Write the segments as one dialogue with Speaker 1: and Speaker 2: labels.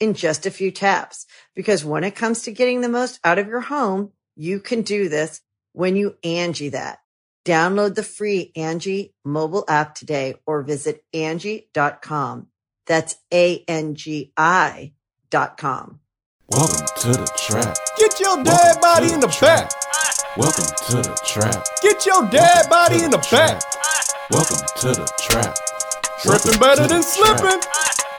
Speaker 1: in just a few taps. Because when it comes to getting the most out of your home, you can do this when you Angie that. Download the free Angie mobile app today or visit Angie.com. That's A-N-G-I dot com.
Speaker 2: Welcome to the trap.
Speaker 3: Get your
Speaker 2: Welcome
Speaker 3: dead
Speaker 2: to
Speaker 3: body in the
Speaker 2: trap.
Speaker 3: back.
Speaker 2: Welcome to the trap.
Speaker 3: Get your dead
Speaker 2: Welcome
Speaker 3: body
Speaker 2: to
Speaker 3: in the back.
Speaker 2: trap. Welcome to the trap.
Speaker 3: Tripping
Speaker 2: Welcome to
Speaker 3: better than
Speaker 2: the trap.
Speaker 3: slipping,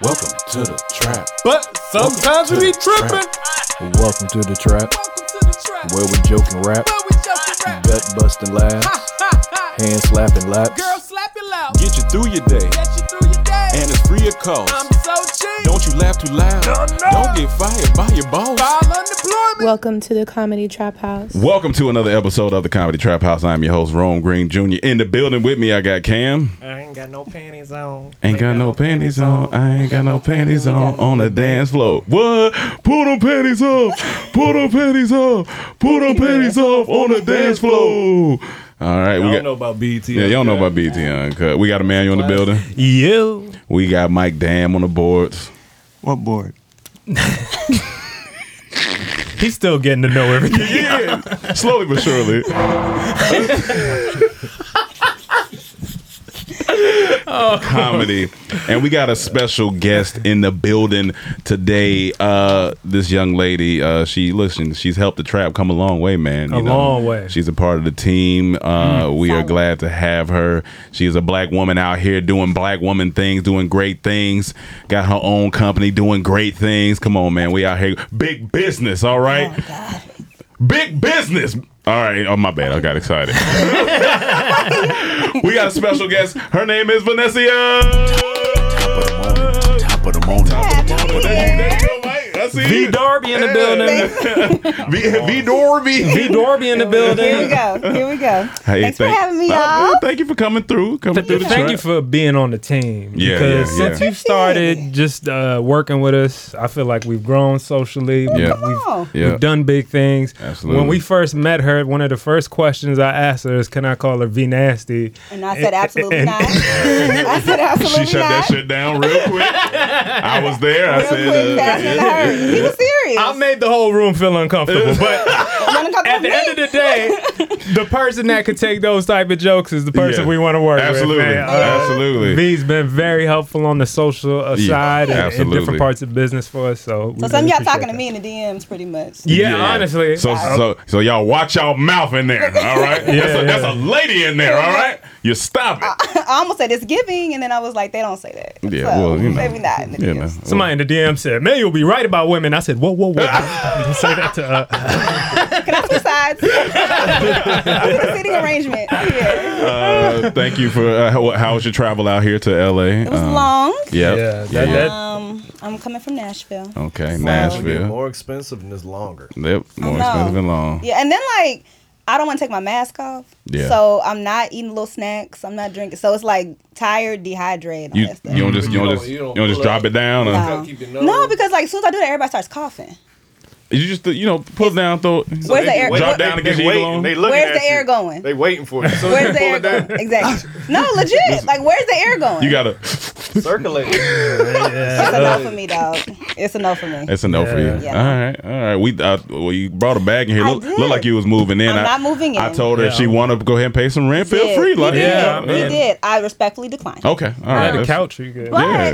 Speaker 2: Welcome to the trap.
Speaker 3: but sometimes
Speaker 2: to
Speaker 3: we be
Speaker 2: the trap.
Speaker 3: tripping.
Speaker 4: Welcome to the trap, where we joke and rap, gut busting laughs, hand slapping laps.
Speaker 3: slap it loud.
Speaker 2: Get you through your day,
Speaker 3: Get you through your day.
Speaker 2: and it's free of cost.
Speaker 3: so cheap.
Speaker 2: Don't you laugh too loud.
Speaker 3: no.
Speaker 2: Don't get fired by your boss.
Speaker 3: unemployment.
Speaker 5: Welcome to the Comedy Trap House.
Speaker 6: Welcome to another episode of the Comedy Trap House. I'm your host, Rome Green Jr. In the building with me, I got Cam.
Speaker 7: I ain't got no panties on.
Speaker 6: Ain't got no panties on. I ain't got no panties on on the dance floor. What? Put them panties up. Put them panties up. Put them panties up on the dance floor. All right,
Speaker 3: I
Speaker 6: we
Speaker 3: don't know
Speaker 6: got.
Speaker 3: about BT.
Speaker 6: Yeah, y'all know about BT Uncut. We got Emmanuel in the building.
Speaker 4: You.
Speaker 6: We got Mike Dam on the boards.
Speaker 7: What board?
Speaker 4: He's still getting to know everything.
Speaker 6: Yeah, slowly but surely. Comedy, and we got a special guest in the building today. Uh, this young lady, uh, she listen, she's helped the trap come a long way, man.
Speaker 4: A long way. Mm-hmm.
Speaker 6: She's a part of the team. Uh, we are glad to have her. She is a black woman out here doing black woman things, doing great things. Got her own company, doing great things. Come on, man, we out here big business. All right, Big business. All right. Oh, my bad. I got excited. we got a special guest. Her name is Vanessa.
Speaker 2: Top of the morning.
Speaker 6: That's
Speaker 4: V
Speaker 6: it.
Speaker 4: Darby in the building.
Speaker 6: V, v Dorby.
Speaker 4: V Darby in the
Speaker 8: Here we
Speaker 4: building.
Speaker 8: go. Here we go.
Speaker 6: Hey,
Speaker 8: Thanks for
Speaker 6: thank-
Speaker 8: having me,
Speaker 6: Oh,
Speaker 8: y'all.
Speaker 6: man, thank you for coming through. Coming through the
Speaker 4: Thank you
Speaker 6: track.
Speaker 4: for being on the team.
Speaker 6: Yeah,
Speaker 4: because
Speaker 6: yeah,
Speaker 4: since
Speaker 6: yeah.
Speaker 4: you've started just uh, working with us, I feel like we've grown socially. We've-
Speaker 6: Yeah.
Speaker 4: We've,
Speaker 8: Oh.
Speaker 6: Yeah.
Speaker 4: we've done big things.
Speaker 6: Absolutely.
Speaker 4: When we first met her, one of the first questions I asked her is, "Can I call her V Nasty?"
Speaker 8: And I said, absolutely
Speaker 4: and-
Speaker 8: not. I said,
Speaker 6: She
Speaker 8: absolutely
Speaker 6: shut
Speaker 8: not.
Speaker 6: that shit down real quick. I was there. I
Speaker 8: Real
Speaker 6: said,
Speaker 8: quick,
Speaker 6: uh,
Speaker 8: fast, and hurry. He was serious.
Speaker 4: I made the whole room feel uncomfortable, but.
Speaker 8: Wanna come
Speaker 4: At
Speaker 8: with
Speaker 4: the
Speaker 8: me?
Speaker 4: end of the day, the person that could take those type of jokes is the person
Speaker 6: Yeah.
Speaker 4: we want to work
Speaker 6: Absolutely.
Speaker 4: with. man. Uh,
Speaker 6: Absolutely.
Speaker 4: V's been very helpful on the social uh,
Speaker 6: Yeah,
Speaker 4: side and, and
Speaker 6: absolutely.
Speaker 4: different parts of business for us. So,
Speaker 8: So some of y'all talking to me in the DMs pretty much.
Speaker 4: Yeah, honestly.
Speaker 6: So, so, so y'all watch y'all mouth in there. All right.
Speaker 4: Yeah,
Speaker 6: that's, a, that's a lady in there. All right. You stop it.
Speaker 8: I almost said it's giving, and then I was like, they don't say that.
Speaker 6: Yeah,
Speaker 8: So,
Speaker 6: well, you know.
Speaker 8: Maybe not in the
Speaker 6: You
Speaker 8: DMs.
Speaker 6: know.
Speaker 4: Somebody in the DM said, "Man, you'll be right about women." I said, "Whoa, whoa, whoa!" Don't say that to uh,
Speaker 8: Can I switch sides? Seating arrangement. Yeah.
Speaker 6: Uh, thank you for uh, how, how was your travel out here to LA?
Speaker 8: It was long.
Speaker 6: Um,
Speaker 4: Yeah,
Speaker 6: Yeah. yeah.
Speaker 4: that- that-
Speaker 8: Um, I'm coming from Nashville.
Speaker 6: okay.
Speaker 3: Get
Speaker 6: Nashville.
Speaker 3: more expensive and it's longer.
Speaker 6: Yep. More
Speaker 8: I know.
Speaker 6: expensive and long.
Speaker 8: Yeah, and then like I don't want to take my mask off.
Speaker 6: Yeah.
Speaker 8: So I'm not eating little snacks. I'm not drinking. So it's like tired, dehydrated. all
Speaker 6: You
Speaker 8: that stuff.
Speaker 6: you don't just you
Speaker 3: You
Speaker 6: don't
Speaker 3: don't-
Speaker 6: just
Speaker 3: you
Speaker 6: you
Speaker 3: don't
Speaker 6: don't just
Speaker 3: pull
Speaker 6: drop
Speaker 3: up.
Speaker 6: it down. Or,
Speaker 8: No.
Speaker 3: Gotta keep your nose-
Speaker 8: no, because like as soon as I do that, everybody starts coughing.
Speaker 6: You just you know pull down throw.
Speaker 8: Where's the air?
Speaker 6: Drop
Speaker 8: where-
Speaker 6: down to get your eagle on.
Speaker 8: Where's the air going?
Speaker 3: They waiting for you. So
Speaker 8: Where's the
Speaker 3: pull
Speaker 8: air
Speaker 3: it down.
Speaker 8: going? Exactly. No, legit. Like, where's the air going?
Speaker 6: You gotta
Speaker 3: Circulate.
Speaker 8: That's enough for me, dog. It's It's a no for me.
Speaker 6: That's a no for you.
Speaker 8: Yeah.
Speaker 6: All right, all right. We uh, well, you brought a bag in here.
Speaker 8: I
Speaker 6: Look,
Speaker 8: did.
Speaker 6: looked like you was moving in.
Speaker 8: I'm
Speaker 6: I,
Speaker 8: not moving
Speaker 6: I
Speaker 8: in.
Speaker 6: told her if
Speaker 4: Yeah.
Speaker 6: she want to go ahead and pay some rent, feel
Speaker 8: Did.
Speaker 6: free. Like,
Speaker 8: he did.
Speaker 4: yeah,
Speaker 8: he
Speaker 4: yeah.
Speaker 8: did. I respectfully declined.
Speaker 6: Okay, all right.
Speaker 4: Had a
Speaker 6: that's-
Speaker 4: couch you could.
Speaker 8: What?
Speaker 6: Yeah,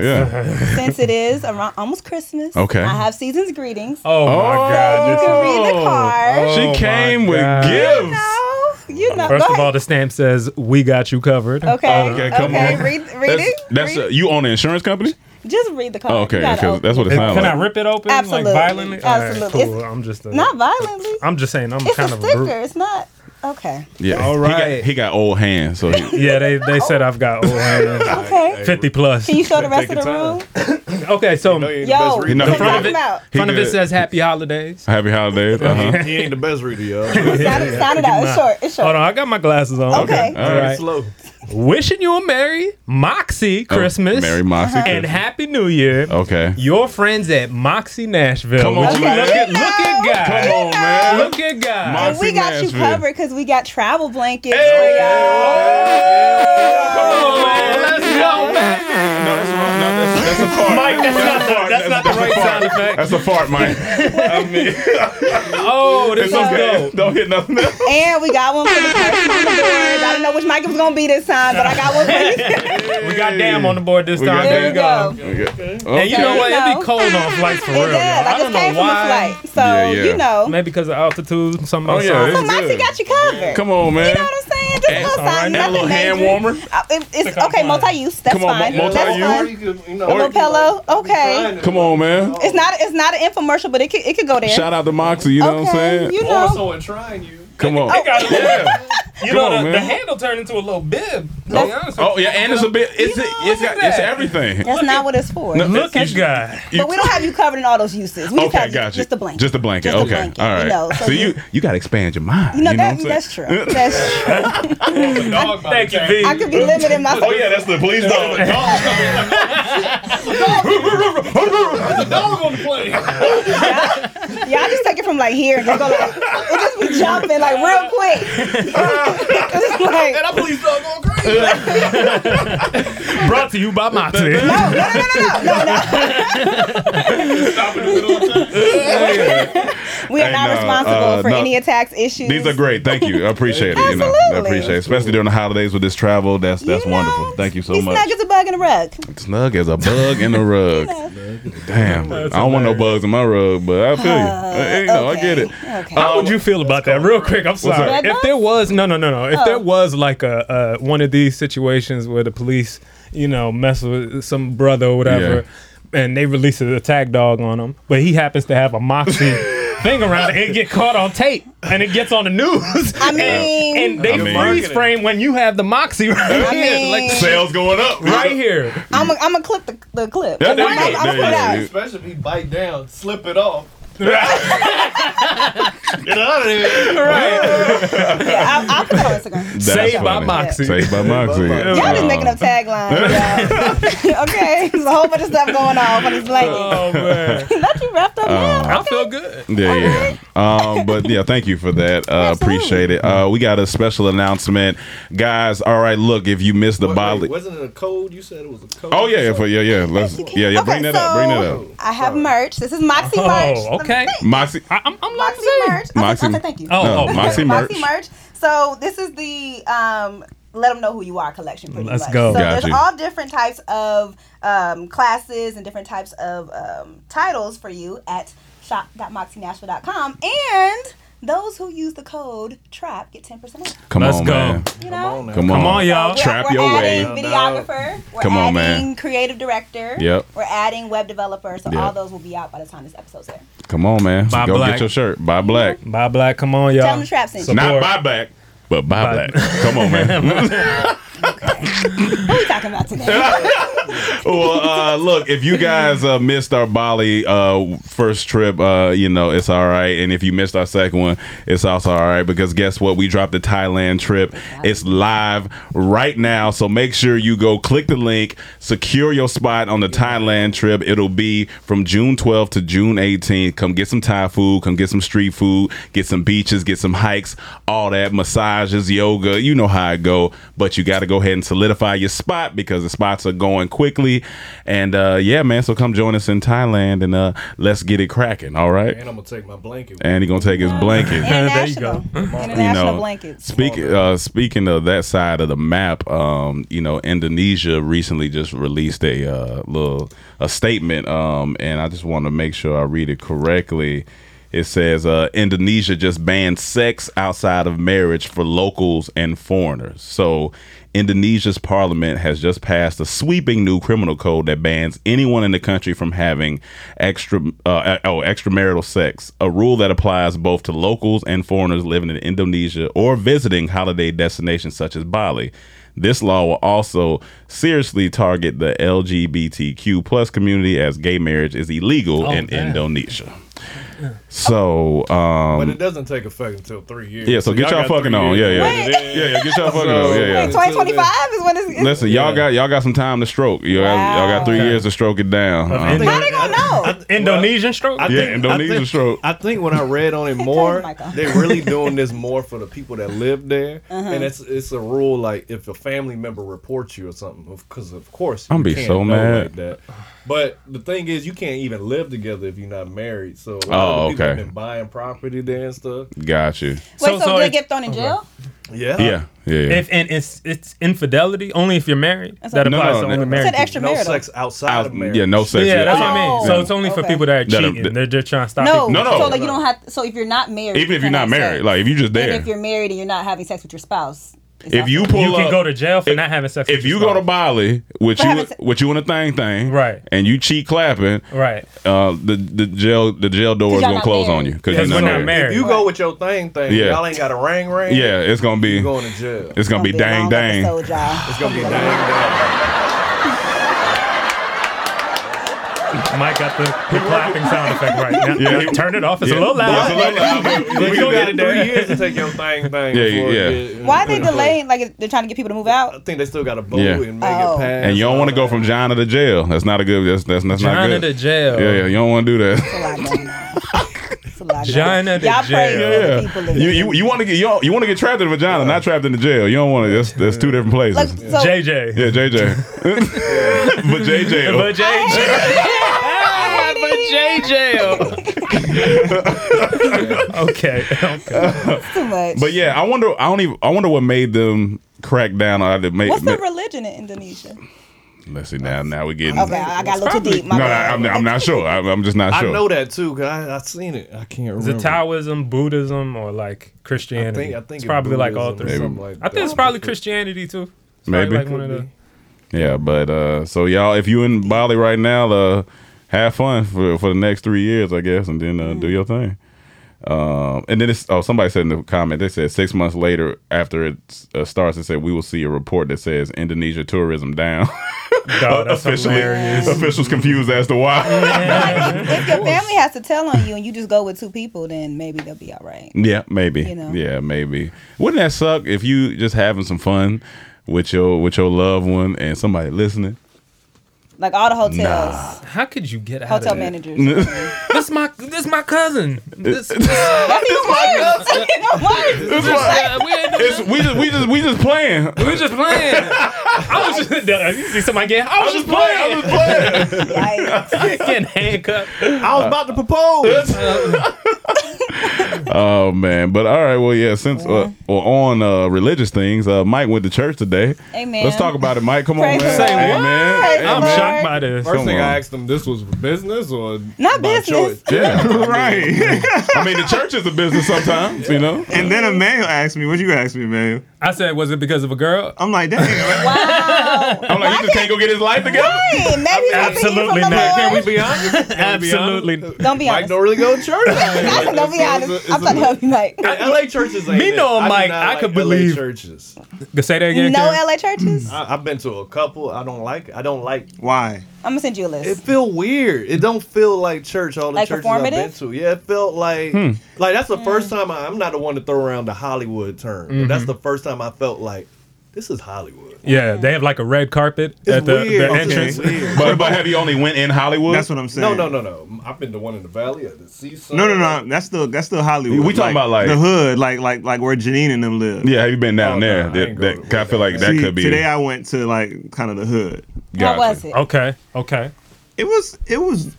Speaker 6: yeah.
Speaker 8: Since it is around almost Christmas,
Speaker 6: Okay.
Speaker 8: I have season's greetings.
Speaker 4: Oh, my
Speaker 6: Oh,
Speaker 4: God.
Speaker 6: you
Speaker 4: this
Speaker 6: can
Speaker 4: is-
Speaker 8: read the card.
Speaker 4: Oh, my
Speaker 6: she came with
Speaker 4: God.
Speaker 6: gifts.
Speaker 8: No, you know.
Speaker 4: First
Speaker 8: go
Speaker 4: of all,
Speaker 8: ahead.
Speaker 4: the stamp says, We got you covered.
Speaker 8: okay,
Speaker 6: Okay, come
Speaker 8: okay.
Speaker 6: on.
Speaker 8: Read, read
Speaker 6: That's,
Speaker 8: it.
Speaker 6: that's
Speaker 8: read,
Speaker 6: a, you own an insurance company.
Speaker 8: just read the card.
Speaker 6: Oh, okay,
Speaker 8: You gotta
Speaker 6: 'cause
Speaker 8: open
Speaker 6: that's what
Speaker 4: It-
Speaker 6: it sounds
Speaker 4: can
Speaker 6: like.
Speaker 4: I rip it open?
Speaker 8: Absolutely.
Speaker 4: Like violently? All right,
Speaker 8: Absolutely.
Speaker 4: cool.
Speaker 8: It's-
Speaker 4: I'm just a,
Speaker 8: Not violently.
Speaker 4: I'm just saying, I'm
Speaker 8: it's
Speaker 4: kind
Speaker 8: a
Speaker 4: of
Speaker 8: sticker.
Speaker 4: a brute.
Speaker 8: It's not okay.
Speaker 6: Yeah.
Speaker 4: All
Speaker 6: He got- He
Speaker 4: right.
Speaker 6: got, old hands, so he,
Speaker 4: Yeah, they, they said I've got old hands.
Speaker 8: Okay.
Speaker 4: 50 plus.
Speaker 8: Can you show the rest of
Speaker 2: Take
Speaker 8: the
Speaker 2: your
Speaker 8: room?
Speaker 4: Okay, so
Speaker 2: He ain't the
Speaker 8: Yo,
Speaker 2: best reader.
Speaker 6: No,
Speaker 8: come
Speaker 6: in front
Speaker 8: talk
Speaker 6: of
Speaker 4: it-
Speaker 8: about.
Speaker 4: front of
Speaker 6: He
Speaker 4: it
Speaker 6: good.
Speaker 4: says Happy Holidays.
Speaker 6: happy holidays. Uh-huh.
Speaker 2: He ain't the best reader, y'all.
Speaker 8: Sound it, sound it out. It's short. It's
Speaker 4: Hold on,
Speaker 8: short.
Speaker 4: I got my glasses on.
Speaker 8: Okay.
Speaker 6: All
Speaker 4: All
Speaker 6: right.
Speaker 4: right.
Speaker 2: Slow.
Speaker 4: Wishing you a Merry Moxie
Speaker 6: Oh,
Speaker 4: Christmas
Speaker 6: Merry
Speaker 8: Uh-huh.
Speaker 6: Moxie.
Speaker 4: and
Speaker 6: Christmas.
Speaker 4: Happy New Year.
Speaker 6: Okay.
Speaker 4: Your friends at Moxie Nashville.
Speaker 6: Come on,
Speaker 4: Would you
Speaker 6: man.
Speaker 4: Look at, look at God.
Speaker 6: Come on, man.
Speaker 4: Look at God.
Speaker 6: Moxie.
Speaker 8: And we got you
Speaker 6: Nashville.
Speaker 8: covered because we got travel blankets
Speaker 4: Hey!
Speaker 8: for y'all.
Speaker 4: Come on, man. Let's go, man.
Speaker 6: No, that's wrong. No, that's, that's a fart.
Speaker 4: Mike, that's not the-
Speaker 6: fart.
Speaker 4: that's not the right
Speaker 6: a fart.
Speaker 4: sound effect.
Speaker 6: That's a fart, Mike.
Speaker 4: Oh, this is
Speaker 6: It's okay.
Speaker 4: dope.
Speaker 6: Don't hit nothing else.
Speaker 8: And we got one for the person on the board. I don't know which mic it was gonna be this time, but I got one for you.
Speaker 4: We got damn on the board this
Speaker 6: We
Speaker 4: time.
Speaker 6: got
Speaker 4: There
Speaker 8: There
Speaker 4: we
Speaker 8: we
Speaker 6: damn.
Speaker 4: go.
Speaker 8: go.
Speaker 6: Okay.
Speaker 4: And you know what? It'd
Speaker 8: No.
Speaker 4: be cold on flights for real.
Speaker 8: It
Speaker 4: yo.
Speaker 8: does. I
Speaker 4: I
Speaker 8: just
Speaker 4: don't know
Speaker 8: came from
Speaker 4: why.
Speaker 8: a flight, so
Speaker 6: Yeah, yeah.
Speaker 8: you know.
Speaker 4: Maybe because of altitude. Something.
Speaker 6: Oh,
Speaker 4: like
Speaker 6: yeah,
Speaker 4: that.
Speaker 6: it's
Speaker 8: So Moxie
Speaker 6: good.
Speaker 8: got you covered.
Speaker 6: Come on, man.
Speaker 8: You know what I'm saying? Just a little
Speaker 4: all right.
Speaker 8: sign,
Speaker 6: And a
Speaker 8: nothing
Speaker 6: little hand
Speaker 8: major.
Speaker 6: warmer.
Speaker 8: Uh, it- it's okay, multi-use. That's
Speaker 6: Come on,
Speaker 8: fine.
Speaker 6: multi-use.
Speaker 8: That's fine. A
Speaker 6: Or-
Speaker 8: little pillow. Okay.
Speaker 6: Come on, man.
Speaker 8: It's not. It's not an infomercial, but it could. It could go there.
Speaker 6: Shout out to Moxie. You know
Speaker 8: okay.
Speaker 6: what I'm saying?
Speaker 8: You Oh. know.
Speaker 2: trying you.
Speaker 6: Come on.
Speaker 4: yeah. You
Speaker 6: Come
Speaker 4: know,
Speaker 6: on,
Speaker 4: the,
Speaker 6: man.
Speaker 4: the handle turned into a little bib. To be honest with
Speaker 6: Oh yeah, and it's a bit. It's
Speaker 4: You
Speaker 6: it,
Speaker 4: know,
Speaker 6: it's
Speaker 4: look at
Speaker 6: got, it's
Speaker 4: that.
Speaker 6: everything.
Speaker 8: That's not what it's for.
Speaker 4: you. Look at God.
Speaker 6: You-
Speaker 8: but we don't have you covered in all those uses. We just
Speaker 6: Okay,
Speaker 8: have
Speaker 6: gotcha.
Speaker 8: just a blanket.
Speaker 6: Just a blanket.
Speaker 8: Just a
Speaker 6: okay,
Speaker 8: blanket,
Speaker 6: all right.
Speaker 8: you know,
Speaker 6: so
Speaker 8: so
Speaker 6: you you got to expand your mind.
Speaker 8: You know, that,
Speaker 6: what I'm
Speaker 8: that's
Speaker 6: saying?
Speaker 8: true. That's true.
Speaker 4: Thank you, V.
Speaker 8: I could be limiting myself.
Speaker 6: Oh yeah, that's the police dog.
Speaker 4: dog on the plane.
Speaker 8: Y'all just take it from like here and just go like, it just be jumping like real quick. it's like,
Speaker 2: I police dog going crazy.
Speaker 4: Brought to you by Moxie.
Speaker 8: no, no, no, no, no, no, no. We are
Speaker 6: Hey,
Speaker 8: not
Speaker 6: no,
Speaker 8: responsible
Speaker 6: uh,
Speaker 8: for
Speaker 6: no.
Speaker 8: any attacks, issues.
Speaker 6: These are great. Thank you. I appreciate it. You know, I
Speaker 8: Absolutely.
Speaker 6: appreciate it, especially during the holidays with this travel. That's that's
Speaker 8: You know,
Speaker 6: wonderful. Thank you so
Speaker 8: be
Speaker 6: much.
Speaker 8: snug as a bug in a rug.
Speaker 6: Snug as a bug in a rug. Damn, I don't want no bugs in my rug, but I feel you. Uh, you know, I get it. Uh,
Speaker 8: Okay.
Speaker 4: How would you feel about that? Real quick, I'm sorry.
Speaker 8: up?
Speaker 4: If there was no, no, no, no. If
Speaker 8: Oh.
Speaker 4: there was like a uh, one of these situations where the police, you know, mess with some brother or whatever, and they release an attack dog on him, but he happens to have a moxie thing around it, and get caught on tape, and it gets on the news.
Speaker 8: I
Speaker 4: and-
Speaker 8: mean-
Speaker 4: and, they
Speaker 6: I mean-
Speaker 4: freeze frame when you have the moxie right
Speaker 8: I
Speaker 4: here,
Speaker 8: mean-
Speaker 4: like,
Speaker 6: Sales going up
Speaker 4: right here.
Speaker 8: I'm gonna I'm clip the, the clip.
Speaker 6: Yeah,
Speaker 8: I'm
Speaker 6: there you
Speaker 8: gonna
Speaker 6: go.
Speaker 8: put it
Speaker 6: There you
Speaker 8: out.
Speaker 6: go.
Speaker 2: Especially if he bite down, slip it off. Get out of there.
Speaker 8: Yeah, I'll, I'll put it on Instagram.
Speaker 6: That's
Speaker 4: Saved by
Speaker 6: funny.
Speaker 4: Moxie.
Speaker 6: Saved by Moxie.
Speaker 8: Y'all just making up taglines. y'all. okay, there's a whole bunch of stuff going on for these
Speaker 6: Uh,
Speaker 8: blankets.
Speaker 4: Oh man,
Speaker 8: Not you wrapped up now.
Speaker 4: I feel good.
Speaker 6: Yeah, yeah. Um, but yeah, thank you for that. Uh,
Speaker 8: Absolutely.
Speaker 6: appreciate it. Uh, we got a special announcement, guys. All right, look, if you missed the
Speaker 2: Wait,
Speaker 6: Bali,
Speaker 2: wait, wasn't it a code? You said it was a code.
Speaker 6: oh yeah, yeah, for, yeah, yeah, let's, yeah, yeah. Bring
Speaker 8: Okay,
Speaker 6: that up. Bring that
Speaker 8: so
Speaker 6: up.
Speaker 8: I have merch. This is Moxie merch.
Speaker 4: Oh, okay.
Speaker 6: Moxie.
Speaker 4: I, I'm, I'm not
Speaker 8: Moxie
Speaker 4: saying.
Speaker 8: merch. Moxie.
Speaker 6: Moxie-
Speaker 8: I said thank you.
Speaker 4: Oh,
Speaker 6: No,
Speaker 4: okay.
Speaker 6: Moxie merch.
Speaker 8: Moxie merch. So this is the um, let them know who you are collection. Pretty
Speaker 4: Let's
Speaker 8: much.
Speaker 4: go.
Speaker 8: So
Speaker 6: Got
Speaker 8: there's
Speaker 6: you.
Speaker 8: all different types of um, classes and different types of um, titles for you at shop.moxienashville.com and. Those who use the code TRAP get 10% off.
Speaker 6: Come
Speaker 4: Let's
Speaker 6: on,
Speaker 4: go.
Speaker 6: man.
Speaker 8: You know?
Speaker 6: Come on,
Speaker 4: Come on, y'all.
Speaker 8: We're-
Speaker 6: Trap
Speaker 8: we're
Speaker 6: your way.
Speaker 8: adding videographer. We're
Speaker 6: Come on,
Speaker 8: adding
Speaker 6: man.
Speaker 8: creative director.
Speaker 6: Yep.
Speaker 8: We're adding web developer. So
Speaker 6: Yep.
Speaker 8: all those will be out by the time this episode's there.
Speaker 6: Come on, man.
Speaker 4: Buy
Speaker 6: Go
Speaker 4: black.
Speaker 6: get your shirt. Buy black.
Speaker 4: Buy black. Come on, y'all.
Speaker 8: Tell them the trap sent you.
Speaker 6: Not
Speaker 4: Support.
Speaker 6: buy black, but buy,
Speaker 4: Buy-
Speaker 6: black. Come on, man.
Speaker 8: What are we talking about today?
Speaker 6: well, uh, look, if you guys uh, missed our Bali uh, first trip, uh, you know, it's all right. And if you missed our second one, it's also all right because guess what? We dropped the Thailand trip. It's live right now. So make sure you go click the link, secure your spot on the Thailand trip. It'll be from June 12th to June 18th. Come get some Thai food, come get some street food, get some beaches, get some hikes, all that, massages, yoga. You know how it go, but you got to go ahead and solidify your spot because the spots are going quickly. And uh, yeah, man, so come join us in Thailand and uh, let's get it cracking. All right.
Speaker 9: And I'm gonna take my blanket.
Speaker 6: And he gonna take his blanket.
Speaker 4: There you go.
Speaker 8: International. International blankets.
Speaker 6: Speak, uh, speaking of that side of the map, um, you know, Indonesia recently just released a uh, little a statement, um, and I just want to make sure I read it correctly. It says uh, Indonesia just banned sex outside of marriage for locals and foreigners. So, Indonesia's parliament has just passed a sweeping new criminal code that bans anyone in the country from having extra uh, oh extramarital sex, a rule that applies both to locals and foreigners living in Indonesia or visiting holiday destinations such as Bali. This law will also seriously target the LGBTQ plus community as gay marriage is illegal in
Speaker 4: damn.
Speaker 6: Indonesia. So, um,
Speaker 9: Oh, But it doesn't take effect until three years.
Speaker 6: yeah, so get y'all,
Speaker 9: got
Speaker 6: fucking
Speaker 9: three
Speaker 6: on. Yeah,
Speaker 9: years.
Speaker 6: yeah.
Speaker 8: Wait.
Speaker 6: Yeah, yeah, get y'all fucking
Speaker 9: So-
Speaker 6: on. Oh, Yeah, yeah.
Speaker 8: Wait, 2025 is when it's. it's
Speaker 6: Listen, y'all got y'all got some time to stroke. You got, y'all got three years to stroke it down.
Speaker 9: I
Speaker 6: Uh,
Speaker 9: think-
Speaker 8: how they gonna know?
Speaker 4: Indonesian stroke.
Speaker 9: I
Speaker 6: Yeah,
Speaker 9: think-
Speaker 6: Indonesian
Speaker 9: I think,
Speaker 6: stroke.
Speaker 9: I think when I read on it more,
Speaker 8: Michael. Uh-huh.
Speaker 9: they're really doing this more for the people that live there, and it's it's a rule like if a family member reports you or something, because of course
Speaker 6: I'm
Speaker 9: you
Speaker 6: be
Speaker 9: can't
Speaker 6: so
Speaker 9: know
Speaker 6: mad.
Speaker 9: like that. But the thing is, you can't even live together if you're not married. So a lot
Speaker 6: Oh,
Speaker 9: of the
Speaker 6: okay.
Speaker 9: people have been buying property there and stuff.
Speaker 6: got you.
Speaker 8: Wait,
Speaker 4: So-
Speaker 8: so,
Speaker 4: so
Speaker 8: they
Speaker 4: it's-
Speaker 8: get thrown in jail?
Speaker 9: Yeah,
Speaker 6: Yeah, yeah. yeah.
Speaker 4: If and it's it's infidelity only if you're married.
Speaker 8: That's
Speaker 4: That
Speaker 8: what-
Speaker 6: No,
Speaker 4: applies
Speaker 6: no,
Speaker 4: to
Speaker 6: no.
Speaker 4: only
Speaker 8: It
Speaker 4: married.
Speaker 8: said
Speaker 4: people.
Speaker 9: no
Speaker 8: extramarital.
Speaker 9: sex outside
Speaker 6: Out-
Speaker 9: of marriage.
Speaker 6: yeah, no sex.
Speaker 4: Yeah, that's what I
Speaker 8: Oh,
Speaker 4: mean. So it's only for
Speaker 8: okay.
Speaker 4: people that are
Speaker 6: That are-
Speaker 4: cheating. They're just trying to stop.
Speaker 8: No,
Speaker 4: people.
Speaker 6: No, no.
Speaker 8: So like you don't have. So if you're not married,
Speaker 6: Even
Speaker 8: you
Speaker 6: if you're not
Speaker 8: can't have
Speaker 6: married,
Speaker 8: sex.
Speaker 6: like if you just
Speaker 8: and
Speaker 6: there,
Speaker 8: if you're married and you're not having sex with your spouse, it's
Speaker 6: if
Speaker 8: also-
Speaker 6: you pull
Speaker 4: you
Speaker 6: up,
Speaker 4: can go to jail for
Speaker 6: if-
Speaker 4: not having sex.
Speaker 6: If
Speaker 4: with
Speaker 6: you
Speaker 4: your
Speaker 6: go to
Speaker 4: spouse.
Speaker 6: Bali with
Speaker 8: For
Speaker 6: you
Speaker 8: having se-
Speaker 6: with you in a thing thing,
Speaker 4: Right.
Speaker 6: and you cheat clapping,
Speaker 4: right,
Speaker 6: uh, the the jail the jail door is
Speaker 8: y'all
Speaker 6: gonna
Speaker 8: not
Speaker 6: close on
Speaker 8: married.
Speaker 6: you because
Speaker 4: because
Speaker 6: you're
Speaker 4: we're
Speaker 6: not
Speaker 4: not
Speaker 6: married.
Speaker 9: If
Speaker 4: married.
Speaker 9: you go with your thing thing,
Speaker 6: Yeah.
Speaker 9: y'all ain't got a ring ring.
Speaker 6: Yeah, it's gonna be
Speaker 9: you're going to jail.
Speaker 6: it's gonna be
Speaker 8: Be a
Speaker 6: dang
Speaker 8: long
Speaker 6: dang.
Speaker 8: episode, y'all.
Speaker 9: It's gonna be dang dang.
Speaker 4: Mike got the, the clapping sound effect right now.
Speaker 6: Yeah.
Speaker 4: Yeah. Turn it off. It's
Speaker 6: Yeah.
Speaker 4: a little
Speaker 6: It's a
Speaker 4: loud.
Speaker 6: little loud, but-
Speaker 9: You
Speaker 6: but you
Speaker 9: got
Speaker 6: got
Speaker 9: three
Speaker 6: it there.
Speaker 9: years to take your thing thing.
Speaker 6: Yeah,
Speaker 9: before uh,
Speaker 6: yeah.
Speaker 9: you-
Speaker 8: Why are they delaying? Like they're trying to get people to move
Speaker 9: I
Speaker 8: out.
Speaker 9: think they still got a boat
Speaker 6: Yeah.
Speaker 9: and make
Speaker 8: Oh.
Speaker 9: it pass.
Speaker 6: And you don't want to go from John to the jail. That's not a good. That's that's that's not
Speaker 4: John
Speaker 6: good.
Speaker 4: to jail.
Speaker 6: Yeah, yeah. You don't want to do that.
Speaker 8: It's a lot going on. It's a lot going on.
Speaker 4: Vagina to
Speaker 8: Y'all pray
Speaker 4: jail.
Speaker 8: for the people.
Speaker 6: Yeah.
Speaker 8: in-
Speaker 6: You you you want to get you, don't- you want to get trapped in the vagina, not trapped in the jail. You don't want to. That's that's two different places.
Speaker 8: Like, so,
Speaker 4: JJ.
Speaker 6: yeah, JJ. but JJ.
Speaker 4: But JJ. But JJ. okay. okay.
Speaker 8: it's too much.
Speaker 6: But yeah, I wonder. I don't even. I wonder what made them crack down on the. Make,
Speaker 8: What's the
Speaker 6: make,
Speaker 8: religion in Indonesia?
Speaker 6: let's see. Now, now we're getting.
Speaker 8: Okay, I got a little too deep.
Speaker 6: No,
Speaker 8: My
Speaker 6: no,
Speaker 8: bad.
Speaker 6: I'm, I'm not sure. I'm, I'm just not
Speaker 9: I
Speaker 6: sure.
Speaker 9: know that too. Cause I, I seen it. I can't
Speaker 4: Is it
Speaker 9: remember.
Speaker 4: Taoism, Buddhism, or like
Speaker 9: I
Speaker 4: Christianity?
Speaker 9: think I think
Speaker 4: it's probably like all
Speaker 9: Buddhism or
Speaker 4: three.
Speaker 9: something like
Speaker 4: I think
Speaker 9: that.
Speaker 4: it's probably Christianity too. It's
Speaker 6: Maybe.
Speaker 4: probably like one of the.
Speaker 6: Yeah, but uh, so y'all, if you in Bali right now, uh, have fun for for the next three years, I guess, and then uh, do your thing. Um, and then it's oh, somebody said in the comment they said six months later after it uh, starts, it said we will see a report that says Indonesia tourism down.
Speaker 4: Dog, Oh, that's
Speaker 6: Officially,
Speaker 4: hilarious.
Speaker 6: officials confused as to why.
Speaker 8: If your family has to tell on you and you just go with two people, then maybe they'll be all right.
Speaker 6: yeah, maybe.
Speaker 8: You know.
Speaker 6: Yeah, maybe. Wouldn't that suck if you just having some fun with your with your loved one and somebody listening?
Speaker 8: Like all the hotels,
Speaker 4: How could you get out
Speaker 8: hotel
Speaker 4: of that?
Speaker 8: managers. That's
Speaker 4: This my this my cousin. This, this, uh,
Speaker 8: even worse. Even worse.
Speaker 6: It's like-
Speaker 4: we ain't no-
Speaker 6: it's- we just we just we just playing.
Speaker 4: we was just playing. I was just you see somebody get. I was just playing.
Speaker 8: Like,
Speaker 4: Getting handcuffed.
Speaker 9: I was about to propose.
Speaker 6: Oh man, but all right. Well, yeah. Since uh, well, on uh, religious things, uh, Mike went to church today.
Speaker 8: Amen.
Speaker 6: Let's talk about it, Mike. Come
Speaker 8: Pray
Speaker 6: on, man.
Speaker 8: for the Lord.
Speaker 6: Amen.
Speaker 8: Pray for the
Speaker 4: I'm
Speaker 8: Lord.
Speaker 4: shocked by this.
Speaker 9: First
Speaker 6: Come
Speaker 9: thing
Speaker 6: on.
Speaker 9: I asked them, this was business or
Speaker 8: Not
Speaker 9: by
Speaker 8: business.
Speaker 9: choice?
Speaker 6: Yeah, right. I mean, the church is a business sometimes, you know.
Speaker 2: And then Emmanuel asked me, "What you asked me, Emmanuel?"
Speaker 4: I said, was it because of a girl?
Speaker 2: I'm like, "Dang,
Speaker 8: wow.
Speaker 6: I'm like, he just can't go get his life together.
Speaker 8: Hey, maybe
Speaker 4: Absolutely
Speaker 8: absolutely
Speaker 4: not.
Speaker 8: from
Speaker 4: Can
Speaker 8: the
Speaker 4: we
Speaker 8: Lord.
Speaker 9: Be honest.
Speaker 4: Absolutely.
Speaker 8: Don't be
Speaker 9: Mike
Speaker 8: honest.
Speaker 9: don't really go to church.
Speaker 8: Don't, be honest.
Speaker 9: It's a-
Speaker 8: I'm trying to help you, Mike.
Speaker 9: LA churches ain't
Speaker 4: Me
Speaker 9: it.
Speaker 4: knowing
Speaker 9: do
Speaker 4: Mike,
Speaker 9: not
Speaker 4: I
Speaker 9: like
Speaker 4: could
Speaker 9: LA
Speaker 4: believe-
Speaker 9: churches.
Speaker 4: Say that again.
Speaker 8: No
Speaker 4: Karen.
Speaker 8: LA churches. I'm
Speaker 9: I, I've been to a couple. I don't like. I don't like.
Speaker 2: why?"
Speaker 8: gonna send you a
Speaker 9: It
Speaker 8: list.
Speaker 9: feel weird. It don't feel like church. All the
Speaker 8: Like
Speaker 9: churches I've been
Speaker 8: performative? Hmm.
Speaker 9: to. Yeah, it felt like Mm-hmm. like that's the first time I, I'm not the one to throw around the Hollywood term. But that's the first time I felt like
Speaker 2: this is Hollywood.
Speaker 4: Yeah, they have like a red carpet at the,
Speaker 2: weird.
Speaker 4: the
Speaker 2: Okay.
Speaker 4: entrance.
Speaker 2: Weird.
Speaker 6: But, but have you only went in Hollywood?
Speaker 9: That's what I'm
Speaker 2: No,
Speaker 9: saying.
Speaker 2: no, no, no. I've been to one in the valley at the seaside.
Speaker 9: No, no, no. That's still that's still Hollywood.
Speaker 6: We talking about, like-
Speaker 9: the hood, like like like where Janine and them live.
Speaker 6: Yeah, have you been down
Speaker 2: Oh,
Speaker 6: there?
Speaker 2: nah, I
Speaker 6: that,
Speaker 2: ain't
Speaker 6: that-
Speaker 2: going to
Speaker 6: I feel like that
Speaker 9: See,
Speaker 6: could be.
Speaker 9: Today I went to like kind of the hood.
Speaker 10: How
Speaker 6: Gotcha.
Speaker 10: was it?
Speaker 4: Okay, okay.
Speaker 9: It was it was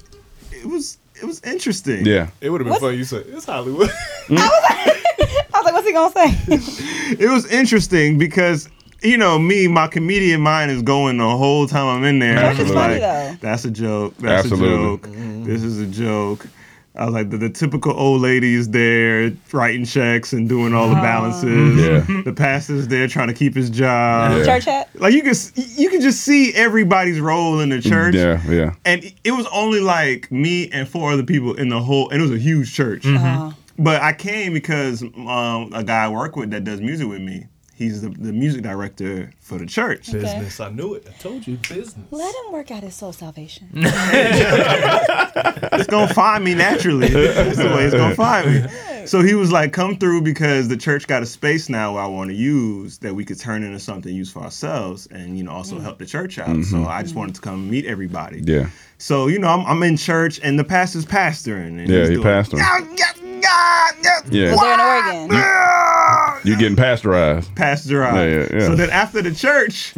Speaker 9: it was it was interesting.
Speaker 6: Yeah.
Speaker 2: It would have been
Speaker 10: What's-
Speaker 2: fun. You said it's Hollywood.
Speaker 10: I was like, what's he gonna say?
Speaker 9: It was interesting because you know me, my comedian mind is going the whole time I'm in there. I was
Speaker 6: Absolutely.
Speaker 9: like,
Speaker 10: Funny, though. Mm-hmm.
Speaker 9: that's a joke. That's
Speaker 6: Absolutely.
Speaker 9: a joke. This is a joke. I was like the, the typical old ladies there writing checks and doing all the
Speaker 10: Uh-huh.
Speaker 9: balances.
Speaker 6: Yeah.
Speaker 9: The pastor's there trying to keep his job.
Speaker 6: Yeah.
Speaker 10: Church hat?
Speaker 9: Like you can s- you can just see everybody's role in the church.
Speaker 6: Yeah, yeah.
Speaker 9: and it was only like me and four other people in the whole and it was a huge church
Speaker 6: Mm-hmm.
Speaker 9: but i came because um, a guy i work with that does music with me he's the, the music director for the church
Speaker 2: business. I knew it. I told you business.
Speaker 10: Let him work out his soul salvation.
Speaker 9: it's gonna find me naturally that's the way it's gonna find me so he was like come through because the church got a space now i want to use that we could turn into something used for ourselves and you know also help the church out so i just wanted to come meet everybody
Speaker 6: Mm-hmm. Yeah.
Speaker 9: So you know, I'm, I'm in church and the pastor's pastoring. And
Speaker 6: Yeah,
Speaker 9: he's
Speaker 6: he
Speaker 9: doing,
Speaker 6: pastoring. Yeah.
Speaker 10: Was there in Oregon?
Speaker 6: You're getting pasteurized.
Speaker 9: Pastorized.
Speaker 6: Yeah, yeah, yeah.
Speaker 9: So then after the church,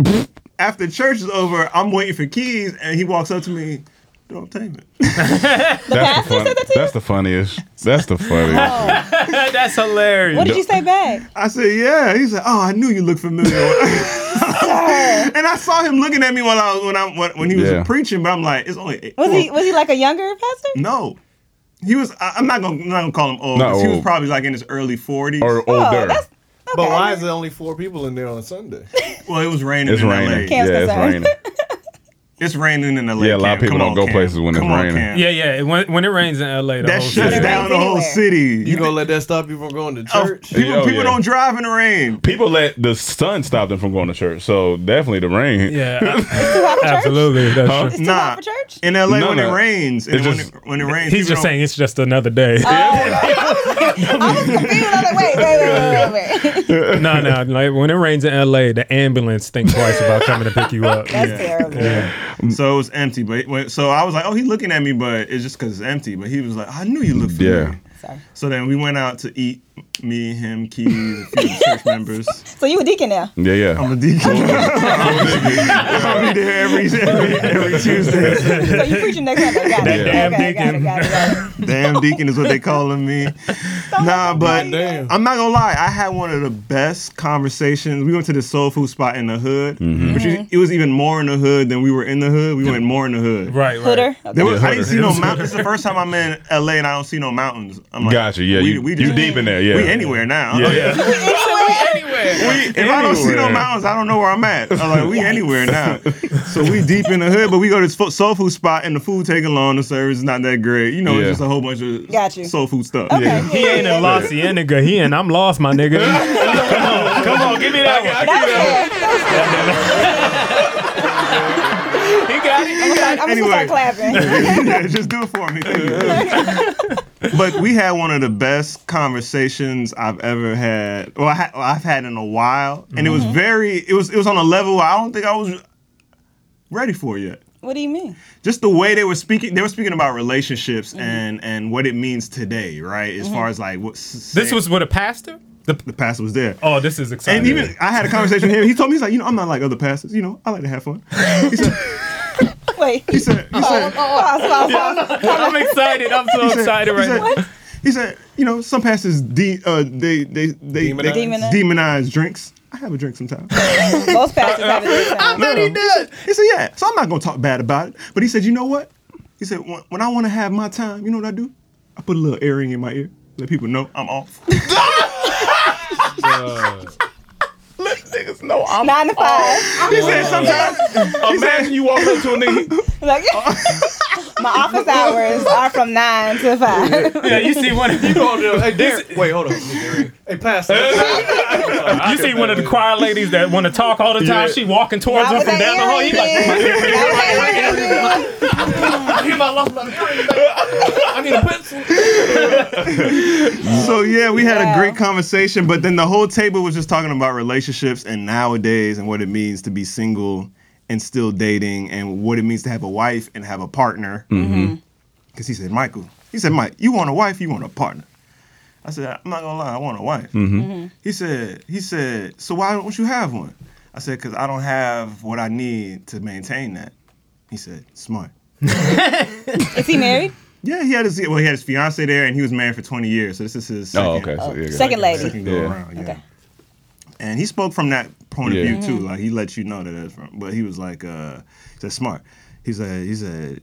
Speaker 9: after church is over, I'm waiting for keys, and he walks up to me. Don't tame it.
Speaker 6: That's
Speaker 10: pastor
Speaker 6: the, fun-
Speaker 10: said that to
Speaker 6: that's the funniest. That's the funniest.
Speaker 10: Oh.
Speaker 4: That's hilarious.
Speaker 10: What did you say back?
Speaker 9: I said, "Yeah." He said, "Oh, I knew you looked familiar." and I saw him looking at me while I was when I when, when he was
Speaker 6: Yeah.
Speaker 9: preaching, but I'm like, "It's only eight.
Speaker 10: Was he
Speaker 9: well,
Speaker 10: was he like a younger pastor?
Speaker 9: no." He was. I, I'm not gonna. I'm not gonna call him old.
Speaker 6: Not
Speaker 9: 'cause He was
Speaker 6: old.
Speaker 9: probably like in his early 40s.
Speaker 6: Or
Speaker 10: Oh,
Speaker 6: older.
Speaker 10: that's
Speaker 2: But why is there only four people in there on Sunday?
Speaker 9: well, it was raining.
Speaker 6: it's
Speaker 9: in
Speaker 6: raining.
Speaker 9: LA.
Speaker 10: Cam's
Speaker 6: Yeah, it's
Speaker 10: concerned.
Speaker 6: raining.
Speaker 9: It's raining in LA.
Speaker 6: Yeah, a lot of
Speaker 9: Cam.
Speaker 6: people
Speaker 9: Come
Speaker 6: don't
Speaker 9: on,
Speaker 6: go
Speaker 9: Cam.
Speaker 6: places when it's
Speaker 9: Come on,
Speaker 6: raining.
Speaker 9: Cam.
Speaker 4: Yeah, Oh, yeah. it- When, when it rains in LA, the
Speaker 9: That
Speaker 4: whole
Speaker 9: shuts
Speaker 4: city-
Speaker 9: down the whole
Speaker 10: Anywhere.
Speaker 9: city.
Speaker 2: You
Speaker 9: You
Speaker 2: gonna let that stop you from going to
Speaker 9: oh,
Speaker 2: church?
Speaker 9: people
Speaker 6: Oh,
Speaker 9: people
Speaker 6: yeah.
Speaker 9: don't drive in the rain.
Speaker 6: People let the sun stop them from going to church. So definitely the rain.
Speaker 4: Yeah,
Speaker 10: It's too hot for church?
Speaker 4: absolutely. That's
Speaker 6: Huh?
Speaker 4: true.
Speaker 10: It's too
Speaker 9: Nah.
Speaker 10: hot for church?
Speaker 9: In LA,
Speaker 6: No,
Speaker 9: when
Speaker 6: no.
Speaker 9: it rains, and
Speaker 6: It's
Speaker 9: when,
Speaker 6: just-
Speaker 9: it, when it rains,
Speaker 4: He's just
Speaker 9: people don't-
Speaker 4: saying it's just another day.
Speaker 10: I was confused. I was like, wait, wait, wait, wait, wait, wait.
Speaker 4: no, no. Like when it rains in LA, the ambulance think twice about coming to pick you up.
Speaker 10: That's terrible.
Speaker 9: So it was empty, but when, so I was like, oh, he's looking at me, but it's just because it's empty. But he was like, I knew you looked familiar.
Speaker 6: Yeah.
Speaker 10: Sorry.
Speaker 9: So then we went out to eat. Me, him, Keys, a few of the church members.
Speaker 10: So you a deacon now?
Speaker 6: Yeah, yeah.
Speaker 9: I'm a deacon. I'll be there every every, every Tuesday.
Speaker 10: So you preaching next Sunday? Got it.
Speaker 4: damn
Speaker 10: okay, got it,
Speaker 4: deacon.
Speaker 10: got it, got it.
Speaker 9: Damn deacon is what they calling me. nah, but
Speaker 2: Damn.
Speaker 9: I'm not gonna lie. I had one of the best conversations. We went to this soul food spot in the hood,
Speaker 6: Mm-hmm.
Speaker 9: which is, it was even more in the hood than we were in the hood. We went more in the hood.
Speaker 4: Right, right.
Speaker 10: Hooter. Okay.
Speaker 9: There was, I
Speaker 6: Yeah,
Speaker 9: didn't see no mountains. It's the first time I'm in LA and I don't see no mountains. I'm like,
Speaker 6: Gotcha. Yeah,
Speaker 9: we,
Speaker 6: you,
Speaker 9: we
Speaker 6: you
Speaker 9: just-
Speaker 6: deep in there. Yeah.
Speaker 9: We anywhere now.
Speaker 6: Yeah, yeah.
Speaker 9: If I don't see no
Speaker 6: Anywhere.
Speaker 9: mountains, I don't know where I'm at. I'm like, we anywhere now. So we deep in the hood, but we go to this fo- soul food spot and the food taking long. The service is not that great. You know,
Speaker 6: Yeah.
Speaker 9: it's just a whole bunch of
Speaker 10: Got you.
Speaker 9: soul food stuff.
Speaker 10: Okay.
Speaker 4: He ain't in La Cienega. He and I'm lost, my nigga. come on, come on, give me that one.
Speaker 10: That was fair. That was fair. I'm
Speaker 4: He got it.
Speaker 10: gonna- I'm gonna
Speaker 9: Anyway.
Speaker 10: start clapping.
Speaker 9: yeah, just do it for me. Thank you. but we had one of the best conversations I've ever had. Well, I ha- well, I've had in a while, and it was
Speaker 6: Mm-hmm.
Speaker 9: very. It was it was on a level I don't think I was ready for yet.
Speaker 10: What do you mean?
Speaker 9: Just the way they were speaking, they were speaking about relationships and and what it means today, right? As far as like what s-
Speaker 4: This
Speaker 9: say-
Speaker 4: was with a pastor. The,
Speaker 9: the past was there.
Speaker 4: oh, this is exciting.
Speaker 9: And even I had a conversation with him. He told me he's like, you know, I'm not like other pastors. You know, I like to have fun. He said,
Speaker 10: Wait.
Speaker 9: he said, he
Speaker 10: Pause,
Speaker 9: said,
Speaker 10: pause, pause.
Speaker 4: I'm excited. I'm so excited right
Speaker 9: he said,
Speaker 4: now.
Speaker 9: He said, you know, some pastors de- uh, they they they demonize. They
Speaker 10: Demonize.
Speaker 9: demonize drinks. I have a drink sometimes.
Speaker 10: Most pastors have a good time.
Speaker 9: he did. He said, yeah. So I'm not gonna talk bad about it. But he said, you know what? He said, when, when I want to have my time, you know what I do? I put a little earring in my ear, let people know I'm off.
Speaker 6: Niggas know I'm
Speaker 10: Nine to five.
Speaker 9: he said, sometimes
Speaker 6: Imagine you walk up to a nigga.
Speaker 10: Like, my office hours are from nine to five.
Speaker 4: Yeah, you see one of you.
Speaker 2: Go on there. Hey, Derek. Wait, hold on. Hey, Pastor.
Speaker 4: you see one of the choir ladies that want to talk all the time. She walking towards
Speaker 10: Not
Speaker 4: him
Speaker 10: with
Speaker 4: from
Speaker 10: that
Speaker 4: down the hall. You like,
Speaker 10: earring in. Not with that earring in.
Speaker 4: I lost my earring. I need a pencil.
Speaker 9: So yeah, we had
Speaker 10: Wow.
Speaker 9: a great conversation, but then the whole table was just talking about relationships and nowadays and what it means to be single and still dating and what it means to have a wife and have a partner. Because
Speaker 6: Mm-hmm.
Speaker 9: he said, Michael, he said, Mike, you want a wife, you want a partner. I said, I'm not gonna lie, I want a wife.
Speaker 6: Mm-hmm.
Speaker 9: He said, he said, so why don't you have one? I said, because I don't have what I need to maintain that. He said, smart.
Speaker 8: Is he married?
Speaker 9: Yeah, he had his well, he had his fiance there, and he was married for twenty years. So this is his second,
Speaker 6: Oh, okay. So, yeah,
Speaker 8: Second lady.
Speaker 9: second go
Speaker 6: Yeah.
Speaker 9: around. Yeah.
Speaker 8: Okay. Mm-hmm.
Speaker 9: And he spoke from that point
Speaker 6: Yeah.
Speaker 9: of view too. Like he let you know that that's from. But he was like, uh, he said smart. He said, he said,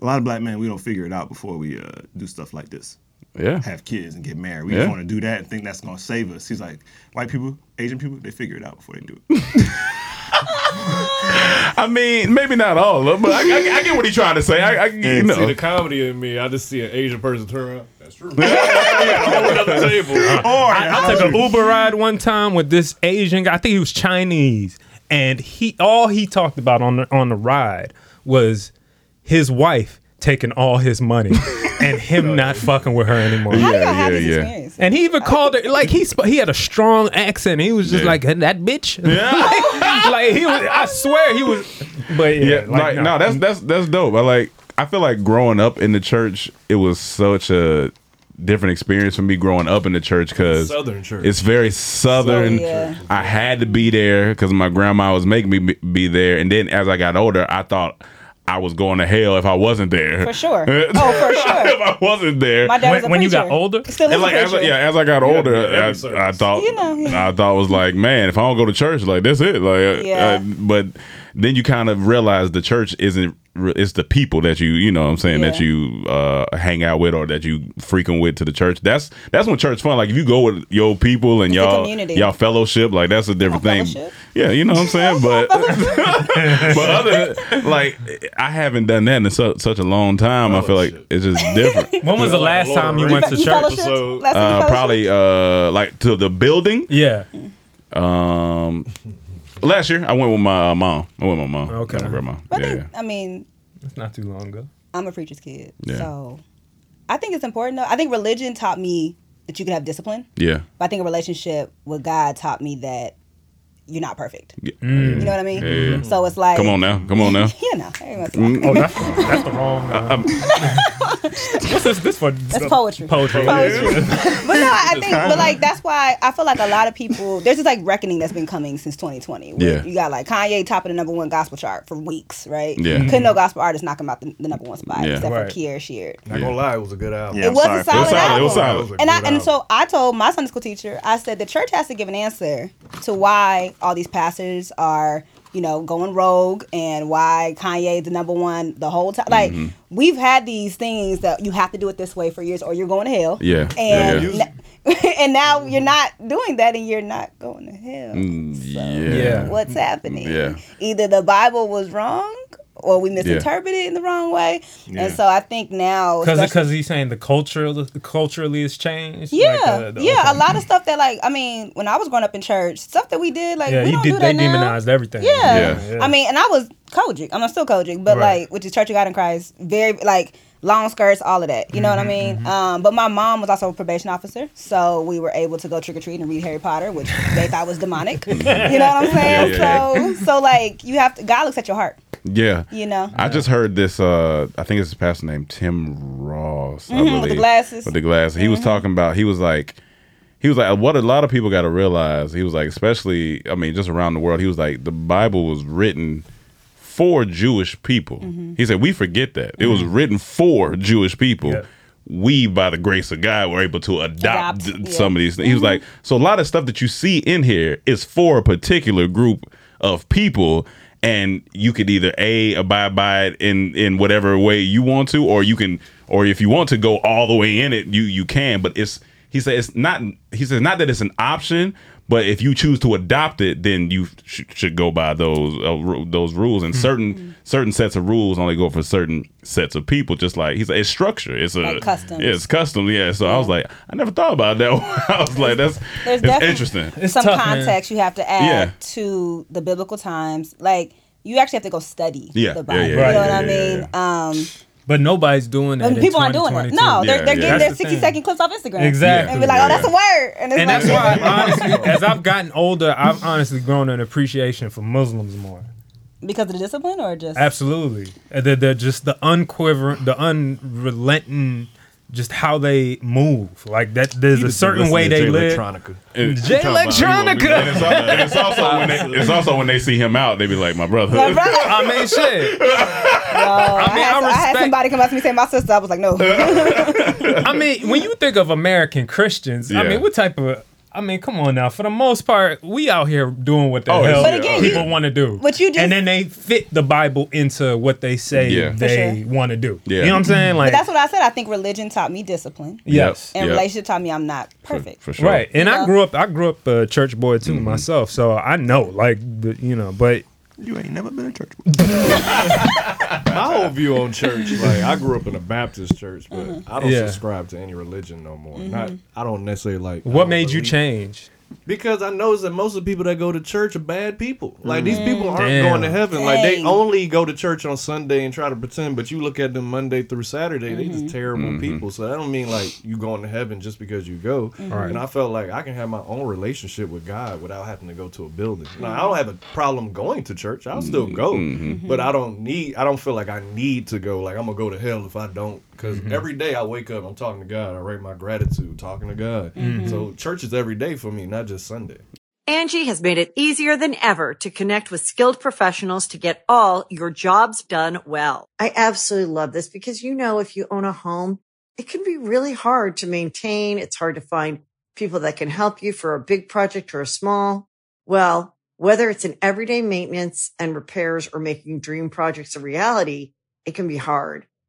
Speaker 9: a lot of black men we don't figure it out before we uh, do stuff like this,
Speaker 6: Yeah.
Speaker 9: have kids and get married. We
Speaker 6: Yeah.
Speaker 9: just want to do that and think that's gonna save us. He's like, white people, Asian people, they figure it out before they do it.
Speaker 6: I mean, maybe not all of them, but I, I, I get what he's trying to say. I, I you
Speaker 2: See
Speaker 6: know.
Speaker 2: the comedy in me. I just see an Asian person turn around. That's true. yeah, I went up the table.
Speaker 9: or
Speaker 4: I took an Uber ride one time with this Asian guy. I think he was Chinese, and he all he talked about on the, on the ride was his wife taking all his money and him not fucking with her anymore.
Speaker 8: How do y'all
Speaker 6: Yeah,
Speaker 8: have
Speaker 6: yeah,
Speaker 8: this
Speaker 6: yeah.
Speaker 8: experience?
Speaker 4: And he even called her like he sp- he had a strong accent. He was just
Speaker 6: Yeah.
Speaker 4: like that bitch. like, he was. I swear he was. But yeah,
Speaker 6: Yeah,
Speaker 4: like,
Speaker 6: like, no, that's that's that's dope. I like. I feel like growing up in the church, it was such a different experience for me growing up in the church because
Speaker 2: Southern church.
Speaker 6: It's very southern.
Speaker 8: So, yeah.
Speaker 6: I had to be there because my grandma was making me be- be there, and then as I got older, I thought I was going to hell if I wasn't there.
Speaker 8: For sure.
Speaker 6: if
Speaker 8: Oh, for sure.
Speaker 6: I wasn't there.
Speaker 8: My dad was a
Speaker 4: when, when you got
Speaker 8: preacher.
Speaker 4: older,
Speaker 8: Still is
Speaker 6: And like
Speaker 8: a
Speaker 6: as I,
Speaker 8: preacher.
Speaker 6: yeah, as I got older,
Speaker 2: yeah, every service.
Speaker 6: I, I thought
Speaker 8: You know, yeah.
Speaker 6: I thought was like, man, if I don't go to church, like that's it. Like, uh,
Speaker 8: Yeah.
Speaker 6: uh, but then you kind of realize the church isn't. re- It's the people that you, you know, what I'm saying that
Speaker 8: Yeah.
Speaker 6: you uh, hang out with or that you frequent with to the church. That's that's when church fun. Like if you go with your people and
Speaker 8: It's a
Speaker 6: y'all
Speaker 8: community.
Speaker 6: y'all fellowship, like that's a different
Speaker 8: Not
Speaker 6: thing.
Speaker 8: fellowship.
Speaker 6: Yeah, you know what I'm saying. But but other than- like I haven't done that in su- such a long time. I feel like it's just different.
Speaker 4: when was the
Speaker 2: Like
Speaker 4: last
Speaker 2: Lord
Speaker 4: time you
Speaker 2: Reed.
Speaker 4: went to
Speaker 8: You
Speaker 4: church?
Speaker 8: fellowship?
Speaker 2: episode.
Speaker 8: Last week
Speaker 6: Uh,
Speaker 8: fellowship?
Speaker 6: probably uh like to the building.
Speaker 4: Yeah,
Speaker 6: Um, last year I went with my uh, mom. I went with my mom.
Speaker 4: Okay.
Speaker 6: my grandma.
Speaker 8: But
Speaker 6: yeah,
Speaker 8: then,
Speaker 6: yeah.
Speaker 8: I mean,
Speaker 4: it's not too long ago.
Speaker 8: I'm a preacher's kid,
Speaker 6: Yeah.
Speaker 8: so I think it's important. though. I think religion taught me that you can have discipline.
Speaker 6: yeah.
Speaker 8: But I think a relationship with God taught me that you're not perfect.
Speaker 6: Yeah.
Speaker 8: You know what I mean?
Speaker 6: Mm. yeah.
Speaker 8: So it's like,
Speaker 6: Come on now, come on now.
Speaker 8: you know, every once in a while.
Speaker 4: Oh, that's, that's the wrong. Uh, what's this? This for
Speaker 8: that's poetry.
Speaker 4: poetry.
Speaker 8: But no, I I think, but like that's why I feel like a lot of people there's this like reckoning that's been coming since 2020. where
Speaker 6: Yeah.
Speaker 8: you got like Kanye topping the number one gospel chart for weeks, right?
Speaker 6: Yeah.
Speaker 8: couldn't no gospel artist knock him out the, the number one spot
Speaker 6: Yeah.
Speaker 8: except
Speaker 4: Right.
Speaker 8: for Kier Sheard.
Speaker 2: Not gonna lie, it was a good album.
Speaker 9: Yeah.
Speaker 8: It
Speaker 9: I'm
Speaker 8: was
Speaker 9: sorry.
Speaker 8: a
Speaker 9: It was
Speaker 8: solid,
Speaker 6: solid, it
Speaker 8: album.
Speaker 6: was solid.
Speaker 2: It was a
Speaker 8: And I
Speaker 2: good
Speaker 8: and so I told my Sunday school teacher, I said the church has to give an answer to why all these pastors are, you know, going rogue and why Kanye the number one the whole time. Like
Speaker 6: Mm-hmm.
Speaker 8: we've had these things that you have to do it this way for years or you're going to hell.
Speaker 6: Yeah, yeah,
Speaker 8: And
Speaker 6: yeah.
Speaker 8: n- and now you're not doing that and you're not going to hell.
Speaker 6: Mm, Yeah.
Speaker 8: What's happening?
Speaker 6: Yeah.
Speaker 8: Either the Bible was wrong or we misinterpreted it in the wrong way.
Speaker 9: Yeah.
Speaker 8: And so I think now
Speaker 4: Because
Speaker 8: especially-
Speaker 4: because he's saying the culture the culturally has changed.
Speaker 8: yeah,
Speaker 4: Like, uh, the-
Speaker 8: yeah,
Speaker 4: okay.
Speaker 8: a lot of stuff that like I mean, when I was growing up in church, stuff that we did like
Speaker 4: Yeah,
Speaker 8: we
Speaker 4: he
Speaker 8: don't
Speaker 4: did.
Speaker 8: do
Speaker 4: they
Speaker 8: that now.
Speaker 4: demonized everything.
Speaker 8: Yeah.
Speaker 6: Yeah.
Speaker 8: I mean, and I was Kojic. I'm still Kojic, but
Speaker 4: Right.
Speaker 8: like which is Church of God in Christ, very like long skirts, all of that. You know what I
Speaker 4: Mm-hmm,
Speaker 8: mean? Um, but my mom was also a probation officer, so we were able to go trick or treat and read Harry Potter, which they thought was demonic. you know what I'm saying?
Speaker 6: Yeah,
Speaker 8: So so like you have to God looks at your heart.
Speaker 6: yeah.
Speaker 8: You know.
Speaker 6: I just heard this. Uh, I think it's his pastor name, Tim Ross. I
Speaker 8: with Mm-hmm. the
Speaker 6: believe.
Speaker 8: glasses.
Speaker 6: With the glasses, he was talking about. He was like, he was like, what a lot of people got to realize. He was like, especially, I mean, just around the world. He was like, the Bible was written for Jewish people.
Speaker 8: Mm-hmm.
Speaker 6: He said, we forget that it was written for Jewish people.
Speaker 4: Yeah.
Speaker 6: We, by the grace of God, were able to adopt,
Speaker 8: Adopt, yeah.
Speaker 6: some of these things. He was
Speaker 8: Mm-hmm.
Speaker 6: like, so a lot of stuff that you see in here is for a particular group of people. And you could either a abide by it in in whatever way you want to, or you can, or if you want to go all the way in it, you you can. But it's he said it's not. He says not that it's an option, But if you choose to adopt it, then you sh- should go by those uh, ru- those rules.
Speaker 8: Mm-hmm.
Speaker 6: And certain certain sets of rules only go for certain sets of people. Just like he's, it's structure. It's a
Speaker 8: Like customs.
Speaker 6: Yeah, it's custom. Yeah. So I was like, I never thought about that. one. I was like, that's
Speaker 8: There's
Speaker 6: it's
Speaker 8: definitely
Speaker 6: interesting.
Speaker 8: some context you have to add
Speaker 6: Yeah.
Speaker 8: to the biblical times. Like you actually have to go study
Speaker 4: Yeah,
Speaker 8: the
Speaker 4: yeah,
Speaker 8: Bible.
Speaker 4: yeah,
Speaker 8: you
Speaker 4: yeah,
Speaker 8: know
Speaker 4: yeah,
Speaker 8: what
Speaker 4: yeah,
Speaker 8: I mean? Um,
Speaker 4: But nobody's doing that.
Speaker 8: and people aren't doing it. No, they're, they're getting their 60 second clips off Instagram.
Speaker 4: Exactly.
Speaker 8: And be like, oh, that's a word. And, it's
Speaker 4: And
Speaker 8: like,
Speaker 4: that's why, honestly, as I've gotten older, I've honestly grown an appreciation for Muslims more.
Speaker 8: because of the discipline or just
Speaker 4: Absolutely, Uh, they're, they're just the unquivering, the unrelenting, just how they move. Like that, there's
Speaker 2: He
Speaker 4: a
Speaker 2: just
Speaker 4: certain
Speaker 2: listening
Speaker 4: way
Speaker 2: to
Speaker 4: they
Speaker 2: Jay
Speaker 4: live.
Speaker 2: Electronica.
Speaker 4: Jay
Speaker 6: And it's, al- and it's also, when they, it's also when they see him out, they be like, my brother.
Speaker 8: My brother.
Speaker 4: I mean, shit.
Speaker 8: I, had, I had somebody come up to me saying my sister. I was like, no.
Speaker 4: I mean, when you think of American Christians, I
Speaker 8: Yeah.
Speaker 4: mean, what type of? I mean, come on now. For the most part, we out here doing what the
Speaker 8: Oh,
Speaker 4: hell
Speaker 8: But yeah. again,
Speaker 4: people
Speaker 8: you-
Speaker 4: want to do.
Speaker 8: what you just-
Speaker 4: and then they fit the Bible into what they say
Speaker 6: Yeah. For
Speaker 4: they
Speaker 8: sure.
Speaker 4: want to do.
Speaker 6: Yeah.
Speaker 4: You know what I'm saying? Like,
Speaker 8: but that's what I said. I think religion taught me discipline.
Speaker 4: Yes.
Speaker 8: And
Speaker 4: Yep.
Speaker 8: relationship taught me I'm not perfect.
Speaker 4: Right. And I grew up I grew up a church boy too myself, so I know like the, you know, but
Speaker 9: you ain't never been a church
Speaker 2: My whole view on church, like I grew up in a Baptist church, but I don't
Speaker 4: Yeah.
Speaker 2: subscribe to any religion no more. Not
Speaker 4: Mhm.
Speaker 2: I don't necessarily like.
Speaker 4: What made you change?
Speaker 2: Because I noticed that most of the people that go to church are bad people. Like these
Speaker 4: Mm.
Speaker 2: people aren't
Speaker 4: Damn.
Speaker 2: going to heaven. Like they
Speaker 4: Dang.
Speaker 2: only go to church on Sunday and try to pretend. But you look at them Monday through Saturday, they just terrible
Speaker 6: Mhm.
Speaker 2: people. So I don't mean like you going to heaven just because you go.
Speaker 6: Mhm. Right.
Speaker 2: And I felt like I can have my own relationship with God without having to go to a building. Now I don't have a problem going to church. I'll still go,
Speaker 6: Mhm.
Speaker 2: but I don't need. I don't feel like I need to go. Like I'm gonna go to hell if I don't. Because
Speaker 6: Mhm.
Speaker 2: every day I wake up, I'm talking to God. I write my gratitude, talking to God.
Speaker 1: Mhm.
Speaker 2: So church is every day for me, not just Sunday.
Speaker 1: Angie has made it easier than ever to connect with skilled professionals to get all your jobs done well. I absolutely love this because, you know, if you own a home, it can be really hard to maintain. It's hard to find people that can help you for a big project or a small. Well, whether it's in everyday maintenance and repairs or making dream projects a reality, it can be hard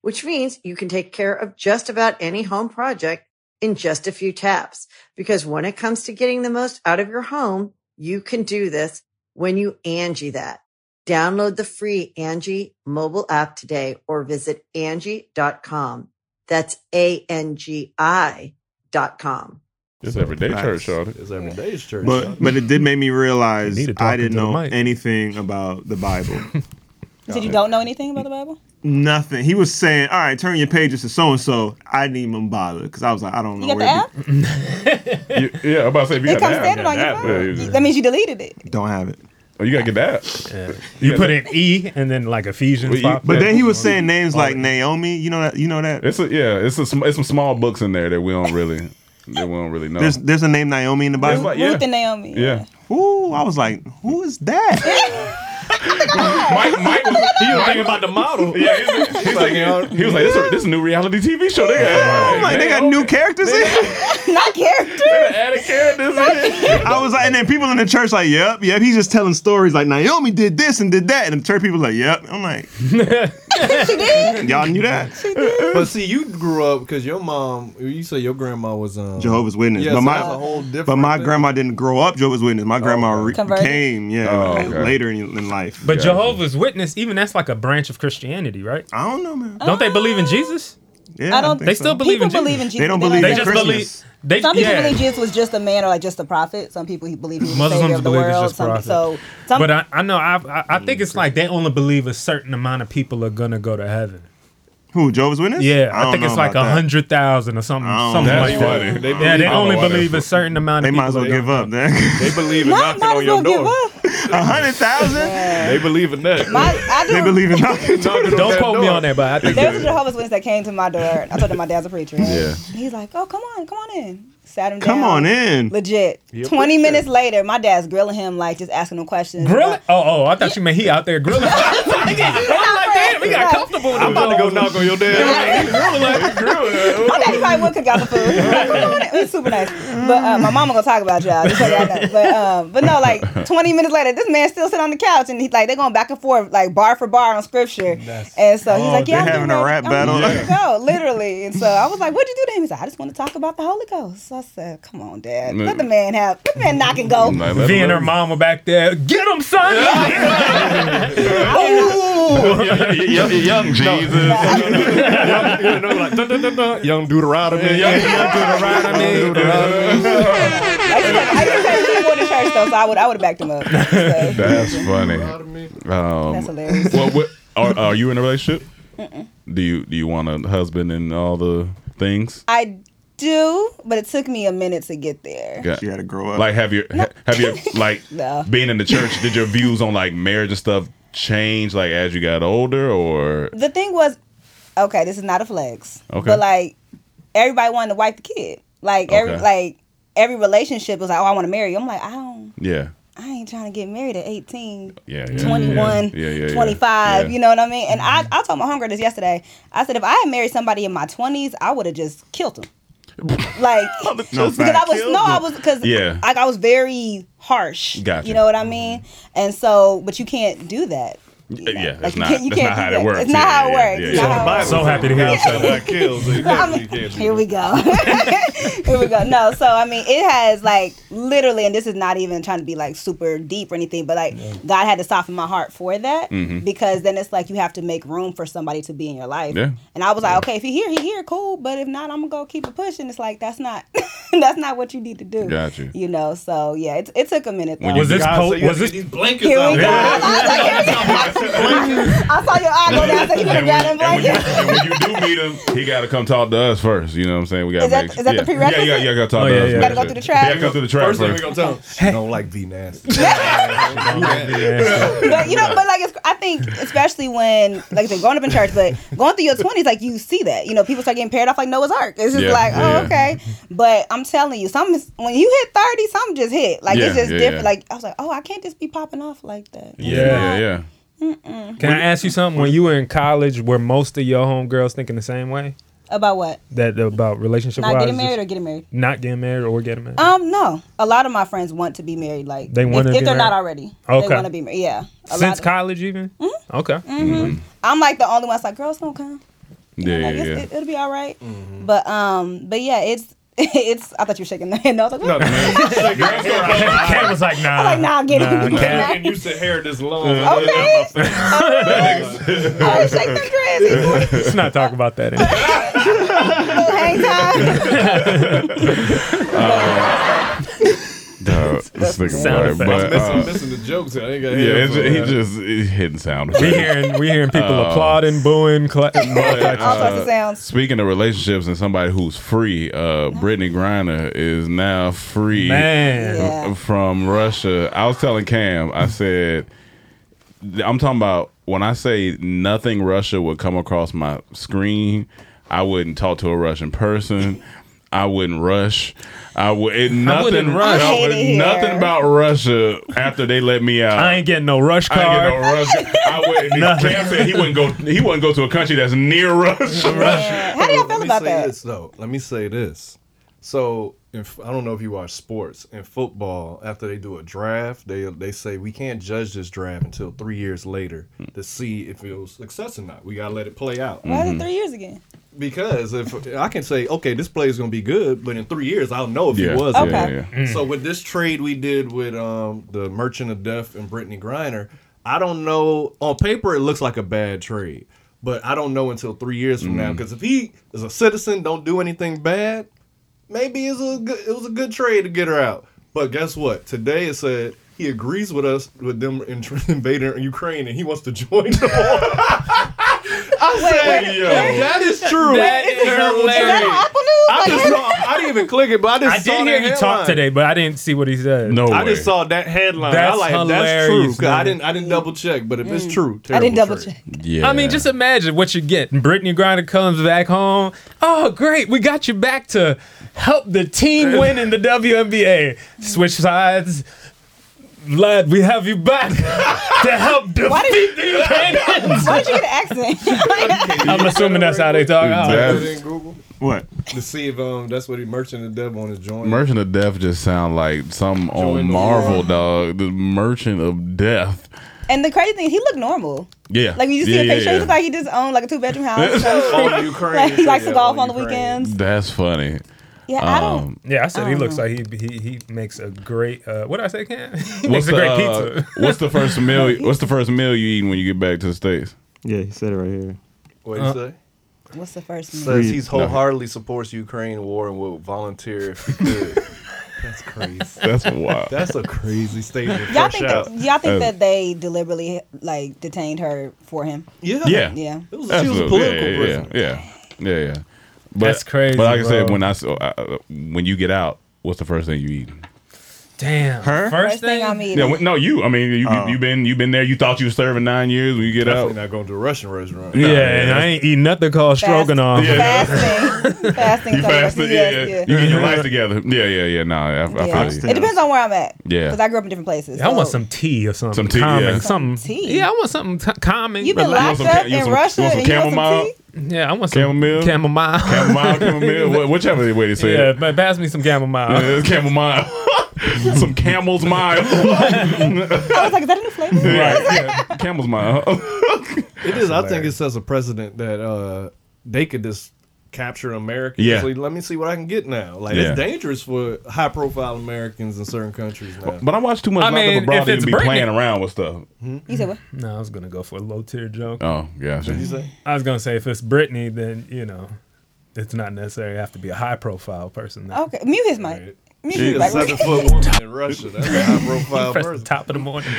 Speaker 1: which means you can take care of just about any home project in just a few taps. Because when it comes to getting the most out of your home, you can do this when you Angie that. Download the free Angie mobile app today or visit Angie.com. That's A-N-G-I dot com.
Speaker 6: It's everyday
Speaker 9: Facts.
Speaker 6: church, Charlotte.
Speaker 2: It's everyday's church.
Speaker 9: But but it did make me realize
Speaker 6: Need to talk
Speaker 9: I didn't
Speaker 6: into the
Speaker 9: know
Speaker 6: mic.
Speaker 9: anything about the Bible.
Speaker 8: Did you don't know anything about the Bible?
Speaker 9: Nothing. He was saying, "All right, turn your pages to so and so." I didn't even bother because I was like, "I don't know."
Speaker 8: You got the app?
Speaker 6: yeah, I'm about to say if you got
Speaker 8: It comes
Speaker 6: the app,
Speaker 8: standard
Speaker 6: you
Speaker 8: on your
Speaker 6: got the app. Yeah, you just-
Speaker 8: That means you deleted it.
Speaker 9: Don't have it.
Speaker 6: Oh, you gotta get that. You
Speaker 4: put in E and then like Ephesians pop
Speaker 9: But
Speaker 4: up.
Speaker 9: then he was saying names like Naomi. You know that. You know that.
Speaker 6: It's a, yeah, it's a, sm- it's some small books in there that we don't really that we don't really know.
Speaker 9: There's there's a name Naomi in the Bible.
Speaker 6: It's like, yeah. Ruth and
Speaker 8: Naomi.
Speaker 6: yeah.
Speaker 9: Ooh, I was like, who is that?
Speaker 6: Mike, Mike, was, he was thinking about the model. Yeah, he's, he's like, he was like, this is this a new reality TV show. They got,
Speaker 9: I'm like, they got new characters in.
Speaker 8: Not characters.
Speaker 6: Added characters in.
Speaker 9: I was like, and then people in the church like, yep, yep. He's just telling stories like Naomi did this and did that, and the church people like, yep. I'm like,
Speaker 8: she did.
Speaker 9: y'all knew that.
Speaker 2: but see, you grew up because your mom. You say your grandma was um,
Speaker 9: Jehovah's Witness.
Speaker 2: Yeah,
Speaker 9: but
Speaker 2: so
Speaker 9: my
Speaker 2: that's a whole different
Speaker 9: but my
Speaker 2: thing.
Speaker 9: grandma didn't grow up Jehovah's Witness. My grandma re-
Speaker 8: Converted?
Speaker 9: became yeah
Speaker 6: Oh,
Speaker 9: like,
Speaker 6: okay.
Speaker 9: later in, in life.
Speaker 4: But Jehovah's Witness, even that's like a branch of Christianity, right?
Speaker 9: I don't know, man.
Speaker 4: Don't they believe in Jesus?
Speaker 9: Yeah, I don't
Speaker 4: They
Speaker 9: think
Speaker 4: still
Speaker 9: so.
Speaker 4: believe in Jesus.
Speaker 8: People Oh. believe in Jesus.
Speaker 9: They don't believe
Speaker 4: They
Speaker 9: in
Speaker 4: just
Speaker 9: Christmas.
Speaker 4: believe. They,
Speaker 8: some people
Speaker 4: yeah.
Speaker 8: believe Jesus was just a man or like just a prophet. Some people he believe he was the
Speaker 4: Muslims
Speaker 8: savior of the
Speaker 4: believe it's
Speaker 8: world.
Speaker 4: just
Speaker 8: Some,
Speaker 4: prophet.
Speaker 8: so some,
Speaker 4: but I, I know I, I I think it's like they only believe a certain amount of people are gonna go to heaven.
Speaker 9: Who Jehovah's Witness?
Speaker 4: Yeah,
Speaker 9: don't
Speaker 4: I, think
Speaker 9: know
Speaker 4: it's like
Speaker 9: about
Speaker 4: a
Speaker 9: that.
Speaker 4: hundred thousand or something.
Speaker 9: I don't
Speaker 4: something
Speaker 9: know.
Speaker 4: like
Speaker 9: That's
Speaker 4: that.
Speaker 9: funny. They
Speaker 4: yeah,
Speaker 9: believe-
Speaker 4: they
Speaker 9: I don't know
Speaker 4: only
Speaker 9: why that's
Speaker 4: believe a certain amount
Speaker 9: They
Speaker 4: of
Speaker 9: might
Speaker 4: people.
Speaker 9: as well
Speaker 4: that-
Speaker 9: give up. Then
Speaker 2: They believe in
Speaker 8: Not-
Speaker 2: knocking
Speaker 8: might
Speaker 2: on
Speaker 8: as
Speaker 2: your
Speaker 8: well give
Speaker 2: door.
Speaker 8: up.
Speaker 9: A hundred thousand?
Speaker 6: They believe in that.
Speaker 8: My- I do- They believe in knocking-
Speaker 4: Don't quote me on that, but I think
Speaker 8: There was a Jehovah's Witness that came to my door. and I told him my dad's a preacher. right?
Speaker 4: Yeah.
Speaker 8: He's like, oh, come on, come on in. Sat him
Speaker 9: Come
Speaker 8: down.
Speaker 9: on in.
Speaker 8: Legit.
Speaker 4: You're a
Speaker 8: 20 minutes later, my dad's grilling him, like just asking him questions.
Speaker 4: Grilling? Oh, oh, I thought you meant he out there grilling.
Speaker 8: we got comfortable.
Speaker 4: I'm about to go knock on your dad.
Speaker 8: My daddy probably would cook out the food. Like, come on in. It was super nice. But uh, my mama gonna talk about y'all. Just so y'all know. But uh, but no, like 20 minutes later, this man still sitting on the couch and he's like they're going back and forth like bar for bar on scripture. And so he's
Speaker 9: Oh,
Speaker 8: like, yeah,
Speaker 9: they
Speaker 8: I'm
Speaker 9: having
Speaker 8: getting ready-
Speaker 9: a rap
Speaker 8: I'm
Speaker 9: battle?
Speaker 8: ready to Go literally. And so I was like, what'd you do to him? He said, I just want to talk about the Holy Ghost. So I said, come on, dad, let the man have let the man knock and go.
Speaker 4: V and her mama back there. Get him, son.
Speaker 6: young, young Jesus.
Speaker 2: young, you know, like, dun, dun, dun, dun, young Deuteronomy. Young, young Deuteronomy.
Speaker 8: I didn't say he didn't go to church though, so I would I would have backed him up. So,
Speaker 6: That's funny. Um,
Speaker 8: That's hilarious.
Speaker 6: Well, what, are, are you in a relationship?
Speaker 8: Mm-mm.
Speaker 6: Do you do you want a husband and all the things?
Speaker 8: I do, but it took me a minute to get there.
Speaker 6: She had
Speaker 9: to grow
Speaker 6: up. Like, have your ha- have your like
Speaker 8: No.
Speaker 6: being in the church? Did your views on like marriage and stuff change like as you got older, or
Speaker 8: The thing was, okay, this is not a flex.
Speaker 6: Okay.
Speaker 8: But like everybody wanted to wipe the kid. Like every
Speaker 6: Okay.
Speaker 8: like every relationship was like, Oh, I want to marry you. I'm like, I don't
Speaker 6: yeah,
Speaker 8: I ain't trying to get married at 18,
Speaker 6: yeah, yeah
Speaker 8: 21,
Speaker 6: yeah, yeah, yeah,
Speaker 8: 25,
Speaker 6: yeah.
Speaker 8: you know what I mean? And I, I told my homegirl this yesterday. I said, if I had married somebody in my 20s, I would have just killed him. Like, because
Speaker 6: fact.
Speaker 8: I was,
Speaker 6: Killed
Speaker 8: no, I
Speaker 6: him.
Speaker 8: was, because
Speaker 6: Yeah.
Speaker 8: like I was very harsh.
Speaker 6: Gotcha. Mm-hmm.
Speaker 8: You know what I mean? And so, but you can't do that.
Speaker 6: yeah. yeah
Speaker 8: Like,
Speaker 6: it's
Speaker 8: you
Speaker 6: not.
Speaker 8: can't- you
Speaker 6: that's
Speaker 8: can't
Speaker 6: not how
Speaker 8: do
Speaker 6: it
Speaker 8: that.
Speaker 6: works.
Speaker 8: It's not
Speaker 6: Yeah,
Speaker 8: how it
Speaker 6: yeah,
Speaker 8: works.
Speaker 6: yeah,
Speaker 8: It's
Speaker 6: yeah.
Speaker 8: not how it
Speaker 4: So happy to hear you say that.
Speaker 8: Here we go. Here we go. No, so I mean, it has like literally, and this is not even trying to be like super deep or anything, but like God had to soften my heart for that
Speaker 6: Mhm.
Speaker 8: because then it's like you have to make room for somebody to be in your life.
Speaker 6: Yeah.
Speaker 8: And I was like, okay, if he here, he here, cool. But if not, I'm gonna go keep it pushing. It's like that's not that's not what you need to do.
Speaker 6: Got you.
Speaker 8: You know. So yeah, it, it took a minute. Though.
Speaker 6: When you Was this
Speaker 4: God po- said you was had to this-
Speaker 2: these blankets
Speaker 8: Here
Speaker 2: out
Speaker 8: we go.
Speaker 2: there.
Speaker 8: I, was like, here we go. I saw your eye go down. So you better grab them blankets.
Speaker 6: And when you do meet him, he got to come talk to us first. You know what I'm saying? We got
Speaker 8: Is that-
Speaker 6: make,
Speaker 8: is that the
Speaker 6: yeah.
Speaker 8: prerequisite?
Speaker 6: Yeah, yeah, yeah. Got to talk
Speaker 4: Oh,
Speaker 6: to
Speaker 4: yeah,
Speaker 6: us.
Speaker 4: yeah.
Speaker 8: Gotta go through the trap.
Speaker 6: Yeah, go through the trap
Speaker 2: First thing we
Speaker 6: first.
Speaker 2: gonna tell him, she don't like V nasty.
Speaker 8: but you know, but like, it's, I think especially when, like I said, growing up in church, but going through your twenties, like you see that, you know, people start getting paired off like Noah's Ark. It's just
Speaker 6: Yeah,
Speaker 8: like,
Speaker 6: yeah.
Speaker 8: oh, okay. But I'm telling you, some when you hit thirty, something just hit. Like
Speaker 6: Yeah,
Speaker 8: it's just
Speaker 6: yeah,
Speaker 8: different.
Speaker 6: yeah.
Speaker 8: Like I was like, oh, I can't just be popping off like that.
Speaker 6: Yeah, yeah, yeah.
Speaker 4: Can I ask you something? When you were in college, were most of your homegirls thinking the same way?
Speaker 8: About what?
Speaker 4: That about relationship
Speaker 8: Not
Speaker 4: wise?
Speaker 8: getting married or getting married?
Speaker 4: Not getting married or getting married?
Speaker 8: Um, no. A lot of my friends want to be married. Like
Speaker 4: They wanna
Speaker 8: if,
Speaker 4: be
Speaker 8: if they're not
Speaker 4: married?
Speaker 8: already,
Speaker 4: Okay.
Speaker 8: they want to be married. Yeah. A lot
Speaker 4: Since
Speaker 8: of- Mm-hmm.
Speaker 4: college, even? Okay.
Speaker 8: I'm like the only one. that's like girls don't come.
Speaker 6: Yeah, yeah,
Speaker 8: Like, it's-
Speaker 6: yeah.
Speaker 8: It, it'll be all right.
Speaker 2: Mm-hmm.
Speaker 8: But um, but yeah, it's it's. I thought you were shaking the head. No, I was like, "What?"
Speaker 4: Kat was like, nah.
Speaker 8: I was like, nah, get it.
Speaker 4: Nah, Kat.
Speaker 2: And you said hair this long.
Speaker 8: Okay. I was shake them dreads. He's like,
Speaker 4: Let's not talk about that. Anymore.
Speaker 8: "Oh, hang time.
Speaker 6: Duh, this nigga
Speaker 4: Sound
Speaker 6: right,
Speaker 4: effects.
Speaker 6: but, uh,
Speaker 2: I'm missing the jokes. here. I ain't got
Speaker 6: yeah,
Speaker 2: hair
Speaker 6: it's,
Speaker 2: for
Speaker 6: he
Speaker 2: that.
Speaker 6: just he's hitting sound.
Speaker 4: We
Speaker 6: effects.
Speaker 4: hearing we hearing people applauding, booing, cla-
Speaker 8: All sorts of sounds.
Speaker 6: uh, Speaking of relationships and somebody who's free, uh, Brittany Griner is now free
Speaker 4: man.
Speaker 8: Yeah.
Speaker 6: from Russia. I was telling Cam, I said, I'm talking about when I say nothing Russia would come across my screen, I wouldn't talk to a Russian person. I wouldn't rush. I would it, nothing.
Speaker 4: wouldn't rush.
Speaker 8: I hate
Speaker 6: would-
Speaker 8: it here.
Speaker 6: nothing about Russia after they let me out.
Speaker 4: I ain't getting no rush
Speaker 6: I ain't
Speaker 4: card.
Speaker 6: get no Russia. I wouldn't. Cam said he wouldn't go. He wouldn't go to a country that's near Russia.
Speaker 8: Yeah. How do y'all
Speaker 2: Let
Speaker 8: feel
Speaker 2: me
Speaker 8: about
Speaker 2: say
Speaker 8: that?
Speaker 2: This, though. Let me say this. So, if, I don't know if you watch sports in football. After they do a draft, they they say we can't judge this draft until three years later to see if it was success or not. We gotta let it play out
Speaker 8: Why
Speaker 6: Mm-hmm.
Speaker 8: is it three years again?
Speaker 2: because if I can say, okay, this play is gonna be good, but in three years I'll know if
Speaker 6: Yeah,
Speaker 2: it was.
Speaker 6: yeah,
Speaker 2: or not.
Speaker 6: yeah,
Speaker 2: So with this trade we did with um, the Merchant of Death and Brittany Griner, I don't know. On paper, it looks like a bad trade, but I don't know until three years from
Speaker 6: Mm.
Speaker 2: now. Because if he is a citizen, don't do anything bad, maybe it's a good, it was a good trade to get her out. But guess what? Today it said he agrees with us with them in- invading Ukraine and he wants to join the war. I said,
Speaker 6: Oh, wait, wait.
Speaker 2: yo, that is true.
Speaker 4: That is
Speaker 2: Terrible
Speaker 4: hilarious.
Speaker 2: trade.
Speaker 8: Apple News?
Speaker 2: I just saw, I didn't even click it, but I just
Speaker 4: I
Speaker 2: saw
Speaker 4: did
Speaker 2: that
Speaker 4: hear you talk
Speaker 2: headline.
Speaker 4: today, but I didn't see what he said.
Speaker 6: No
Speaker 2: I just saw that headline.
Speaker 4: That's
Speaker 2: I like that's
Speaker 4: hilarious,
Speaker 2: true. 'cause I
Speaker 4: man.
Speaker 2: didn't I didn't double check, but if it's true,
Speaker 8: Mm. I didn't
Speaker 2: terrible
Speaker 8: double
Speaker 2: trade.
Speaker 8: check.
Speaker 6: Yeah.
Speaker 4: I mean, just imagine what you get. Brittany Griner comes back home. Oh, great. We got you back to help the team win in the WNBA. Switch sides. Vlad, we have you back to help defeat the Ukrainians.
Speaker 8: Why did you get an accent?
Speaker 4: I'm assuming that's how they talk. Oh. I don't know.
Speaker 6: That's-
Speaker 2: Put it in Google
Speaker 9: What?
Speaker 2: to see if um that's what he merchant the devil on his joint.
Speaker 6: Merchant of Death just sound like something on
Speaker 2: the
Speaker 6: Marvel, dog. The Merchant of Death.
Speaker 8: and the crazy thing, he looked normal.
Speaker 6: Yeah.
Speaker 8: Like when you see
Speaker 6: yeah,
Speaker 8: a
Speaker 6: yeah,
Speaker 8: picture, he
Speaker 6: yeah.
Speaker 8: looked like he just owned like a two bedroom house. or some shit.
Speaker 2: on Ukraine.
Speaker 8: like he likes
Speaker 2: yeah,
Speaker 8: to golf on the
Speaker 2: Ukraine.
Speaker 8: weekends.
Speaker 6: That's funny.
Speaker 8: Yeah, I don't.
Speaker 6: Um,
Speaker 4: Yeah, I said he looks like he he, he makes a great uh, what did I say, Cam? He
Speaker 6: What's
Speaker 4: makes a
Speaker 6: the,
Speaker 4: great
Speaker 6: uh,
Speaker 4: pizza.
Speaker 6: what's the first meal? What's the first meal you eating when you get back to the states?
Speaker 9: Yeah, he said it right here.
Speaker 2: What you say?
Speaker 8: What's the first name?
Speaker 2: Says he's wholeheartedly supports Ukraine war and will volunteer if he could. that's crazy.
Speaker 6: That's wild.
Speaker 2: That's a crazy statement.
Speaker 8: Y'all
Speaker 2: Fresh
Speaker 8: think
Speaker 2: out.
Speaker 8: that, y'all think
Speaker 6: Oh.
Speaker 8: that they deliberately like detained her for him?
Speaker 2: yeah.
Speaker 6: yeah.
Speaker 8: Yeah.
Speaker 2: It was, she was a
Speaker 6: Absolutely.
Speaker 2: political
Speaker 6: yeah, yeah,
Speaker 2: prisoner.
Speaker 6: yeah, yeah, yeah, yeah. But,
Speaker 4: That's crazy,
Speaker 6: But like I said,
Speaker 4: bro.
Speaker 6: when I s- uh, when you get out, what's the first thing you eat?
Speaker 4: Damn.
Speaker 9: Her?
Speaker 8: First thing I'm eating.
Speaker 6: Yeah, when- no, you. I mean, you
Speaker 8: Uh.
Speaker 9: Oh.
Speaker 6: you been you been there. You thought you were serving nine years when you get
Speaker 2: Definitely
Speaker 6: out.
Speaker 2: not going to a Russian restaurant.
Speaker 4: Yeah, and I ain't eating nothing called
Speaker 8: Fast-
Speaker 4: stroganoff.
Speaker 6: Yeah. You
Speaker 8: Fasting. Fasting.
Speaker 6: fasted.
Speaker 8: is on the first-
Speaker 6: Yeah,
Speaker 8: yes,
Speaker 6: yeah. You get your life together. Yeah, yeah, yeah. No, I, I
Speaker 8: Yeah.
Speaker 6: feel you.
Speaker 8: It depends on where I'm at.
Speaker 6: Yeah.
Speaker 8: Because I grew up in different places.
Speaker 4: I want
Speaker 8: so-
Speaker 4: some tea or something.
Speaker 6: Some tea,
Speaker 4: calming,
Speaker 6: yeah.
Speaker 4: Something.
Speaker 8: Some tea.
Speaker 4: Yeah, I want something t- calming.
Speaker 8: You've been
Speaker 4: relax-
Speaker 8: locked
Speaker 6: some
Speaker 8: up
Speaker 6: ca- you want
Speaker 8: in
Speaker 6: some- you
Speaker 8: Russia
Speaker 6: want some
Speaker 8: and you want
Speaker 6: chamomile?
Speaker 8: some tea?
Speaker 4: Yeah, I want some
Speaker 6: Chamomile?
Speaker 4: Chamomile.
Speaker 6: Chamomile, chamomile, wh- whichever way they say
Speaker 4: yeah,
Speaker 6: it.
Speaker 4: but pass me some
Speaker 6: Uh,
Speaker 4: chamomile.
Speaker 6: it's chamomile. Some camel's mile.
Speaker 8: I was like, is that a new flavor?
Speaker 6: right. Yeah. Camel's mile.
Speaker 2: It is. I think it says a precedent that uh, they could just capture Americans.
Speaker 6: Yeah.
Speaker 2: Like, let me see what I can get now. Like
Speaker 6: Yeah.
Speaker 2: it's dangerous for high profile Americans in certain countries now.
Speaker 6: but I watch too much
Speaker 4: I
Speaker 6: Life of
Speaker 4: mean,
Speaker 6: a Broad
Speaker 4: if
Speaker 6: to
Speaker 4: it's
Speaker 6: be
Speaker 4: Britney-
Speaker 6: playing around with stuff.
Speaker 2: Hmm.
Speaker 8: You said what?
Speaker 4: no, I was gonna go for a low tier joke.
Speaker 6: Oh, gotcha.
Speaker 4: I was gonna say if it's Britney, then you know, it's not necessarily have to be a high profile person. Now.
Speaker 8: Okay. Mute his mic. Mute
Speaker 2: She's a
Speaker 8: his mic.
Speaker 2: seven foot woman in Russia. That's a high profile
Speaker 4: Press the
Speaker 2: person.
Speaker 4: top of the morning.
Speaker 8: Um,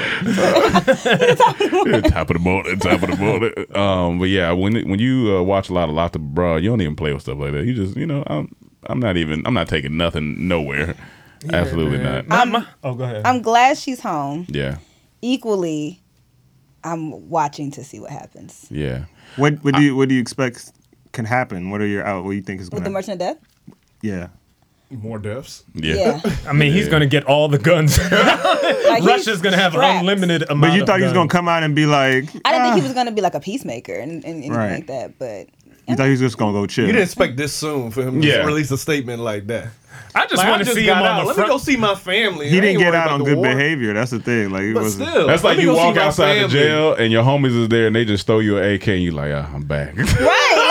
Speaker 6: Yeah, top of the morning, top of the morning. Um, but yeah, when it- when you uh, watch a lot of lot of bro, you don't even play with stuff like that. You just, you know, I'm I'm not even I'm not taking nothing nowhere. Absolutely not.
Speaker 4: Not my- oh, go ahead.
Speaker 8: I'm glad she's home.
Speaker 6: Yeah,
Speaker 8: Equally, I'm watching to see what happens.
Speaker 6: yeah.
Speaker 9: What what do you what do you expect can happen? What are your out? What do you think is
Speaker 8: With the
Speaker 9: going to happen?
Speaker 8: Merchant of Death?
Speaker 9: Yeah.
Speaker 2: More deaths.
Speaker 6: Yeah.
Speaker 4: I mean, he's gonna get all the guns.
Speaker 8: Like, he's
Speaker 4: Russia's gonna have
Speaker 8: strapped.
Speaker 4: unlimited amount.
Speaker 9: But you
Speaker 4: of
Speaker 9: thought he was going
Speaker 4: guns.
Speaker 9: to come out and be like,
Speaker 8: I didn't think he
Speaker 9: "Ah."
Speaker 8: was going to be like a peacemaker and, and anything
Speaker 9: Right.
Speaker 8: like that, but
Speaker 9: You thought he was just going to go chill.
Speaker 2: You didn't expect this soon for him to
Speaker 6: Yeah.
Speaker 2: release a statement like that.
Speaker 4: I just
Speaker 2: Like, I
Speaker 4: want to
Speaker 2: just
Speaker 4: see him
Speaker 2: got
Speaker 4: on
Speaker 2: out.
Speaker 4: the
Speaker 2: Let me
Speaker 4: front.
Speaker 2: go see my family.
Speaker 9: he
Speaker 2: I ain't
Speaker 9: didn't get
Speaker 2: worried
Speaker 9: out
Speaker 2: about
Speaker 9: on
Speaker 2: the
Speaker 9: good
Speaker 2: war.
Speaker 9: behavior. That's the thing. Like, it
Speaker 2: But
Speaker 9: was
Speaker 2: still,
Speaker 6: That's
Speaker 2: let
Speaker 6: like
Speaker 2: me
Speaker 6: you
Speaker 2: go see
Speaker 6: walk
Speaker 2: my
Speaker 6: outside the
Speaker 2: family.
Speaker 6: jail and your homies is there and they just throw you an AK and you like, ah, I'm back.
Speaker 8: right,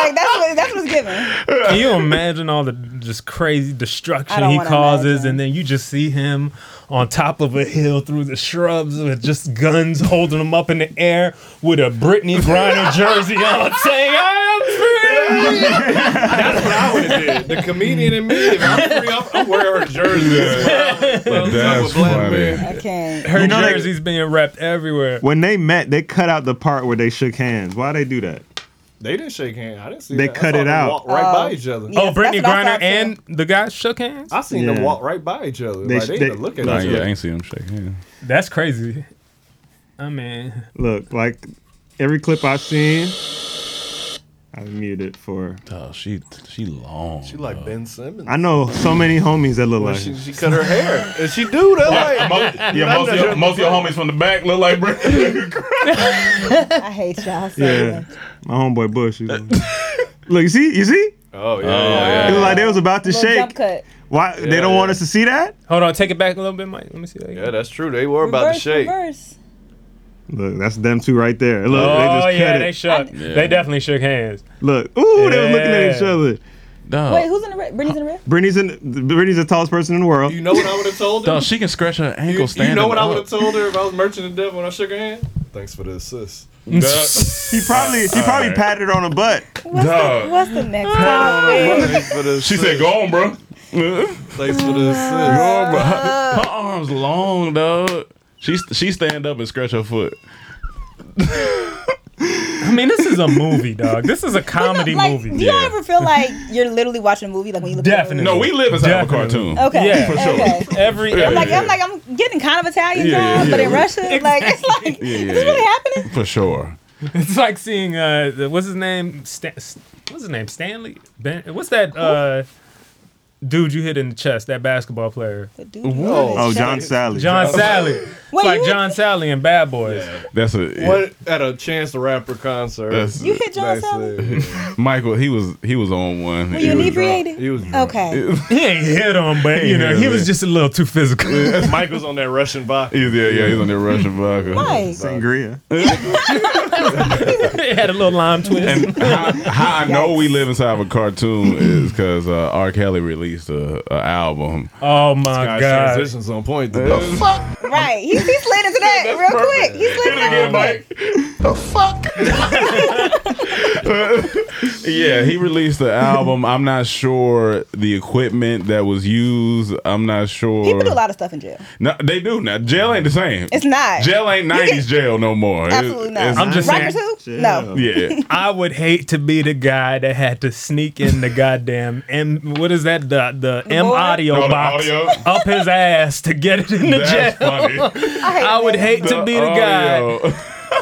Speaker 8: like that's what that's what's given.
Speaker 4: Can you imagine all the just crazy destruction
Speaker 8: I don't
Speaker 4: he
Speaker 8: wanna
Speaker 4: causes,
Speaker 8: imagine.
Speaker 4: and then you just see him on top of a hill through the shrubs with just guns holding him up in the air with a Brittany Griner jersey on, saying, "I am free."
Speaker 2: That's what I would have did. The comedian in me, if I'm free, I'm, I'm wearing her jersey. That's why I'm- I'm a
Speaker 6: That's
Speaker 2: black
Speaker 6: funny.
Speaker 2: man.
Speaker 8: I can't.
Speaker 4: Her
Speaker 9: You know they-
Speaker 4: jersey's being wrapped everywhere.
Speaker 9: when they met, they cut out the part where they shook hands. Why they do that?
Speaker 2: They didn't shake hands. I didn't see
Speaker 9: They
Speaker 2: that. I
Speaker 9: cut
Speaker 2: saw
Speaker 9: it
Speaker 2: them
Speaker 9: out.
Speaker 2: Walk right by each other.
Speaker 8: Yeah.
Speaker 4: oh,
Speaker 8: Yes,
Speaker 4: Brittany
Speaker 8: that's what I
Speaker 4: Griner
Speaker 8: thought,
Speaker 4: and the guy shook hands.
Speaker 2: I seen them
Speaker 9: Yeah.
Speaker 2: walk right by each other.
Speaker 9: They
Speaker 2: like,
Speaker 9: sh-
Speaker 2: they,
Speaker 9: they-
Speaker 2: didn't look at
Speaker 6: Nah,
Speaker 2: each
Speaker 6: yeah, I
Speaker 2: other.
Speaker 6: ain't seen him shake hands.
Speaker 4: That's crazy. I mean,
Speaker 9: Look, like every clip I've seen, I muted for.
Speaker 6: Oh, she she long.
Speaker 2: She like Ben Simmons.
Speaker 9: I know so many homies that look like.
Speaker 2: She, she cut her hair. And she do that like
Speaker 6: yeah, most of, your, most of your homies from the back look like Brittany.
Speaker 8: I hate y'all so
Speaker 9: Yeah,
Speaker 8: much.
Speaker 9: my homeboy Bush. he was- Look, you see, you see,
Speaker 2: Oh yeah.
Speaker 9: it was like they was about to
Speaker 8: Little jump
Speaker 9: shake.
Speaker 8: cut.
Speaker 9: Why they don't want us to see that?
Speaker 4: hold on, take it back a little bit, Mike. Let me see that. Again.
Speaker 2: Yeah, that's true. They were about to
Speaker 8: Reverse,
Speaker 2: shake.
Speaker 8: reverse.
Speaker 9: Look, that's them two right there. Look, they
Speaker 4: Oh
Speaker 9: just
Speaker 4: yeah,
Speaker 9: cut
Speaker 4: they
Speaker 9: it.
Speaker 4: shook. They definitely shook hands.
Speaker 9: Look, ooh, they were looking at each
Speaker 4: Yeah.
Speaker 9: other.
Speaker 6: Dog,
Speaker 8: Wait, who's in the red? Brittany's in the red?
Speaker 9: Brittany's in. Brittany's the tallest person in the world.
Speaker 2: You know what I would have told her?
Speaker 6: dog, she can scratch her ankle
Speaker 2: You,
Speaker 6: standing
Speaker 2: you know what I would have
Speaker 6: up.
Speaker 2: told her if I was merchant the devil when I shook her hand? Thanks for the assist.
Speaker 9: He probably he probably
Speaker 6: right.
Speaker 9: patted her on the butt.
Speaker 8: What's the,
Speaker 6: Dog.
Speaker 8: what's the next topic?
Speaker 2: Thanks for the
Speaker 6: She
Speaker 2: assist.
Speaker 6: said, "Go on, bro."
Speaker 2: Thanks for the assist.
Speaker 6: her arms long, dog. She she stand up and scratch her foot.
Speaker 4: I mean, this is a movie, dog. This is a comedy
Speaker 8: like,
Speaker 4: movie.
Speaker 8: do y'all ever feel like you're literally watching a movie? Like when you look
Speaker 4: Definitely.
Speaker 8: at
Speaker 6: No, we live inside of a
Speaker 4: Definitely.
Speaker 6: cartoon.
Speaker 8: Okay.
Speaker 4: Yeah,
Speaker 8: For
Speaker 6: sure.
Speaker 8: Okay.
Speaker 4: Every
Speaker 8: a movie. I'm like,
Speaker 6: Yeah,
Speaker 8: I'm like, I'm getting kind of Italian
Speaker 6: Yeah, yeah,
Speaker 8: now, but
Speaker 6: yeah.
Speaker 8: in Russia, like it's like
Speaker 6: yeah, yeah,
Speaker 8: it's really
Speaker 6: yeah.
Speaker 8: happening.
Speaker 6: for sure.
Speaker 4: It's like seeing uh, the- what's his name? Stan, what's his name? Stanley. Ben, what's that uh, dude you hit in the chest? That basketball player,
Speaker 8: The dude-
Speaker 9: Oh, John Sally.
Speaker 4: John Sally. It's
Speaker 8: Wait,
Speaker 4: like
Speaker 8: you-
Speaker 4: John Sally and Bad Boys.
Speaker 6: That's a
Speaker 2: What at a Chance the Rapper concert?
Speaker 6: That's-
Speaker 8: You hit John
Speaker 2: they
Speaker 8: Sally?
Speaker 2: said-
Speaker 6: Michael. He was he was on one.
Speaker 8: Were you
Speaker 6: He was-
Speaker 8: inebriated?
Speaker 2: He was
Speaker 8: Okay.
Speaker 4: He ain't hit him, but
Speaker 6: He
Speaker 4: you know he
Speaker 6: hit him.
Speaker 4: was just a little too physical.
Speaker 2: Michael's on that Russian box.
Speaker 6: he was- yeah, yeah, he was on that Russian vodka.
Speaker 8: Mike.
Speaker 9: Sangria.
Speaker 4: it had a little lime twist.
Speaker 6: And how, how I know we live inside of a cartoon is because uh, R. Kelly released a, a album.
Speaker 4: oh my
Speaker 2: Guys,
Speaker 4: god!
Speaker 2: transitions on point.
Speaker 6: The
Speaker 2: Though.
Speaker 6: fuck?
Speaker 8: Right. He's, he's slid into that real quick. He's slid into that real quick.
Speaker 6: Yeah, he released the album. I'm not sure the equipment that was used. I'm not sure.
Speaker 8: People do a lot of stuff in jail.
Speaker 6: No, they do now. Jail ain't the same.
Speaker 8: It's not.
Speaker 6: Jail ain't '90s jail no more. It-
Speaker 8: Absolutely not.
Speaker 6: it's-
Speaker 4: I'm just
Speaker 8: Rikers
Speaker 4: saying-
Speaker 8: who? No.
Speaker 6: yeah.
Speaker 4: I would hate to be the guy that had to sneak in the goddamn M. What is that? The the, M
Speaker 8: board?
Speaker 4: audio
Speaker 6: Oh, the
Speaker 4: box
Speaker 6: audio?
Speaker 4: up his ass to get it in the
Speaker 6: That's
Speaker 4: jail.
Speaker 6: funny. Oh,
Speaker 8: I, hate
Speaker 4: I would
Speaker 8: that.
Speaker 4: hate to be the guy.
Speaker 6: audio.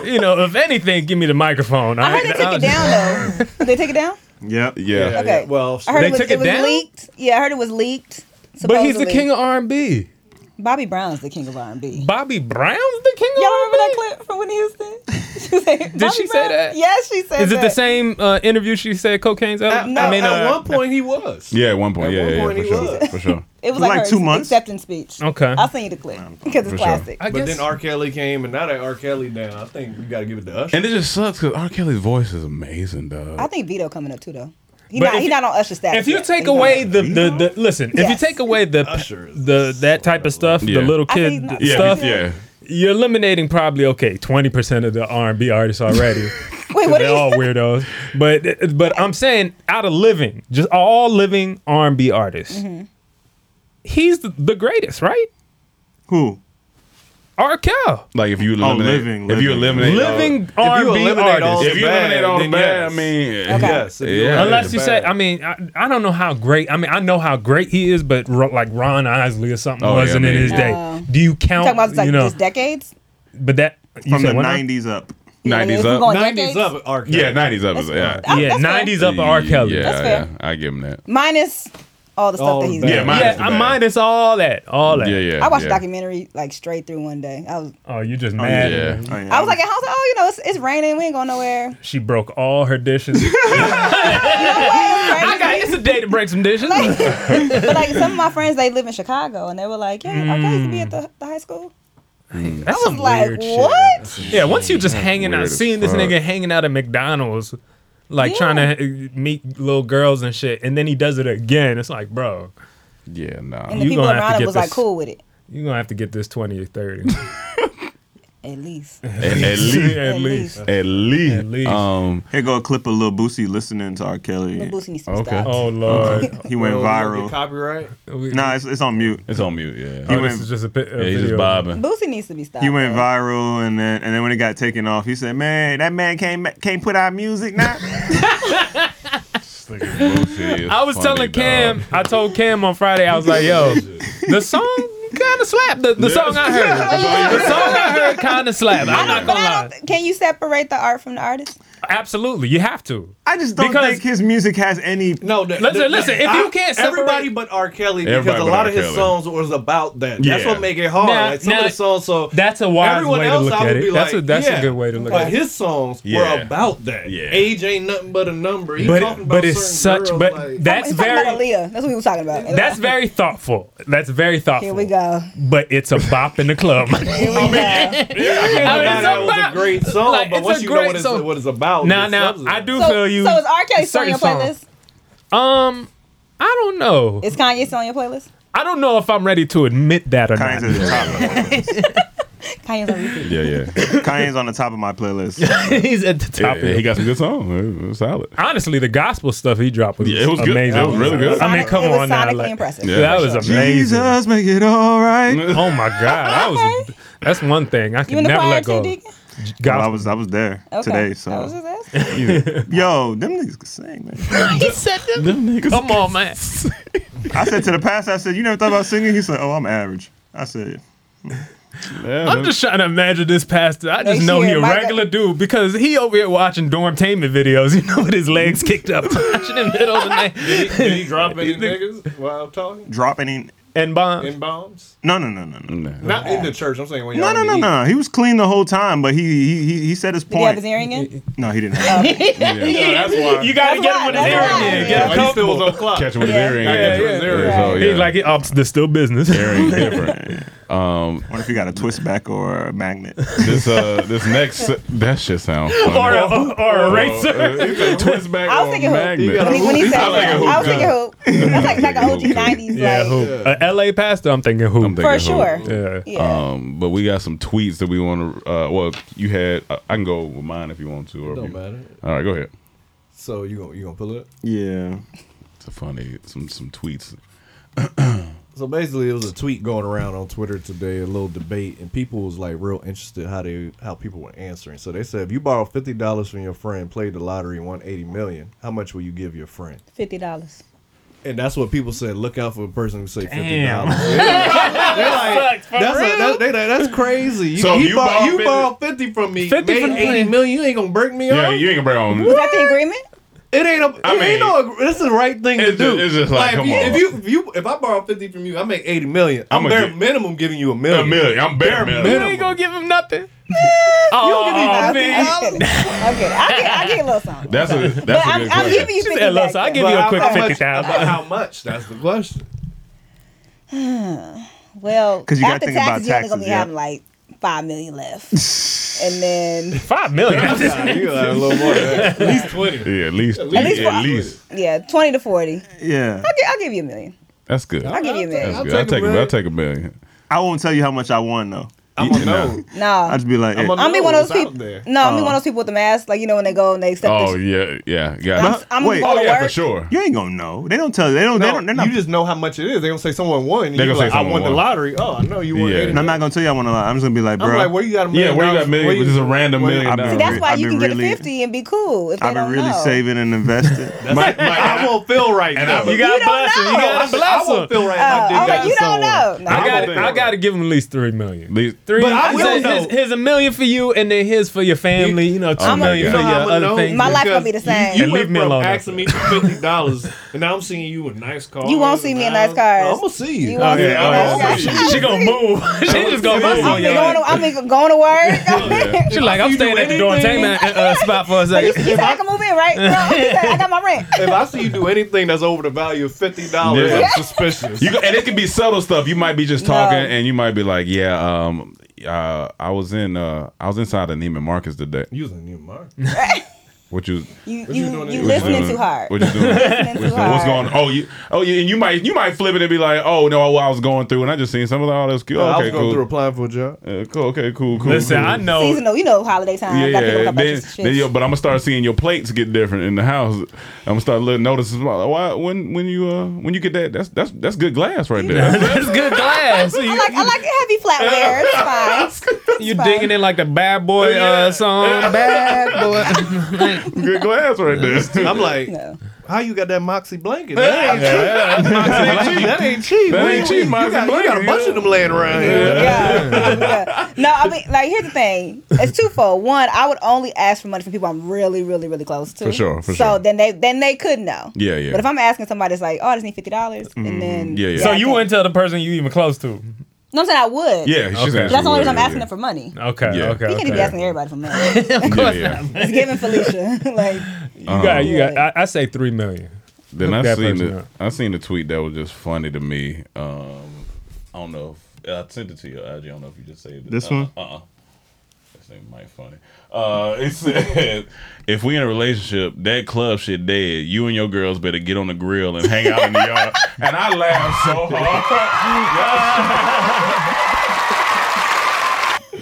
Speaker 4: You know, if anything, give me the microphone.
Speaker 8: I heard they took it down though. Did they take it down?
Speaker 9: Yep.
Speaker 6: Yeah.
Speaker 2: Yeah,
Speaker 8: Okay.
Speaker 2: yeah. Well,
Speaker 8: I heard
Speaker 4: They
Speaker 8: it was,
Speaker 4: took
Speaker 8: it
Speaker 4: it
Speaker 8: was
Speaker 4: down?
Speaker 8: leaked. Yeah, I heard it was leaked.
Speaker 4: But he's the
Speaker 8: supposedly.
Speaker 4: king of R&B.
Speaker 8: Bobby Brown's the king of R&B.
Speaker 4: Bobby Brown's the king
Speaker 8: Y'all
Speaker 4: of
Speaker 8: remember that
Speaker 4: R&B.
Speaker 8: clip from Whitney Houston? She said, Bobby
Speaker 4: she say
Speaker 8: Brown?
Speaker 4: that?
Speaker 8: Yes, she said
Speaker 4: Is it
Speaker 8: that.
Speaker 4: the same uh, interview she said cocaine's out?
Speaker 8: No,
Speaker 4: I mean,
Speaker 2: at
Speaker 4: uh,
Speaker 2: one point he was.
Speaker 6: Yeah, at one point.
Speaker 2: At
Speaker 6: yeah,
Speaker 2: one
Speaker 6: yeah,
Speaker 2: point
Speaker 6: for
Speaker 2: he
Speaker 6: sure.
Speaker 2: was.
Speaker 6: For sure.
Speaker 8: It was
Speaker 9: For
Speaker 8: like,
Speaker 9: like
Speaker 8: her
Speaker 9: two months.
Speaker 8: acceptance speech.
Speaker 4: Okay.
Speaker 8: I'll send you the clip because
Speaker 6: For sure.
Speaker 8: it's classic.
Speaker 4: I
Speaker 2: But
Speaker 4: guess-
Speaker 2: then R. Kelly came, and now that R. Kelly down, I think we got to give it to Usher.
Speaker 6: And it just sucks because R. Kelly's voice is amazing, dog.
Speaker 8: I think Vito coming up too though. He
Speaker 4: But
Speaker 8: not
Speaker 4: if
Speaker 8: he
Speaker 4: you-
Speaker 8: not on Usher status.
Speaker 4: if you
Speaker 8: yet.
Speaker 4: take
Speaker 8: He's not
Speaker 4: away
Speaker 8: on-
Speaker 4: the, the, the listen, if you
Speaker 8: Yes.
Speaker 4: take away the
Speaker 2: Usher is
Speaker 4: the that type of stuff,
Speaker 6: Yeah.
Speaker 4: the little
Speaker 8: I think
Speaker 4: kid
Speaker 8: he's not-
Speaker 6: yeah,
Speaker 4: stuff,
Speaker 6: yeah.
Speaker 4: you're eliminating probably okay twenty percent of the R and B artists already.
Speaker 8: wait, what
Speaker 4: They're
Speaker 8: are
Speaker 4: all
Speaker 8: you?
Speaker 4: weirdos, but but I'm saying out of living, just all living R and B artists, he's the, the greatest, right?
Speaker 9: Who?
Speaker 4: R. Kel,
Speaker 6: Like if you eliminate,
Speaker 9: living,
Speaker 6: if you
Speaker 9: living.
Speaker 6: eliminate all-
Speaker 2: you
Speaker 4: Oh, living R and B
Speaker 2: eliminate
Speaker 4: artist.
Speaker 2: all the
Speaker 6: if you
Speaker 2: bad,
Speaker 6: eliminate all the
Speaker 2: then yes.
Speaker 6: bad, I mean,
Speaker 8: Okay.
Speaker 2: Yes, if you
Speaker 6: Yeah.
Speaker 2: eliminate
Speaker 4: Unless
Speaker 2: the
Speaker 4: you
Speaker 2: bad.
Speaker 4: say, I mean, I, I don't know how great. I mean, I know how great he is, but ro- like Ron Isley or something
Speaker 6: Oh, yeah,
Speaker 4: wasn't
Speaker 6: I mean,
Speaker 4: in his
Speaker 6: yeah.
Speaker 4: day.
Speaker 8: Oh.
Speaker 4: Do you count?
Speaker 8: Talking about like
Speaker 4: you know,
Speaker 8: just decades.
Speaker 4: but that you
Speaker 9: From
Speaker 4: said
Speaker 9: the
Speaker 4: what now?
Speaker 9: nineties up.
Speaker 8: if
Speaker 6: 90s
Speaker 8: we're
Speaker 6: up.
Speaker 8: going-
Speaker 2: 90s
Speaker 8: decades?
Speaker 2: up, R. Kelly.
Speaker 6: yeah, 90s up. Is, yeah.
Speaker 8: Oh,
Speaker 4: yeah,
Speaker 8: that's fair.
Speaker 4: nineties up to R. Kelly.
Speaker 6: Yeah,
Speaker 8: That's fair.
Speaker 6: yeah. I give him that.
Speaker 8: Minus all the stuff
Speaker 2: All
Speaker 8: that he's
Speaker 2: that.
Speaker 8: done.
Speaker 6: Yeah, minus
Speaker 4: Yeah,
Speaker 6: the
Speaker 4: I
Speaker 6: bad.
Speaker 4: minus all that, all that.
Speaker 6: Yeah, yeah.
Speaker 8: I watched
Speaker 6: yeah.
Speaker 8: a documentary like straight through one day. I was
Speaker 4: Oh, you just mad?
Speaker 6: yeah.
Speaker 9: Oh, yeah.
Speaker 8: I was like at house, oh, you know, it's, it's raining, we ain't going nowhere.
Speaker 4: She broke all her dishes. I
Speaker 8: I
Speaker 4: got it's a day to break some dishes.
Speaker 8: but like some of my friends, they live in Chicago, and they were like, "Yeah, okay, you can be at
Speaker 4: Hmm.
Speaker 8: the, the high school."
Speaker 4: That's
Speaker 8: I was like, "What?"
Speaker 4: Yeah, once you just hanging
Speaker 6: Weird
Speaker 4: out,
Speaker 6: as
Speaker 4: seeing this
Speaker 6: fuck.
Speaker 4: nigga hanging out at McDonald's, like
Speaker 8: Yeah.
Speaker 4: trying to uh, meet little girls and shit, and then he does it again. It's like, bro,
Speaker 6: Yeah, nah.
Speaker 8: And the
Speaker 4: You
Speaker 8: people
Speaker 4: gonna have to
Speaker 8: around him
Speaker 4: get
Speaker 8: was
Speaker 4: this-
Speaker 8: like, "Cool with it,
Speaker 4: you gonna have to get this twenty or thirty.
Speaker 8: at least."
Speaker 6: at, at
Speaker 4: at
Speaker 6: least.
Speaker 8: At
Speaker 4: least.
Speaker 8: least.
Speaker 6: At least.
Speaker 4: At least.
Speaker 6: Um,
Speaker 9: Here go a clip of Lil Boosie listening to R. Kelly.
Speaker 8: Lil Boosie needs to
Speaker 6: Okay.
Speaker 8: stop.
Speaker 4: Oh lord.
Speaker 9: He went
Speaker 2: Oh, we gonna get
Speaker 9: viral.
Speaker 2: Copyright.
Speaker 4: We-
Speaker 9: Nah, it's, it's on mute.
Speaker 6: it's on mute, yeah.
Speaker 4: oh,
Speaker 9: He
Speaker 4: this
Speaker 9: went
Speaker 4: is just a, pi- a
Speaker 6: yeah, he's just
Speaker 4: video.
Speaker 6: bobbing.
Speaker 8: Boosie needs to be stopped.
Speaker 9: He went
Speaker 8: man.
Speaker 9: viral, and then and then when it got taken off, he said, "Man, that man can't can't put out music now."
Speaker 4: I was telling Cam, I told Cam on Friday, I was like, yo, the song kind of slapped. The, the song I heard. the song I heard kind of slapped. I'm not
Speaker 8: But
Speaker 4: going to
Speaker 8: I don't
Speaker 4: lie.
Speaker 8: th- can you separate the art from the artist?
Speaker 4: Absolutely. You have to.
Speaker 9: I just don't
Speaker 4: Because-
Speaker 9: think his music has any.
Speaker 2: No, the,
Speaker 4: Listen,
Speaker 2: the-
Speaker 4: listen, if you can't separate-
Speaker 2: everybody but R. Kelly, because
Speaker 6: Everybody
Speaker 2: a
Speaker 6: but
Speaker 2: lot
Speaker 6: R.
Speaker 2: of his
Speaker 6: Kelly.
Speaker 2: songs was about that. That's
Speaker 6: Yeah.
Speaker 2: what make it hard.
Speaker 4: Now-
Speaker 2: like some
Speaker 4: now-
Speaker 2: of the songs, so
Speaker 4: That's a wise
Speaker 2: everyone
Speaker 4: way to
Speaker 2: else,
Speaker 4: look
Speaker 2: I would
Speaker 4: at
Speaker 2: be
Speaker 4: it. That's,
Speaker 2: like,
Speaker 4: a, that's
Speaker 2: yeah,
Speaker 4: a good way to look
Speaker 2: But
Speaker 4: at it.
Speaker 2: his songs
Speaker 6: Yeah.
Speaker 2: were about that.
Speaker 6: Yeah.
Speaker 2: Age ain't nothing but a number. He talking
Speaker 4: But,
Speaker 2: about
Speaker 4: but it's
Speaker 2: certain
Speaker 4: such,
Speaker 2: girls,
Speaker 4: but
Speaker 2: like,
Speaker 4: that's
Speaker 8: He's talking about
Speaker 4: very,
Speaker 8: Aaliyah. That's what we were talking about.
Speaker 4: that's very thoughtful. That's very thoughtful.
Speaker 8: Here we go.
Speaker 4: But it's a bop in the club.
Speaker 8: Here we go.
Speaker 2: I mean,
Speaker 4: it's
Speaker 2: that was
Speaker 4: about-
Speaker 2: a great song,
Speaker 4: like,
Speaker 2: but
Speaker 4: it's
Speaker 2: once
Speaker 4: a
Speaker 2: you know
Speaker 4: great
Speaker 2: what it's,
Speaker 4: song.
Speaker 2: what it's about,
Speaker 4: Now,
Speaker 2: the
Speaker 4: now,
Speaker 2: substance.
Speaker 4: I do
Speaker 8: So,
Speaker 4: feel you.
Speaker 8: so is R. Kelly still on
Speaker 4: Certain
Speaker 8: your
Speaker 4: song.
Speaker 8: playlist?
Speaker 4: Um, I don't know.
Speaker 8: Is Kanye still on your playlist?
Speaker 4: I don't know if I'm ready to admit that or
Speaker 9: Kinds
Speaker 4: not.
Speaker 9: of the top.
Speaker 8: Kanye's on repeat.
Speaker 6: Yeah, yeah.
Speaker 9: Kanye's on the top of my playlist.
Speaker 4: He's at the top.
Speaker 6: Yeah, he got some good songs. It was solid.
Speaker 4: Honestly, the gospel stuff he dropped was
Speaker 6: Yeah, it was good.
Speaker 4: amazing.
Speaker 6: It was really good.
Speaker 4: I mean, come
Speaker 8: It was
Speaker 4: on now,
Speaker 8: sonically
Speaker 4: like-
Speaker 8: impressive.
Speaker 6: Yeah,
Speaker 4: that
Speaker 6: for
Speaker 4: was
Speaker 6: sure.
Speaker 4: amazing.
Speaker 9: Jesus, make it all right.
Speaker 4: Oh my god, that was that's one thing I
Speaker 8: You
Speaker 4: can
Speaker 8: in the
Speaker 4: never
Speaker 8: choir
Speaker 4: let go.
Speaker 8: too,
Speaker 4: of.
Speaker 8: Deacon?
Speaker 9: Well, I
Speaker 4: Gospel.
Speaker 9: was I was there
Speaker 8: Okay.
Speaker 9: today,
Speaker 8: I was just
Speaker 9: so
Speaker 8: asking.
Speaker 9: yo, them niggas can sing, man.
Speaker 6: Them niggas.
Speaker 4: Come on, man.
Speaker 9: I said to the pastor, I said, "You never thought about singing?" He said, "Oh, I'm average." I said,
Speaker 6: Yeah,
Speaker 4: I'm
Speaker 6: them-
Speaker 4: just trying to imagine this pastor. I just
Speaker 8: Next
Speaker 4: know he
Speaker 8: year,
Speaker 4: a
Speaker 8: my God.
Speaker 4: regular dude because he over here watching dormtainment videos, you know, with his legs kicked up, watching in the middle of the night.
Speaker 2: Did he drop any niggas while I'm talking?
Speaker 9: "Drop any?"
Speaker 4: And bomb.
Speaker 2: In bombs?
Speaker 9: No, no, no, no, no.
Speaker 6: Nah.
Speaker 2: Not in the church. I'm saying when
Speaker 9: No,
Speaker 2: y'all
Speaker 9: no,
Speaker 2: in
Speaker 9: no,
Speaker 2: the heat.
Speaker 9: no. He was clean the whole time, but he he he, he said his
Speaker 8: Did he have
Speaker 9: point.
Speaker 8: his Oh. earring in?
Speaker 9: no, he didn't. Have it.
Speaker 2: Yeah, that's why.
Speaker 4: You gotta
Speaker 8: That's
Speaker 4: get
Speaker 8: why-
Speaker 4: him with his
Speaker 8: that's
Speaker 4: ear
Speaker 8: why.
Speaker 4: in.
Speaker 2: Oh,
Speaker 4: Get him
Speaker 2: he still
Speaker 4: comfortable.
Speaker 2: was on clock.
Speaker 6: Catch him with
Speaker 8: Yeah.
Speaker 6: his earring.
Speaker 2: I catch him with his earring.
Speaker 6: So, yeah.
Speaker 4: He's like, oh, there's still business.
Speaker 6: earring different.
Speaker 9: What if you got a twist back or a magnet?
Speaker 6: This uh, this next that shit sounds. funny. Uh,
Speaker 4: or, a, or, or a racer.
Speaker 2: He's a twist back
Speaker 8: I was
Speaker 2: on
Speaker 8: thinking hoop.
Speaker 6: magnet.
Speaker 2: He got a
Speaker 8: When he- when he
Speaker 2: hoop.
Speaker 8: said
Speaker 2: Sound like
Speaker 8: that,
Speaker 2: a
Speaker 8: I was thinking hoop. That's like like an
Speaker 6: Hoop
Speaker 8: OG
Speaker 6: gun.
Speaker 8: nineties
Speaker 4: Yeah,
Speaker 8: like
Speaker 4: who? A LA pastor, I'm thinking who?
Speaker 6: I'm thinking
Speaker 8: for
Speaker 6: who.
Speaker 8: sure.
Speaker 4: yeah. Uh,
Speaker 8: Yeah.
Speaker 6: Um, but we got some tweets that we want to. Uh, well, you had. Uh, I can go with mine if you want to. Or if
Speaker 2: Don't
Speaker 6: you-
Speaker 2: matter.
Speaker 6: All right, go ahead.
Speaker 2: So you gonna you gonna pull it?
Speaker 9: Yeah.
Speaker 6: It's a funny some some tweets.
Speaker 2: So basically, it was a tweet going around on Twitter today, a little debate, and people was like real interested how they how people were answering. So they said, if you borrow fifty dollars from your friend, played the lottery, and won eighty million, how much will you give your friend?
Speaker 8: Fifty dollars.
Speaker 2: And that's what people said. Look out for a person who say fifty
Speaker 4: Damn.
Speaker 2: dollars. That's, a, that, they, that, that's crazy. You,
Speaker 6: So
Speaker 2: you,
Speaker 6: you
Speaker 2: borrow,
Speaker 6: borrow
Speaker 2: you
Speaker 6: 50
Speaker 2: borrow fifty from me,
Speaker 4: 50
Speaker 2: made
Speaker 4: from the
Speaker 2: eighty
Speaker 4: friend.
Speaker 2: million. You ain't gonna break me
Speaker 6: Yeah,
Speaker 2: up.
Speaker 6: you ain't gonna bring
Speaker 8: Is
Speaker 6: on.
Speaker 8: that the agreement?
Speaker 2: It ain't a.
Speaker 6: I
Speaker 2: it ain't
Speaker 6: mean,
Speaker 2: no. This is the right thing to
Speaker 6: it's
Speaker 2: do.
Speaker 6: just- it's just like,
Speaker 2: if,
Speaker 6: come
Speaker 2: you,
Speaker 6: on.
Speaker 2: if you if you if I borrow fifty from you, I make eighty million. I'm,
Speaker 6: I'ma
Speaker 2: bare
Speaker 6: get-
Speaker 2: minimum giving you a
Speaker 6: A
Speaker 2: million.
Speaker 6: million. I'm bare
Speaker 2: Bare
Speaker 4: You
Speaker 6: minimum.
Speaker 4: ain't gonna give him nothing. oh,
Speaker 8: I'm kidding.
Speaker 4: man.
Speaker 8: I'm kidding. I'm kidding. I'll get- I'll get a little something.
Speaker 6: That's a that's
Speaker 8: But
Speaker 6: a
Speaker 8: I'm,
Speaker 6: good
Speaker 8: I'll
Speaker 6: question.
Speaker 8: give you
Speaker 4: She
Speaker 8: fifty
Speaker 4: said, "Look, so I'll
Speaker 8: back.
Speaker 4: give
Speaker 8: then.
Speaker 4: you a quick
Speaker 2: how
Speaker 4: fifty
Speaker 2: much? about
Speaker 4: thousand.
Speaker 2: how much? That's the question.
Speaker 8: Well,
Speaker 9: 'Cause you gotta
Speaker 8: after
Speaker 9: think about
Speaker 8: taxes, you're only gonna
Speaker 9: taxes,
Speaker 8: be
Speaker 9: yeah.
Speaker 8: having like five million left, and then
Speaker 4: Five million.
Speaker 2: Nah, you gotta have a little more. than that. At least twenty.
Speaker 6: Yeah, at least at
Speaker 8: least
Speaker 6: least,
Speaker 8: for- yeah, twenty to forty.
Speaker 9: Yeah.
Speaker 8: Yeah, I'll give you a million.
Speaker 6: that's good.
Speaker 8: I'll give you a million.
Speaker 6: That's
Speaker 2: I'll
Speaker 6: good. I'll
Speaker 2: take a
Speaker 6: take a,
Speaker 2: million.
Speaker 6: I'll take a million.
Speaker 9: I won't tell you how much I won though.
Speaker 2: I'm gonna
Speaker 6: Yeah, nah.
Speaker 2: know.
Speaker 8: No,
Speaker 9: I'll just be like,
Speaker 2: I'm
Speaker 9: eh.
Speaker 2: a-
Speaker 8: I'm be one of those
Speaker 2: No, it's out
Speaker 8: people.
Speaker 2: there.
Speaker 8: No, I'm be one of those people with the mask. Like you know when they go and they accept.
Speaker 6: Oh
Speaker 8: the-
Speaker 6: yeah, yeah,
Speaker 8: I'm,
Speaker 6: got it.
Speaker 8: I'm
Speaker 9: Wait.
Speaker 8: going
Speaker 9: Oh,
Speaker 8: to
Speaker 6: yeah, for
Speaker 8: work.
Speaker 6: sure.
Speaker 9: you ain't gonna know. They don't tell. They don't. They
Speaker 2: No,
Speaker 9: don't. They're not.
Speaker 2: you just know how much it is. They gonna say someone won. And
Speaker 6: They
Speaker 2: you
Speaker 6: gonna
Speaker 2: be
Speaker 6: say
Speaker 2: like, I
Speaker 6: someone
Speaker 2: won the
Speaker 6: won.
Speaker 2: lottery. Oh, I know you won.
Speaker 6: Yeah.
Speaker 2: eighty
Speaker 9: and I'm not gonna tell you I want to lie. I'm just gonna be like,
Speaker 2: I'm
Speaker 9: bro.
Speaker 2: like, where you got a million?
Speaker 6: Yeah, where you got
Speaker 2: dollars?
Speaker 6: million, which is a random
Speaker 2: where you-
Speaker 6: million
Speaker 9: I've
Speaker 6: dollars.
Speaker 9: been
Speaker 8: See, that's why
Speaker 9: I've
Speaker 8: you
Speaker 9: been
Speaker 8: can
Speaker 9: really-
Speaker 8: get a fifty and be cool if they
Speaker 9: I've been
Speaker 8: don't
Speaker 9: really
Speaker 8: know.
Speaker 9: saving and investing.
Speaker 6: Mike, Mike,
Speaker 2: I won't feel right.
Speaker 6: And
Speaker 2: though.
Speaker 6: I-
Speaker 4: You gotta bless him. You gotta bless
Speaker 2: I won't
Speaker 4: him.
Speaker 2: feel right. if
Speaker 8: Oh,
Speaker 2: I did
Speaker 8: oh,
Speaker 2: that to
Speaker 8: you don't
Speaker 2: someone.
Speaker 8: know. No,
Speaker 4: I
Speaker 2: won't
Speaker 4: gotta,
Speaker 2: feel
Speaker 4: I
Speaker 2: right.
Speaker 4: gotta give him at least three million.
Speaker 6: least,
Speaker 4: Three.
Speaker 2: But I will
Speaker 4: said
Speaker 2: know. Oh,
Speaker 4: his- His a million for you, and then his for your family. You know, two
Speaker 8: I'm
Speaker 4: million
Speaker 8: a-
Speaker 6: you
Speaker 4: for
Speaker 6: know
Speaker 4: your
Speaker 2: how I'ma
Speaker 4: other
Speaker 2: know?
Speaker 4: things.
Speaker 8: My life
Speaker 2: Because
Speaker 8: gonna be the same.
Speaker 2: You,
Speaker 4: And
Speaker 2: you
Speaker 4: leave me
Speaker 2: from
Speaker 4: alone
Speaker 2: Asking me for fifty dollars, and now I'm seeing you in nice cars.
Speaker 8: You won't see me in
Speaker 2: houses.
Speaker 8: nice cars.
Speaker 2: I'm gonna see you.
Speaker 8: You won't
Speaker 4: Okay,
Speaker 8: see me
Speaker 4: all
Speaker 8: in
Speaker 4: right.
Speaker 8: nice
Speaker 4: She,
Speaker 8: cars.
Speaker 4: she gonna move. she just gonna move.
Speaker 8: I'm
Speaker 4: on
Speaker 8: be
Speaker 4: your
Speaker 8: going to,
Speaker 4: ass.
Speaker 8: I'm be going to work.
Speaker 4: She like, I'm
Speaker 2: you do
Speaker 4: staying at the door
Speaker 2: anything-
Speaker 4: entertainment uh, spot for a
Speaker 8: you, you
Speaker 4: second.
Speaker 8: said I can move in, right? Girl, you said I got my rent.
Speaker 2: if I see you do anything that's over the value of fifty dollars,
Speaker 6: Yeah.
Speaker 2: I'm suspicious.
Speaker 6: You go, and it could be subtle stuff. You might be just
Speaker 8: No.
Speaker 6: talking, and you might be like, "Yeah, um, uh, I was in, uh, I was inside of Neiman Marcus today."
Speaker 2: using new mark.
Speaker 6: What you,
Speaker 2: you
Speaker 8: You, you,
Speaker 2: doing
Speaker 8: you,
Speaker 2: in this
Speaker 8: listening
Speaker 6: doing?
Speaker 8: too hard.
Speaker 6: What you doing?
Speaker 8: Listening
Speaker 6: What's,
Speaker 8: too
Speaker 6: the- what's going? on?
Speaker 8: hard.
Speaker 6: Oh, you, oh, you, and you might, you might flip it and be like, "Oh no, I was going through," and I just seen something like, "Oh, that's cute.
Speaker 2: I was
Speaker 6: Okay,
Speaker 2: going through
Speaker 6: cool.
Speaker 2: applying for a job.
Speaker 6: Uh, cool. Okay, cool, cool."
Speaker 4: Listen,
Speaker 6: cool.
Speaker 4: I know.
Speaker 8: Seasonal, you know, holiday time.
Speaker 6: Yeah,
Speaker 8: gotta pick up a
Speaker 6: yeah.
Speaker 8: couple
Speaker 6: Then,
Speaker 8: extra
Speaker 6: then
Speaker 8: shits.
Speaker 6: yo, but I'm gonna start seeing your plates get different in the house. I'm gonna start little notices. Like, Why when when you uh when you get that that's that's that's good glass right there.
Speaker 4: That's good glass.
Speaker 8: I like, I like heavy flatware. It's fine.
Speaker 4: You
Speaker 8: fine.
Speaker 4: digging in like the bad boy uh, song. Bad boy.
Speaker 6: good glass right there.
Speaker 2: I'm like,
Speaker 8: No.
Speaker 2: how you got that Moxie blanket? That ain't
Speaker 6: That
Speaker 2: cheap. That ain't cheap.
Speaker 6: That
Speaker 2: What
Speaker 6: ain't
Speaker 2: you-
Speaker 6: cheap,
Speaker 2: You
Speaker 6: Moxie
Speaker 2: got, you got a
Speaker 6: blanket,
Speaker 2: bunch
Speaker 6: yeah.
Speaker 2: of them laying around here.
Speaker 8: Yeah. yeah. No, I mean, like, here's the thing. It's twofold. One, I would only ask for money from people I'm really, really, really close to.
Speaker 6: For sure, for
Speaker 8: so
Speaker 6: sure.
Speaker 8: then they then they could know.
Speaker 6: Yeah, yeah.
Speaker 8: But if I'm asking somebody, it's like, oh, I just need fifty dollars, and then
Speaker 6: yeah, yeah.
Speaker 4: So
Speaker 8: I
Speaker 4: you
Speaker 8: can't-
Speaker 4: wouldn't tell the person you even close to.
Speaker 8: No, I'm saying I would.
Speaker 6: Yeah, she's
Speaker 4: Okay.
Speaker 6: okay.
Speaker 8: That's the only reason I'm asking them for money.
Speaker 4: Okay,
Speaker 6: Yeah.
Speaker 4: okay.
Speaker 8: You can't
Speaker 4: okay.
Speaker 8: be asking everybody for money.
Speaker 6: for. Yeah, yeah.
Speaker 8: It's giving Felicia. like,
Speaker 6: Um,
Speaker 4: You got, you got. I, I say three million.
Speaker 6: Then
Speaker 4: Look
Speaker 6: I
Speaker 4: that
Speaker 6: seen
Speaker 4: person
Speaker 6: the,
Speaker 4: up.
Speaker 6: I seen the tweet that was just funny to me. Um, I don't know if I sent it to your IG. I don't know if you just saved it.
Speaker 9: This
Speaker 6: uh,
Speaker 9: one?
Speaker 6: Uh. uh This thing might funny. Uh, it said, "If we in a relationship, that club shit dead. You and your girls better get on the grill and hang out in the yard." and I laughed so hard.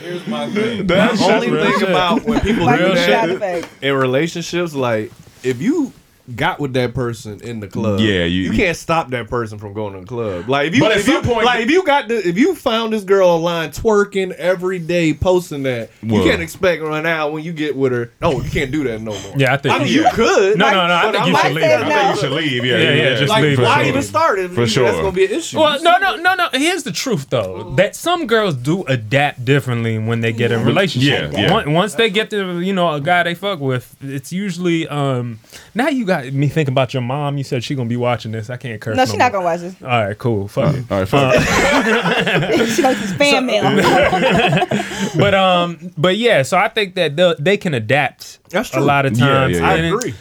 Speaker 2: here's my thing.
Speaker 6: That's
Speaker 2: my only
Speaker 6: real
Speaker 2: thing
Speaker 6: shit.
Speaker 2: about when people
Speaker 6: Like
Speaker 2: do
Speaker 6: the
Speaker 2: that
Speaker 6: shadow fake.
Speaker 2: in relationships, like if you got with that person in the club,
Speaker 6: Yeah, you-
Speaker 2: you can't stop that person from going to the club. Like if you,
Speaker 6: But at
Speaker 2: if you
Speaker 6: some point-
Speaker 2: like if you got the, if you found this girl online twerking every day, posting that,
Speaker 6: Well.
Speaker 2: you can't expect right now when you get with her. Oh, you can't do that no more.
Speaker 4: Yeah, I think
Speaker 2: I mean,
Speaker 4: yeah.
Speaker 2: you could.
Speaker 4: No,
Speaker 2: like,
Speaker 4: no, no.
Speaker 2: but
Speaker 4: I think
Speaker 2: I'm
Speaker 4: you should
Speaker 2: like,
Speaker 4: leave.
Speaker 6: I think you should leave. Yeah,
Speaker 4: Yeah, yeah, just
Speaker 2: like,
Speaker 4: leave.
Speaker 2: why
Speaker 4: for
Speaker 2: even
Speaker 4: sure.
Speaker 2: start it?
Speaker 6: For
Speaker 2: That's
Speaker 6: sure.
Speaker 2: gonna be an issue.
Speaker 4: Well, no, no, no, no. Here's the truth, though, that some girls do adapt differently when they get in relationships.
Speaker 6: Yeah, yeah.
Speaker 4: Once, once they get to you know a guy they fuck with, it's usually um. Now you got me thinking about your mom. You said she gonna be watching this. I can't curse.
Speaker 8: No, she's not
Speaker 4: more.
Speaker 8: gonna watch this.
Speaker 4: All right, cool. Fuck it.
Speaker 6: All right, fuck. it.
Speaker 8: She's gonna get some spam mail.
Speaker 4: but um, but yeah. So I think that they'll- they can adapt.
Speaker 2: That's
Speaker 4: A
Speaker 2: true.
Speaker 4: lot of
Speaker 6: Yeah, yeah,
Speaker 4: times,
Speaker 6: yeah.
Speaker 4: and
Speaker 2: I
Speaker 4: it-
Speaker 2: agree.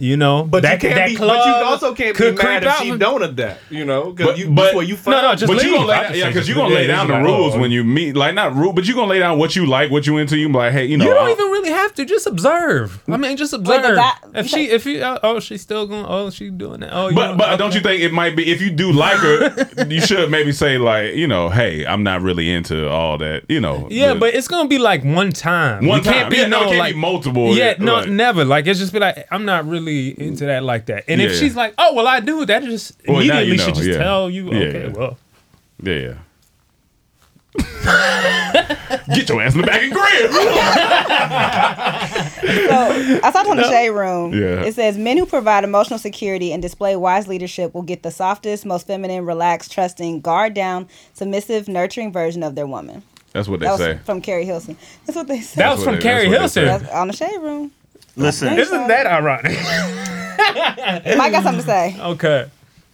Speaker 8: You
Speaker 4: But you know,
Speaker 8: know what?
Speaker 2: But
Speaker 4: that,
Speaker 2: you can't
Speaker 4: that
Speaker 2: be,
Speaker 4: club
Speaker 2: but you also can't be
Speaker 4: could creep
Speaker 2: mad if
Speaker 4: out
Speaker 2: she
Speaker 4: with-
Speaker 2: don't adapt, you know,
Speaker 6: But-
Speaker 2: because you
Speaker 6: but-
Speaker 2: that's what you
Speaker 4: No, no,
Speaker 2: found.
Speaker 4: just
Speaker 6: but you
Speaker 4: leave. I
Speaker 6: gonna lay
Speaker 4: just
Speaker 6: down, yeah,
Speaker 4: think
Speaker 6: because
Speaker 4: it's
Speaker 6: you gonna
Speaker 4: good.
Speaker 6: lay
Speaker 4: It's
Speaker 6: down the
Speaker 4: like,
Speaker 6: rules
Speaker 4: oh.
Speaker 6: when you meet, like not rule, but you gonna lay down what you like, what you into. You like, hey, you know, uh,
Speaker 4: You don't
Speaker 6: I-
Speaker 4: even really have to. Just observe. I mean, just observe.
Speaker 8: that-
Speaker 4: if she, if you, oh, oh, she's still going. Oh, she's doing that. Oh, you
Speaker 6: But
Speaker 4: know,
Speaker 6: but
Speaker 4: okay.
Speaker 6: don't you think it might be if you do like her, you should maybe say like, you know, hey, I'm not really into all that, you know.
Speaker 4: Yeah,
Speaker 6: the-
Speaker 4: but it's gonna be like one time.
Speaker 6: One
Speaker 4: it
Speaker 6: time. Yeah, no, it can't be multiple.
Speaker 4: Yeah, no,
Speaker 6: Right.
Speaker 4: never. Like it's just be like I'm not really into that like that. And if
Speaker 6: Yeah.
Speaker 4: she's like, oh well, I do that, just
Speaker 6: Well, now
Speaker 4: immediately
Speaker 6: you know,
Speaker 4: should just
Speaker 6: yeah.
Speaker 4: tell you.
Speaker 6: Yeah,
Speaker 4: Okay,
Speaker 6: yeah.
Speaker 4: well,
Speaker 6: yeah. Get your ass in the back and grab.
Speaker 8: So I saw it on the shade room.
Speaker 6: Yeah.
Speaker 8: It says men who provide emotional security and display wise leadership will get the softest, most feminine, relaxed, trusting, guard down, submissive, nurturing version of their woman.
Speaker 6: That's what they
Speaker 8: That was
Speaker 6: say.
Speaker 8: from Carrie Hilson. That's what they said.
Speaker 4: that was
Speaker 6: what
Speaker 4: from
Speaker 6: it-
Speaker 4: Carrie
Speaker 6: that's what it
Speaker 4: Hilson.
Speaker 8: That's on the shade room.
Speaker 9: Listen,
Speaker 4: Isn't that ironic?
Speaker 8: Mike got something to say.
Speaker 4: okay.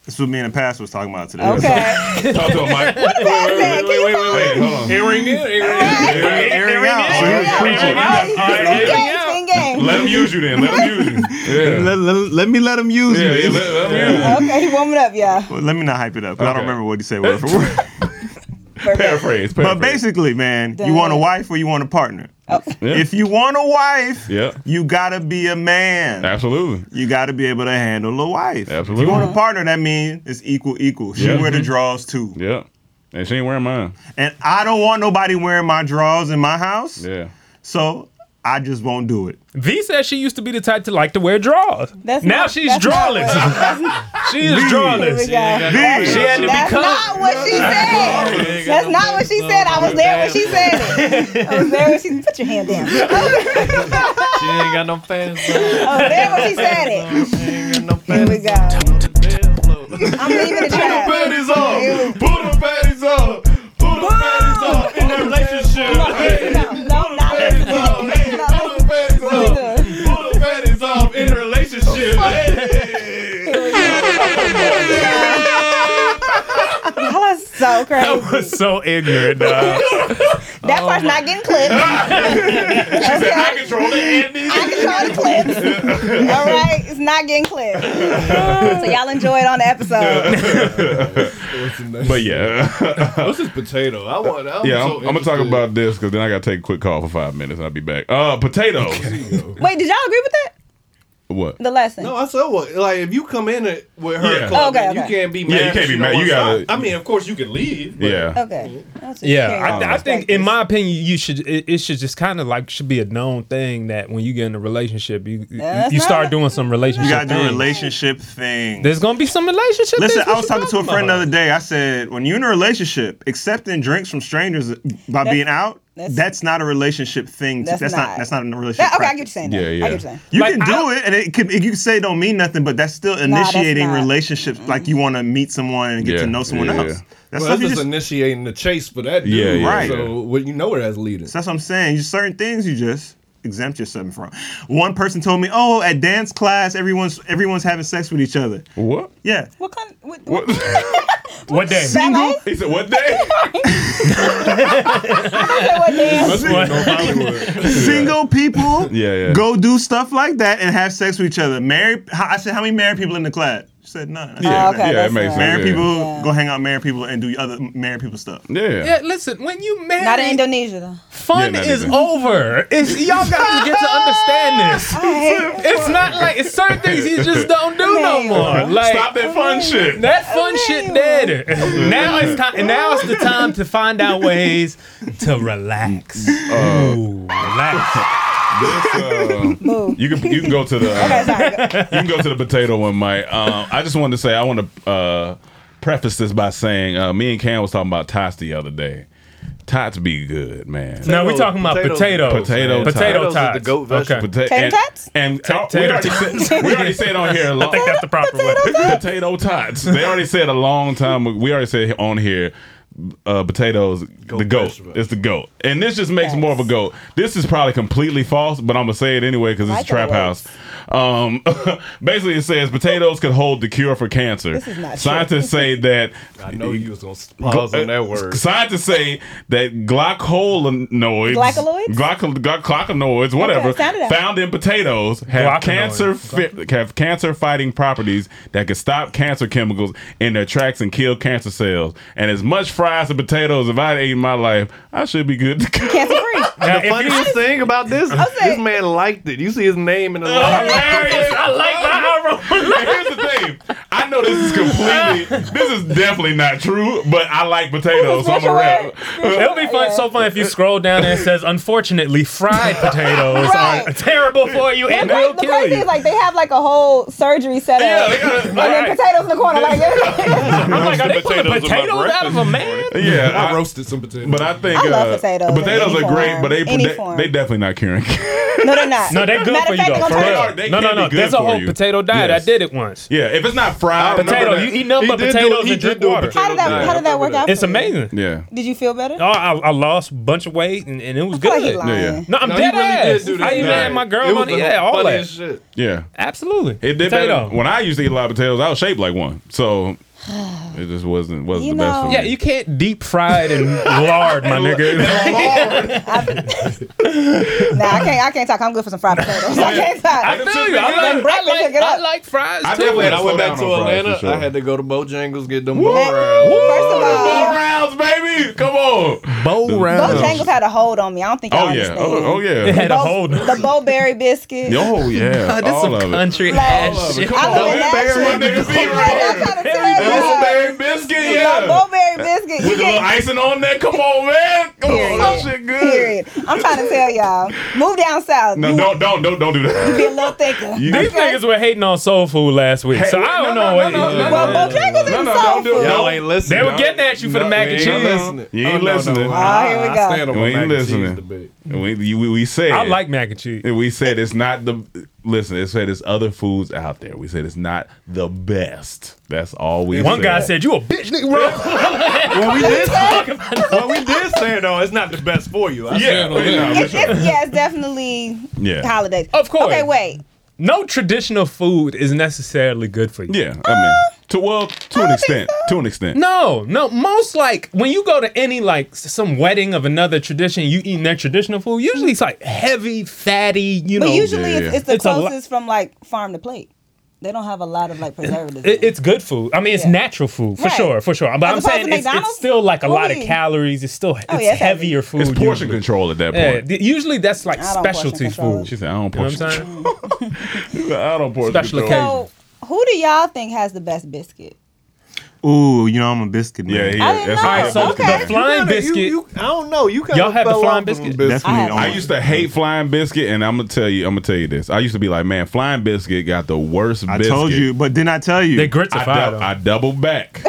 Speaker 9: this is what me and the pastor was talking about today.
Speaker 8: Okay.
Speaker 6: Talk to him, Mike. Wait,
Speaker 8: Can you
Speaker 6: wait, wait, hold on.
Speaker 2: airing in, airing in.
Speaker 9: Airing, airing out. So he was
Speaker 8: Engage,
Speaker 9: preaching.
Speaker 8: engage.
Speaker 6: Let him use you then. Let him use you. Yeah.
Speaker 9: Let, let- let me let him use
Speaker 6: Yeah,
Speaker 9: me.
Speaker 6: yeah, let, let him use
Speaker 8: Okay, he warming up, y'all.
Speaker 9: Well, let me not hype it up. 'cause I don't
Speaker 6: Okay.
Speaker 9: remember what he said word for word.
Speaker 6: you. Paraphrase,
Speaker 9: But
Speaker 6: paraphrase.
Speaker 9: basically, man, you want a wife or you want a partner?
Speaker 6: Yeah.
Speaker 9: If you want a wife,
Speaker 6: Yeah.
Speaker 9: you gotta be a man.
Speaker 6: Absolutely.
Speaker 9: You gotta be able to handle a wife.
Speaker 6: Absolutely.
Speaker 9: If you want a partner, that means it's equal, equal. She
Speaker 6: Yeah. Mm-hmm.
Speaker 9: wear the drawers too.
Speaker 6: Yeah. And she ain't wearing mine.
Speaker 9: And I don't want nobody wearing my drawers in my house.
Speaker 6: Yeah.
Speaker 9: So I just won't do it.
Speaker 4: V said she used to be the type to like to wear drawers.
Speaker 8: That's
Speaker 4: now
Speaker 8: not-
Speaker 4: she's
Speaker 8: that's not
Speaker 4: drawless.
Speaker 8: what-
Speaker 4: she is
Speaker 9: V.
Speaker 4: drawless.
Speaker 8: We got-
Speaker 9: V,
Speaker 4: She had to
Speaker 8: That's
Speaker 4: become.
Speaker 8: not what she said. That's not what she said. I was there when she said it. I was there when she put your hand down.
Speaker 2: She ain't got no fans. though.
Speaker 8: I was there when she said it.
Speaker 2: She ain't got no
Speaker 8: Here we
Speaker 2: fans.
Speaker 8: go.
Speaker 2: though.
Speaker 8: I'm leaving the trap.
Speaker 6: panties on. Put the panties on. Put the panties on in that relationship.
Speaker 8: No, no, not listening. No,
Speaker 6: Put the panties off in a relationship.
Speaker 8: Y'all are so
Speaker 4: That
Speaker 8: crazy.
Speaker 4: was so ignorant. dog.
Speaker 8: That part's not getting clipped.
Speaker 6: I
Speaker 8: Okay.
Speaker 6: control the
Speaker 8: I control the clips. All right, it's not getting clipped. So y'all enjoy it on the episode.
Speaker 6: But yeah,
Speaker 2: What's this potato? I want. I'm
Speaker 6: yeah, I'm,
Speaker 2: so
Speaker 6: I'm gonna talk
Speaker 2: interested.
Speaker 6: about this because then I gotta take a quick call for five minutes and I'll be back. Uh, potatoes.
Speaker 8: Wait, did y'all agree with that?
Speaker 6: what?
Speaker 8: The lesson.
Speaker 2: No, I said what? Like, if you come in it with her,
Speaker 6: Yeah.
Speaker 2: club,
Speaker 8: Okay, okay.
Speaker 2: you can't be
Speaker 6: Yeah,
Speaker 2: mad.
Speaker 6: you can't
Speaker 2: if
Speaker 6: be
Speaker 2: she
Speaker 6: mad.
Speaker 2: don't
Speaker 6: You
Speaker 2: wanna
Speaker 6: gotta-
Speaker 2: stop. I mean, of course, you can leave. but-
Speaker 6: Yeah.
Speaker 8: Okay. That's what
Speaker 4: Yeah,
Speaker 8: Karen
Speaker 4: I,
Speaker 8: was
Speaker 4: I think, in
Speaker 8: expecting.
Speaker 4: my opinion, you should. It, it should just kind of like should be a known thing that when you get in a relationship, you you-
Speaker 8: That's
Speaker 4: you start
Speaker 8: not-
Speaker 4: doing some relationship.
Speaker 9: You gotta do
Speaker 4: things.
Speaker 9: relationship thing.
Speaker 4: There's gonna be some relationship.
Speaker 9: Listen,
Speaker 4: things.
Speaker 9: I
Speaker 4: What
Speaker 9: was
Speaker 4: you
Speaker 9: talking to a friend the
Speaker 4: about?
Speaker 9: other day. I said, when you're in a relationship, accepting drinks from strangers by being out,
Speaker 8: that's-
Speaker 9: that's, not a relationship thing.
Speaker 8: That's
Speaker 9: That's, not,
Speaker 8: not.
Speaker 9: That's not a relationship.
Speaker 8: That- okay, I get
Speaker 9: practice.
Speaker 8: you saying
Speaker 6: Yeah,
Speaker 8: that.
Speaker 6: yeah.
Speaker 8: I get you saying.
Speaker 9: You
Speaker 4: Like,
Speaker 9: can
Speaker 4: I
Speaker 9: do
Speaker 4: don't-
Speaker 9: it, and it can, you can say it don't mean nothing, but that's still
Speaker 8: that's
Speaker 9: initiating
Speaker 8: not.
Speaker 9: relationships. Like you want to meet someone and get
Speaker 6: Yeah,
Speaker 9: to know someone
Speaker 6: yeah,
Speaker 9: else.
Speaker 6: yeah.
Speaker 9: That's
Speaker 2: Well,
Speaker 9: stuff
Speaker 2: that's
Speaker 9: you
Speaker 2: just
Speaker 9: just.
Speaker 2: initiating the chase for that dude.
Speaker 6: Yeah, yeah,
Speaker 2: right.
Speaker 9: yeah.
Speaker 2: So well, you know where that's leading.
Speaker 9: that's what I'm saying. You certain things you just exempt yourself from. One person told me, "Oh, at dance class, everyone's everyone's having sex with each other."
Speaker 6: What?
Speaker 9: Yeah,
Speaker 8: What kind? What? what
Speaker 6: What?
Speaker 4: What day?
Speaker 8: ballet?
Speaker 6: he said, "What day?"
Speaker 8: What dance?
Speaker 9: single people
Speaker 6: Yeah, yeah.
Speaker 9: go do stuff like that and have sex with each other. Married, how- I said, how many married people in the class? She said none. I said,
Speaker 6: Yeah,
Speaker 8: Oh, okay,
Speaker 6: yeah, it
Speaker 8: that's
Speaker 6: makes
Speaker 8: right.
Speaker 6: sense.
Speaker 9: Married
Speaker 6: yeah.
Speaker 9: people
Speaker 8: Yeah.
Speaker 9: go hang out, with married people, and do other married people stuff.
Speaker 6: Yeah.
Speaker 4: Yeah, listen, when you marry,
Speaker 8: Not in Indonesia though.
Speaker 4: fun
Speaker 6: Yeah, not
Speaker 4: is
Speaker 6: even.
Speaker 4: over. It's y'all gotta get to understand this. It's not like it's certain things you just don't do no more. Like
Speaker 6: Stop that fun shit.
Speaker 4: that fun shit dead. Now it's time. Now it's the time to find out ways to relax.
Speaker 6: Uh,
Speaker 4: Ooh, relax.
Speaker 6: you can you can go to the uh, you can go to the potato one, Mike. Um, I just wanted to say I want to uh, preface this by saying uh, me and Cam was talking about tots the other day. Tots be good, man.
Speaker 4: Now we talking about potatoes.
Speaker 6: Potato
Speaker 4: man. potato
Speaker 2: tots. Potatoes is the
Speaker 4: tots.
Speaker 2: goat vegetable.
Speaker 4: Okay.
Speaker 6: Pota-
Speaker 8: Tater
Speaker 6: and,
Speaker 8: tots?
Speaker 6: And oh, we,
Speaker 4: Tater
Speaker 6: already
Speaker 4: tots.
Speaker 6: said, we already said on here. a
Speaker 4: I
Speaker 6: lot.
Speaker 4: think that's the proper way.
Speaker 6: potato tots. They already said a long time. We already said on here. Uh, potatoes, the goat.
Speaker 2: vegetable.
Speaker 6: It's the goat, and this just makes more of a goat. This is probably completely false, but I'm gonna say it anyway because it's
Speaker 8: I
Speaker 6: a trap house.
Speaker 8: thought
Speaker 6: Um, basically, it says potatoes could hold the cure for cancer.
Speaker 8: This is not true.
Speaker 6: Scientists say that
Speaker 2: I know you was gonna pause on that word.
Speaker 6: uh, Scientists say that glycolinoids,
Speaker 8: Glycoloids?
Speaker 6: glyco- gly- glycoloids, whatever,
Speaker 8: Okay, sound it out.
Speaker 6: found in potatoes have
Speaker 4: Glycoloids.
Speaker 6: cancer fi- have cancer fighting properties that can stop cancer chemicals in their tracks and kill cancer cells. And as much fries and potatoes as I ate in my life, I should be good to go.
Speaker 8: Cancer free.
Speaker 2: The
Speaker 4: Now, if you-
Speaker 2: funniest thing about this, this man liked it. You see his name in
Speaker 4: Uh,
Speaker 2: the line.
Speaker 6: Hilarious. I like
Speaker 8: Oh.
Speaker 6: that. Here's the thing. I know this is completely, this is definitely not true, but I like potatoes, so I'm a rap.
Speaker 4: It'll be fun, so fun if you scroll down and it says, "Unfortunately, fried potatoes
Speaker 8: Right.
Speaker 4: are terrible for you and
Speaker 8: The, cra-
Speaker 4: will
Speaker 8: the
Speaker 4: kill
Speaker 8: crazy
Speaker 4: you."
Speaker 8: is like they have like a whole surgery set
Speaker 6: Yeah,
Speaker 8: up,
Speaker 6: they got-
Speaker 8: and then
Speaker 6: right.
Speaker 8: potatoes in the corner like
Speaker 4: I'm like, are they pulling
Speaker 6: Potatoes in my
Speaker 4: potatoes out of a
Speaker 6: breakfast.
Speaker 4: man?
Speaker 6: Yeah, I-
Speaker 2: I roasted some potatoes.
Speaker 6: But I think
Speaker 8: I love
Speaker 6: uh,
Speaker 8: potatoes in
Speaker 6: Potatoes
Speaker 8: any
Speaker 6: are great,
Speaker 8: form,
Speaker 6: but they
Speaker 8: any
Speaker 6: they,
Speaker 8: form.
Speaker 6: they definitely not curing.
Speaker 8: no, they're not.
Speaker 4: No, they're good
Speaker 8: Matter
Speaker 4: for
Speaker 8: of
Speaker 4: you
Speaker 8: fact,
Speaker 4: though. For
Speaker 8: they're gonna turn
Speaker 6: They
Speaker 8: it
Speaker 6: are-
Speaker 8: off.
Speaker 4: real.
Speaker 6: they
Speaker 4: no, no,
Speaker 6: can
Speaker 4: no.
Speaker 6: be good
Speaker 4: There's a
Speaker 6: for
Speaker 4: whole
Speaker 6: you.
Speaker 4: potato diet.
Speaker 6: Yes.
Speaker 4: I did it once.
Speaker 6: yeah, if it's not fried,
Speaker 4: Oh, Potato. You
Speaker 6: eat.
Speaker 4: eat nothing but
Speaker 2: did do-
Speaker 4: potatoes
Speaker 2: he
Speaker 4: and
Speaker 2: did
Speaker 4: drink
Speaker 2: do a
Speaker 4: water.
Speaker 2: potato-
Speaker 8: How did that? How did that work out?
Speaker 4: It's
Speaker 8: for you?
Speaker 4: amazing.
Speaker 6: Yeah,
Speaker 8: Did you feel better?
Speaker 4: Oh, I, I lost a bunch of weight and, and it was
Speaker 8: I feel like
Speaker 4: good.
Speaker 8: he lying.
Speaker 6: Yeah, yeah.
Speaker 4: no, I'm
Speaker 2: No, he
Speaker 4: dead
Speaker 2: really
Speaker 4: ass.
Speaker 2: did do that
Speaker 4: I even
Speaker 2: diet.
Speaker 4: had my
Speaker 2: It
Speaker 4: girl
Speaker 2: was
Speaker 4: money.
Speaker 2: the
Speaker 4: Yeah, all that.
Speaker 2: funniest Shit.
Speaker 6: yeah.
Speaker 4: Absolutely.
Speaker 6: It did
Speaker 4: potato.
Speaker 6: better. When I used to eat a lot of potatoes, I was shaped like one, so it just wasn't wasn't
Speaker 8: You
Speaker 6: the best for
Speaker 8: know-
Speaker 6: me.
Speaker 4: yeah, you can't deep fry it and lard, my nigga.
Speaker 8: Nah, I can't. I can't talk. I'm good for some fried potatoes. I can't
Speaker 4: I
Speaker 8: talk.
Speaker 4: feel you. I like,
Speaker 8: Then breakfast,
Speaker 4: I
Speaker 8: pick
Speaker 4: like,
Speaker 8: it
Speaker 4: I
Speaker 8: up.
Speaker 4: like fries
Speaker 6: I
Speaker 4: too.
Speaker 6: definitely
Speaker 2: When
Speaker 6: had
Speaker 2: I
Speaker 6: to
Speaker 2: went
Speaker 6: slow
Speaker 2: back
Speaker 6: down
Speaker 2: to
Speaker 6: on fries, for
Speaker 2: Atlanta,
Speaker 6: sure.
Speaker 2: I had to go to Bojangles get them bone
Speaker 8: First
Speaker 2: rounds.
Speaker 8: of
Speaker 6: Bowl
Speaker 8: all,
Speaker 6: rounds, baby. Come on.
Speaker 4: Bowl round.
Speaker 8: Bojangles had a hold on me. I don't think.
Speaker 6: Oh
Speaker 8: I
Speaker 6: yeah.
Speaker 8: understand.
Speaker 6: Oh, oh
Speaker 4: It
Speaker 6: yeah.
Speaker 4: had a
Speaker 8: Bo-
Speaker 4: hold.
Speaker 8: The bowberry biscuit.
Speaker 6: Oh yeah.
Speaker 4: This
Speaker 6: All
Speaker 4: some
Speaker 6: of it.
Speaker 4: country
Speaker 8: Like,
Speaker 4: ass shit.
Speaker 8: I live in
Speaker 6: Blueberry
Speaker 8: Nashville.
Speaker 6: niggas eat
Speaker 8: Like,
Speaker 6: right
Speaker 8: I'm
Speaker 6: here.
Speaker 8: trying to tell you.
Speaker 6: Blueberry biscuit.
Speaker 8: The
Speaker 6: Yeah.
Speaker 8: bowberry biscuit. You
Speaker 6: With a little
Speaker 8: get-
Speaker 6: icing on that. Come on, man. Come on. That shit good.
Speaker 8: Period. I'm trying to tell y'all. Move down south.
Speaker 6: No,
Speaker 8: you
Speaker 6: don't, don't, don't, don't do that.
Speaker 8: be a little thicker.
Speaker 6: You-
Speaker 4: These niggas were hating on soul food last week, so I don't know what.
Speaker 8: well, Bojangles
Speaker 6: No,
Speaker 8: and
Speaker 6: no,
Speaker 8: soul
Speaker 6: don't do
Speaker 8: food.
Speaker 6: it.
Speaker 2: Y'all ain't listening.
Speaker 4: They were getting at you for the mac and
Speaker 2: You ain't
Speaker 4: cheese.
Speaker 2: listening.
Speaker 6: You ain't
Speaker 2: Oh, no, no,
Speaker 6: listening.
Speaker 2: I-
Speaker 8: Oh, here we
Speaker 2: I
Speaker 8: go.
Speaker 2: stand on
Speaker 6: We
Speaker 2: my
Speaker 6: ain't
Speaker 2: mac and cheese
Speaker 6: listening.
Speaker 2: debate.
Speaker 6: We, you- we, we said
Speaker 4: I like mac and cheese.
Speaker 6: we said it's not the listen. It said it's other foods out there. We said it's not the best. That's all we.
Speaker 4: One
Speaker 6: said.
Speaker 4: guy said, "You a bitch, nigga, bro."
Speaker 2: Well, we did. well, we did stand on. It's not the best for you. I
Speaker 6: "Yeah,
Speaker 2: stand on
Speaker 6: yeah,
Speaker 2: that.
Speaker 8: It's, it's, yeah, it's definitely
Speaker 6: Yeah.
Speaker 8: holidays.
Speaker 4: Of course.
Speaker 8: Okay, wait.
Speaker 4: no traditional food is necessarily good for you.
Speaker 6: yeah." I mean, to well, to an extent, to an extent.
Speaker 4: No, no. Most like when you go to any like s- some wedding of another tradition, you eating their traditional food. Usually it's like heavy, fatty. You
Speaker 8: But
Speaker 4: know,
Speaker 8: usually
Speaker 6: yeah,
Speaker 8: it's,
Speaker 6: Oh, yeah.
Speaker 8: it's the
Speaker 4: It's a lot-
Speaker 8: closest from like farm to plate. They don't have a lot of like preservatives.
Speaker 4: It- it's good food. I mean, it's
Speaker 8: Yeah.
Speaker 4: natural food for
Speaker 8: Right.
Speaker 4: sure, for sure. But
Speaker 8: As
Speaker 4: I'm
Speaker 8: opposed
Speaker 4: saying
Speaker 8: to
Speaker 4: it's, it's
Speaker 8: McDonald's?
Speaker 4: still like a
Speaker 8: What
Speaker 4: lot
Speaker 8: do
Speaker 4: of
Speaker 8: you eat?
Speaker 4: calories. It's still it's
Speaker 8: yeah, it's heavy.
Speaker 4: heavier food.
Speaker 6: It's portion
Speaker 4: usually.
Speaker 6: control at that
Speaker 4: Yeah,
Speaker 6: point.
Speaker 4: th- usually that's like
Speaker 8: I don't portion
Speaker 4: specialty
Speaker 8: control.
Speaker 4: food.
Speaker 6: She said, "I don't
Speaker 4: You know
Speaker 6: portion.
Speaker 4: what I'm saying?
Speaker 6: I don't portion
Speaker 4: Special
Speaker 6: control."
Speaker 4: occasion.
Speaker 8: so, who do y'all think has the best biscuit?
Speaker 9: Ooh, you know I'm a biscuit man.
Speaker 6: Yeah, he
Speaker 8: I
Speaker 6: is. That's
Speaker 8: didn't know.
Speaker 6: what
Speaker 8: All right, so
Speaker 6: that's
Speaker 8: okay.
Speaker 6: the-
Speaker 4: The flying
Speaker 2: You-
Speaker 4: biscuit.
Speaker 2: you- I don't know. You kinda
Speaker 4: Y'all had the
Speaker 2: fell
Speaker 4: flying
Speaker 2: off on
Speaker 4: biscuit?
Speaker 9: Definitely.
Speaker 8: I have-
Speaker 9: on-
Speaker 6: I used to hate flying biscuit, and I'm gonna tell you, I'm gonna tell you this. I used to be like, man, flying biscuit got the worst.
Speaker 9: I
Speaker 6: biscuit.
Speaker 9: told you, but didn't I tell you?
Speaker 4: they grits
Speaker 6: I,
Speaker 4: are fire.
Speaker 6: dou-
Speaker 4: though.
Speaker 6: I double back.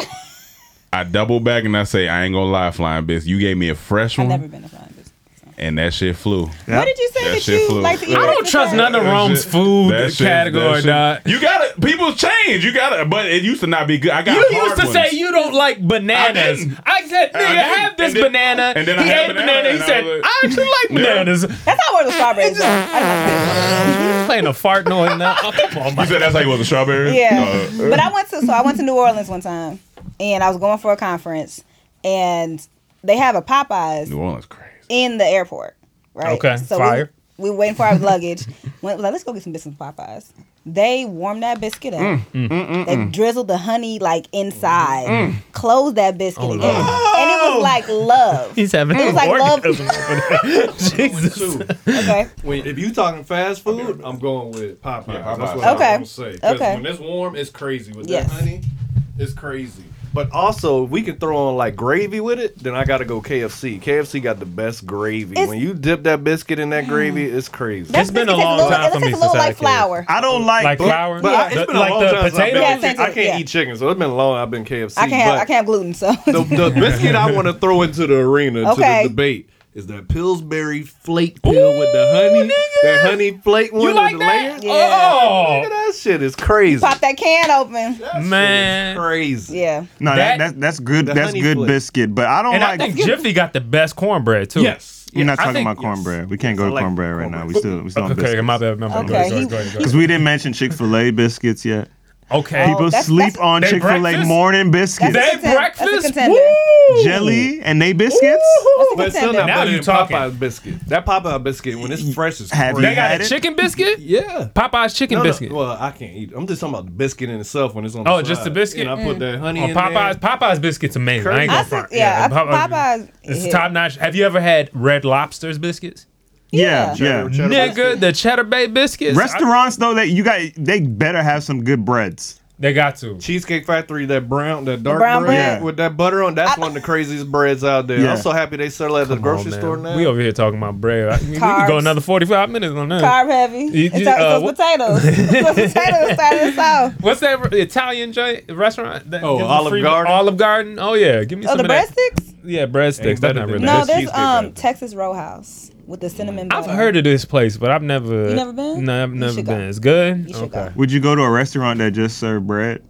Speaker 6: I double back and I say, I ain't gonna lie, flying biscuit. You gave me a fresh
Speaker 8: I've never
Speaker 6: one,
Speaker 8: been a flying biscuit. so.
Speaker 6: and that shit flew.
Speaker 9: Yeah.
Speaker 8: What did you say
Speaker 6: That
Speaker 8: that,
Speaker 6: shit
Speaker 8: you
Speaker 6: flew.
Speaker 8: like to
Speaker 6: I
Speaker 8: eat?
Speaker 4: I don't
Speaker 8: breakfast
Speaker 4: trust
Speaker 8: at?
Speaker 4: none of
Speaker 6: That
Speaker 4: Rome's
Speaker 6: shit-
Speaker 4: food
Speaker 6: that shit-
Speaker 4: category,
Speaker 6: that
Speaker 4: dog.
Speaker 6: shit- You gotta people change. You gotta, but it used to not be good. I got.
Speaker 4: You
Speaker 6: hard
Speaker 4: used to
Speaker 6: ones.
Speaker 4: say you don't like bananas.
Speaker 6: didn't.
Speaker 4: I, said,
Speaker 6: I
Speaker 4: nigga,
Speaker 6: didn't.
Speaker 4: have this
Speaker 6: And then-
Speaker 4: banana.
Speaker 6: and then I
Speaker 4: he
Speaker 6: had
Speaker 4: ate
Speaker 6: banana,
Speaker 4: banana. He
Speaker 6: and I
Speaker 4: said,
Speaker 6: was like-
Speaker 4: I actually like
Speaker 6: Yeah.
Speaker 4: bananas.
Speaker 8: That's not where the strawberries are.
Speaker 4: You playing a fart noise now? Oh, come on,
Speaker 6: You
Speaker 4: man.
Speaker 6: said that's how you was a strawberry.
Speaker 8: Yeah.
Speaker 6: Uh,
Speaker 8: But I went to so I went to New Orleans one time and I was going for a conference and they have a Popeyes
Speaker 6: New Orleans crazy.
Speaker 8: in the airport, right?
Speaker 4: Okay,
Speaker 8: So
Speaker 4: fire.
Speaker 8: We, we waiting for our luggage. Went, like, let's go get some biscuits from Popeyes. They warmed that biscuit up. They drizzled the honey like inside, closed that biscuit again, and it was was like love.
Speaker 4: He's having
Speaker 8: It was like love.
Speaker 2: Jesus.
Speaker 8: Okay.
Speaker 2: When, if you talking fast food, I'm going with Popeye. That's what
Speaker 8: Okay.
Speaker 2: I'm gonna say. 'Cause
Speaker 8: Okay.
Speaker 2: When it's warm, it's crazy. With
Speaker 8: Yes.
Speaker 2: that honey, it's crazy. But also, if we can throw on like gravy with it, then I gotta go KFC. KFC got the best gravy.
Speaker 8: It's-
Speaker 2: when you dip that biscuit in that gravy, it's crazy.
Speaker 8: That's It's been a biscuit long tastes a little- time it for me tastes a since little I like was a kid. flour.
Speaker 9: I don't like,
Speaker 2: but-
Speaker 11: flour?
Speaker 2: But
Speaker 11: Yeah.
Speaker 2: I- it's been
Speaker 11: The-
Speaker 2: a
Speaker 11: like
Speaker 2: long
Speaker 11: the
Speaker 2: time since I've been-
Speaker 8: potato? Yeah, same
Speaker 2: I can't
Speaker 8: thing, yeah.
Speaker 2: eat chicken, so it's been long. I've been KFC.
Speaker 8: I can't have
Speaker 2: but
Speaker 8: I can't have gluten, so
Speaker 2: the, the biscuit I want to throw into the arena
Speaker 8: Okay.
Speaker 2: to the debate is that Pillsbury flake pill with the honey, that honey flake one
Speaker 8: like
Speaker 2: with the
Speaker 8: that?
Speaker 2: layer.
Speaker 8: Yeah.
Speaker 2: Oh, nigga, that shit is crazy.
Speaker 8: pop that can open.
Speaker 4: man.
Speaker 2: Crazy.
Speaker 8: Yeah.
Speaker 9: no, that, that that's good.
Speaker 2: the
Speaker 9: That's
Speaker 2: honey
Speaker 9: good
Speaker 2: flake.
Speaker 9: biscuit, but I don't
Speaker 4: And I
Speaker 9: like.
Speaker 4: think Jiffy got the best cornbread too.
Speaker 2: Yes.
Speaker 9: we're not
Speaker 4: I
Speaker 9: talking
Speaker 4: think-
Speaker 9: about cornbread. We can't go
Speaker 2: I
Speaker 9: to
Speaker 2: like
Speaker 9: cornbread right now. We still we still on
Speaker 11: Okay, my bad.
Speaker 9: biscuits
Speaker 11: My bad.
Speaker 8: Okay,
Speaker 11: Go ahead, go
Speaker 8: he-
Speaker 11: ahead, go ahead, go ahead.
Speaker 9: because we didn't mention Chick Fil A biscuits yet.
Speaker 4: Okay.
Speaker 9: People
Speaker 8: that's-
Speaker 9: sleep
Speaker 8: that's-
Speaker 9: on
Speaker 4: They
Speaker 9: Chick Fil A
Speaker 4: breakfast?
Speaker 9: morning
Speaker 4: They
Speaker 9: biscuits,
Speaker 8: That's a contender. That's a
Speaker 4: breakfast?
Speaker 8: contender.
Speaker 4: Woo!
Speaker 9: jelly, and they biscuits.
Speaker 2: But it's still
Speaker 8: contender.
Speaker 2: not
Speaker 4: Now
Speaker 2: better
Speaker 4: you
Speaker 2: than
Speaker 4: talking.
Speaker 2: Popeye's biscuit. That Popeye biscuit when it's fresh is
Speaker 9: Have
Speaker 2: crazy.
Speaker 9: you
Speaker 4: They got
Speaker 9: had
Speaker 4: a
Speaker 9: it?
Speaker 4: chicken biscuit?
Speaker 2: Yeah.
Speaker 4: Popeye's chicken
Speaker 2: No, no,
Speaker 4: biscuit.
Speaker 2: Well, I can't eat. it. I'm just talking about the biscuit in itself when it's on.
Speaker 4: Oh,
Speaker 2: the
Speaker 4: just
Speaker 2: side.
Speaker 4: the biscuit?
Speaker 2: And I
Speaker 8: Mm.
Speaker 2: put that honey
Speaker 4: Oh,
Speaker 2: in Popeye's.
Speaker 4: Popeye's Popeye's biscuit's amazing. I ain't
Speaker 8: I
Speaker 4: gonna
Speaker 8: said-
Speaker 4: front.
Speaker 8: yeah, I- Popeye's
Speaker 4: It's
Speaker 8: hit.
Speaker 4: top notch. Have you ever had Red Lobster's biscuits?
Speaker 9: Yeah, yeah.
Speaker 4: Nigga, the Cheddar Bay biscuits. I-
Speaker 9: Restaurants though, that you got, they better have some good breads.
Speaker 4: they got to.
Speaker 2: Cheesecake Factory, that brown, that dark
Speaker 8: brown
Speaker 2: bread
Speaker 9: bread.
Speaker 2: with that butter on. That's one of the craziest breads out there.
Speaker 9: Yeah.
Speaker 2: I'm so happy they sell it at the grocery
Speaker 4: man.
Speaker 2: store now.
Speaker 4: We over here talking about bread. I mean, we can
Speaker 8: Carbs.
Speaker 4: go another forty-five minutes on that.
Speaker 8: Carb heavy.
Speaker 4: You-
Speaker 8: It's,
Speaker 4: you-
Speaker 8: those-
Speaker 4: uh,
Speaker 8: those
Speaker 4: what-
Speaker 8: potatoes. Those potatoes started us off.
Speaker 4: What's that re- Italian joint restaurant? That
Speaker 2: Oh,
Speaker 4: gives the
Speaker 2: Olive Garden?
Speaker 4: Olive Garden. Oh yeah, give me
Speaker 8: Oh,
Speaker 4: some
Speaker 8: the
Speaker 4: of that.
Speaker 8: breadsticks?
Speaker 4: Yeah, breadsticks. That's
Speaker 2: better
Speaker 4: not
Speaker 2: than
Speaker 4: really.
Speaker 8: No,
Speaker 2: That's
Speaker 8: there's
Speaker 2: cheesecake
Speaker 8: um
Speaker 2: wrap.
Speaker 8: Texas Roadhouse with the cinnamon.
Speaker 4: I've
Speaker 8: bun.
Speaker 4: heard of this place, but I've never.
Speaker 8: You never been?
Speaker 4: No, I've
Speaker 8: You
Speaker 4: never
Speaker 8: should
Speaker 4: been.
Speaker 8: go.
Speaker 4: It's good.
Speaker 8: You should
Speaker 4: okay.
Speaker 8: go.
Speaker 9: Would you go to a restaurant that just serve bread?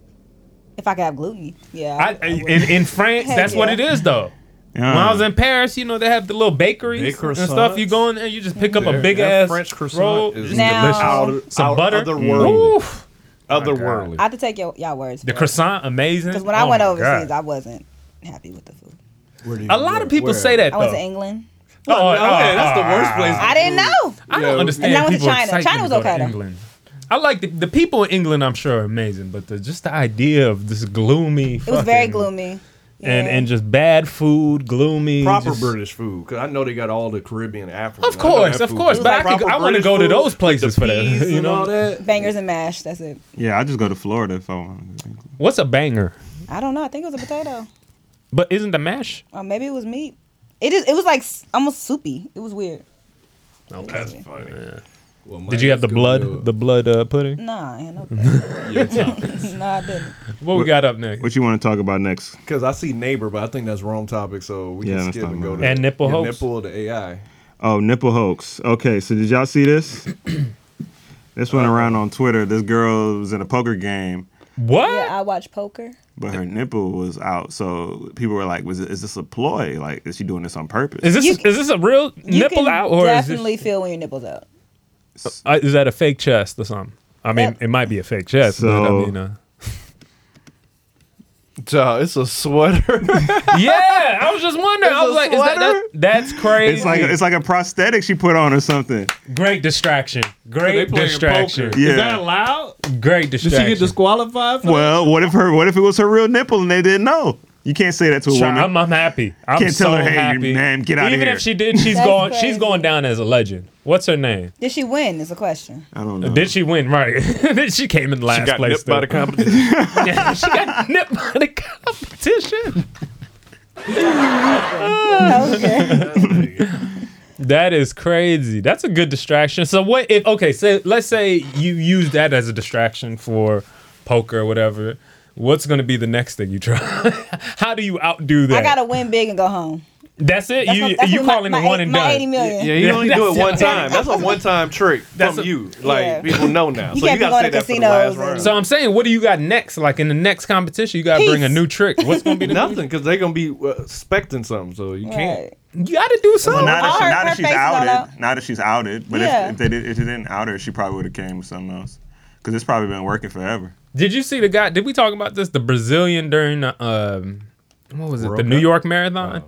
Speaker 8: If I could have gluten, yeah.
Speaker 4: I, I- in, in France,
Speaker 8: Heck
Speaker 4: that's what
Speaker 8: yeah.
Speaker 4: it is though.
Speaker 9: Yeah.
Speaker 4: When I was in Paris, you know they have the little bakeries
Speaker 2: Big
Speaker 4: and stuff.
Speaker 2: croissants.
Speaker 4: You go in there, you just pick up a
Speaker 2: Their-
Speaker 4: big
Speaker 2: their
Speaker 4: ass
Speaker 2: French croissant
Speaker 4: roll,
Speaker 2: is
Speaker 8: Now-
Speaker 2: delicious.
Speaker 8: Out
Speaker 4: some butter. Mm.
Speaker 2: otherworldly,
Speaker 4: Oof.
Speaker 2: otherworldly.
Speaker 8: I have to take your y'all words.
Speaker 4: The croissant, amazing.
Speaker 8: Because when I
Speaker 4: Oh
Speaker 8: went
Speaker 4: my
Speaker 8: overseas,
Speaker 4: God.
Speaker 8: I wasn't happy with the food.
Speaker 4: a lot of people say that.
Speaker 8: I went to
Speaker 4: though.
Speaker 8: England.
Speaker 4: Oh, oh,
Speaker 2: yeah, that's the
Speaker 4: oh,
Speaker 2: worst place.
Speaker 8: I didn't know.
Speaker 4: I don't
Speaker 2: Yeah,
Speaker 4: understand.
Speaker 8: and I went to
Speaker 4: people's
Speaker 8: China.
Speaker 4: excitement
Speaker 8: China was
Speaker 4: to go to
Speaker 8: okay, though.
Speaker 4: England. I like the, the people in England. I'm sure are amazing, but the, just the idea of this gloomy.
Speaker 8: It was very
Speaker 4: fucking-
Speaker 8: gloomy.
Speaker 4: And
Speaker 8: Yeah.
Speaker 4: and just bad food, gloomy.
Speaker 2: proper
Speaker 4: just-
Speaker 2: British food because I know they got all the Caribbean, African.
Speaker 4: Of course, of course, but I, could, I want to go to those places for that.
Speaker 2: Peas
Speaker 4: You
Speaker 2: and all
Speaker 4: know,
Speaker 2: that.
Speaker 8: bangers and mash. That's it.
Speaker 9: Yeah, I just go to Florida if I want. to.
Speaker 4: what's a banger?
Speaker 8: I don't know. I think it was a potato,
Speaker 4: But isn't the mash?
Speaker 8: or maybe it was meat. It is. It was like s- almost soupy. It was weird.
Speaker 2: That's funny. Well,
Speaker 4: Did you have the blood, the blood uh, pudding?
Speaker 8: Nah, I had no.
Speaker 2: Because
Speaker 8: no, I didn't.
Speaker 4: What we got up next?
Speaker 9: What you want to talk about next?
Speaker 2: I see neighbor, but I think that's wrong topic, so we
Speaker 9: Yeah,
Speaker 2: can
Speaker 9: let's
Speaker 2: skip
Speaker 9: talk
Speaker 2: and go
Speaker 9: about
Speaker 2: to
Speaker 4: it. And nipple
Speaker 2: yeah,
Speaker 4: hoax?
Speaker 2: nipple to AI.
Speaker 9: Oh, nipple hoax. Okay, so did y'all see this? this went around on Twitter. This girl was in a poker game,
Speaker 4: What?
Speaker 8: Yeah, I watch poker.
Speaker 9: but her nipple was out. So people were like, "Was it, is this a ploy? Like, is she doing this on purpose?"
Speaker 4: Is this
Speaker 8: You-
Speaker 4: is this a real
Speaker 8: You
Speaker 4: nipple
Speaker 8: can
Speaker 4: out or is, this-
Speaker 8: definitely feel when your nipples out.
Speaker 4: uh, is that a fake chest or something? I mean, it might be a fake chest, but I
Speaker 9: So-
Speaker 4: mean, uh,
Speaker 2: it's a sweater.
Speaker 4: yeah, I was just wondering. I
Speaker 2: It's
Speaker 4: was
Speaker 2: a
Speaker 4: like, is that,
Speaker 2: sweater?
Speaker 4: that that's crazy?
Speaker 9: It's like it's like a prosthetic she put on or something.
Speaker 4: great distraction.
Speaker 2: they
Speaker 4: Great
Speaker 2: playing
Speaker 4: distraction.
Speaker 2: poker.
Speaker 9: Yeah.
Speaker 2: Is that allowed?
Speaker 4: Great
Speaker 2: Did she
Speaker 4: distraction.
Speaker 2: get disqualified? For
Speaker 9: Well, what if her? What if it was her real nipple and they didn't know? You can't say that to a
Speaker 4: Sure,
Speaker 9: woman.
Speaker 4: I'm, I'm happy. I'm
Speaker 9: Can't
Speaker 4: so
Speaker 9: tell her, "Hey,
Speaker 4: happy.
Speaker 9: ma'am, get outta
Speaker 4: Even
Speaker 9: here."
Speaker 4: if she did, she's
Speaker 8: That's
Speaker 4: going. She's
Speaker 8: crazy.
Speaker 4: going down as a legend. What's her name?
Speaker 8: Did she win? Is the question.
Speaker 9: I don't know.
Speaker 4: Did she win? Right. Then she came in last
Speaker 2: Got
Speaker 4: place.
Speaker 2: nipped by
Speaker 4: though.
Speaker 2: the competition.
Speaker 4: Yeah, she got nipped by the competition. that is crazy. That's a good distraction. So what if okay, so let's say you use that as a distraction for poker or whatever. What's gonna be the next thing you try? How do you outdo that?
Speaker 8: I gotta win big and go home.
Speaker 4: that's it.
Speaker 8: That's
Speaker 4: you
Speaker 8: what- that's
Speaker 4: you
Speaker 8: what my-
Speaker 4: calling
Speaker 8: my
Speaker 4: it one
Speaker 8: eight-
Speaker 4: and
Speaker 8: my
Speaker 4: done.
Speaker 8: Eighty million.
Speaker 2: yeah, you only do it one time. That's a one-time trick
Speaker 4: That's
Speaker 2: from
Speaker 4: a-
Speaker 2: you. Like
Speaker 8: Yeah.
Speaker 2: people know now.
Speaker 8: You
Speaker 2: so
Speaker 8: can't
Speaker 2: you gotta
Speaker 8: be going
Speaker 2: say
Speaker 8: to
Speaker 2: that for the last
Speaker 8: casinos
Speaker 2: round.
Speaker 8: and-
Speaker 4: So I'm saying, what do you got next? Like in the next competition, you gotta bring a
Speaker 8: Peace.
Speaker 4: new trick. What's gonna be the
Speaker 2: Nothing, because they're gonna be uh, expecting something, so you can't.
Speaker 8: Right.
Speaker 4: you gotta do something?
Speaker 9: Well, now that,
Speaker 8: all
Speaker 9: she,
Speaker 8: her-
Speaker 9: now
Speaker 8: her
Speaker 9: that she's
Speaker 8: face is all
Speaker 9: outed,
Speaker 8: out.
Speaker 9: now that she's outed, but
Speaker 8: Yeah.
Speaker 9: if, if they did, if they didn't out her, she probably would have came with something else. Because it's probably been working forever.
Speaker 4: Did you see the guy? Did we talk about this? The Brazilian during the um, what was it?
Speaker 2: World
Speaker 4: the New
Speaker 2: Cup?
Speaker 4: York Marathon.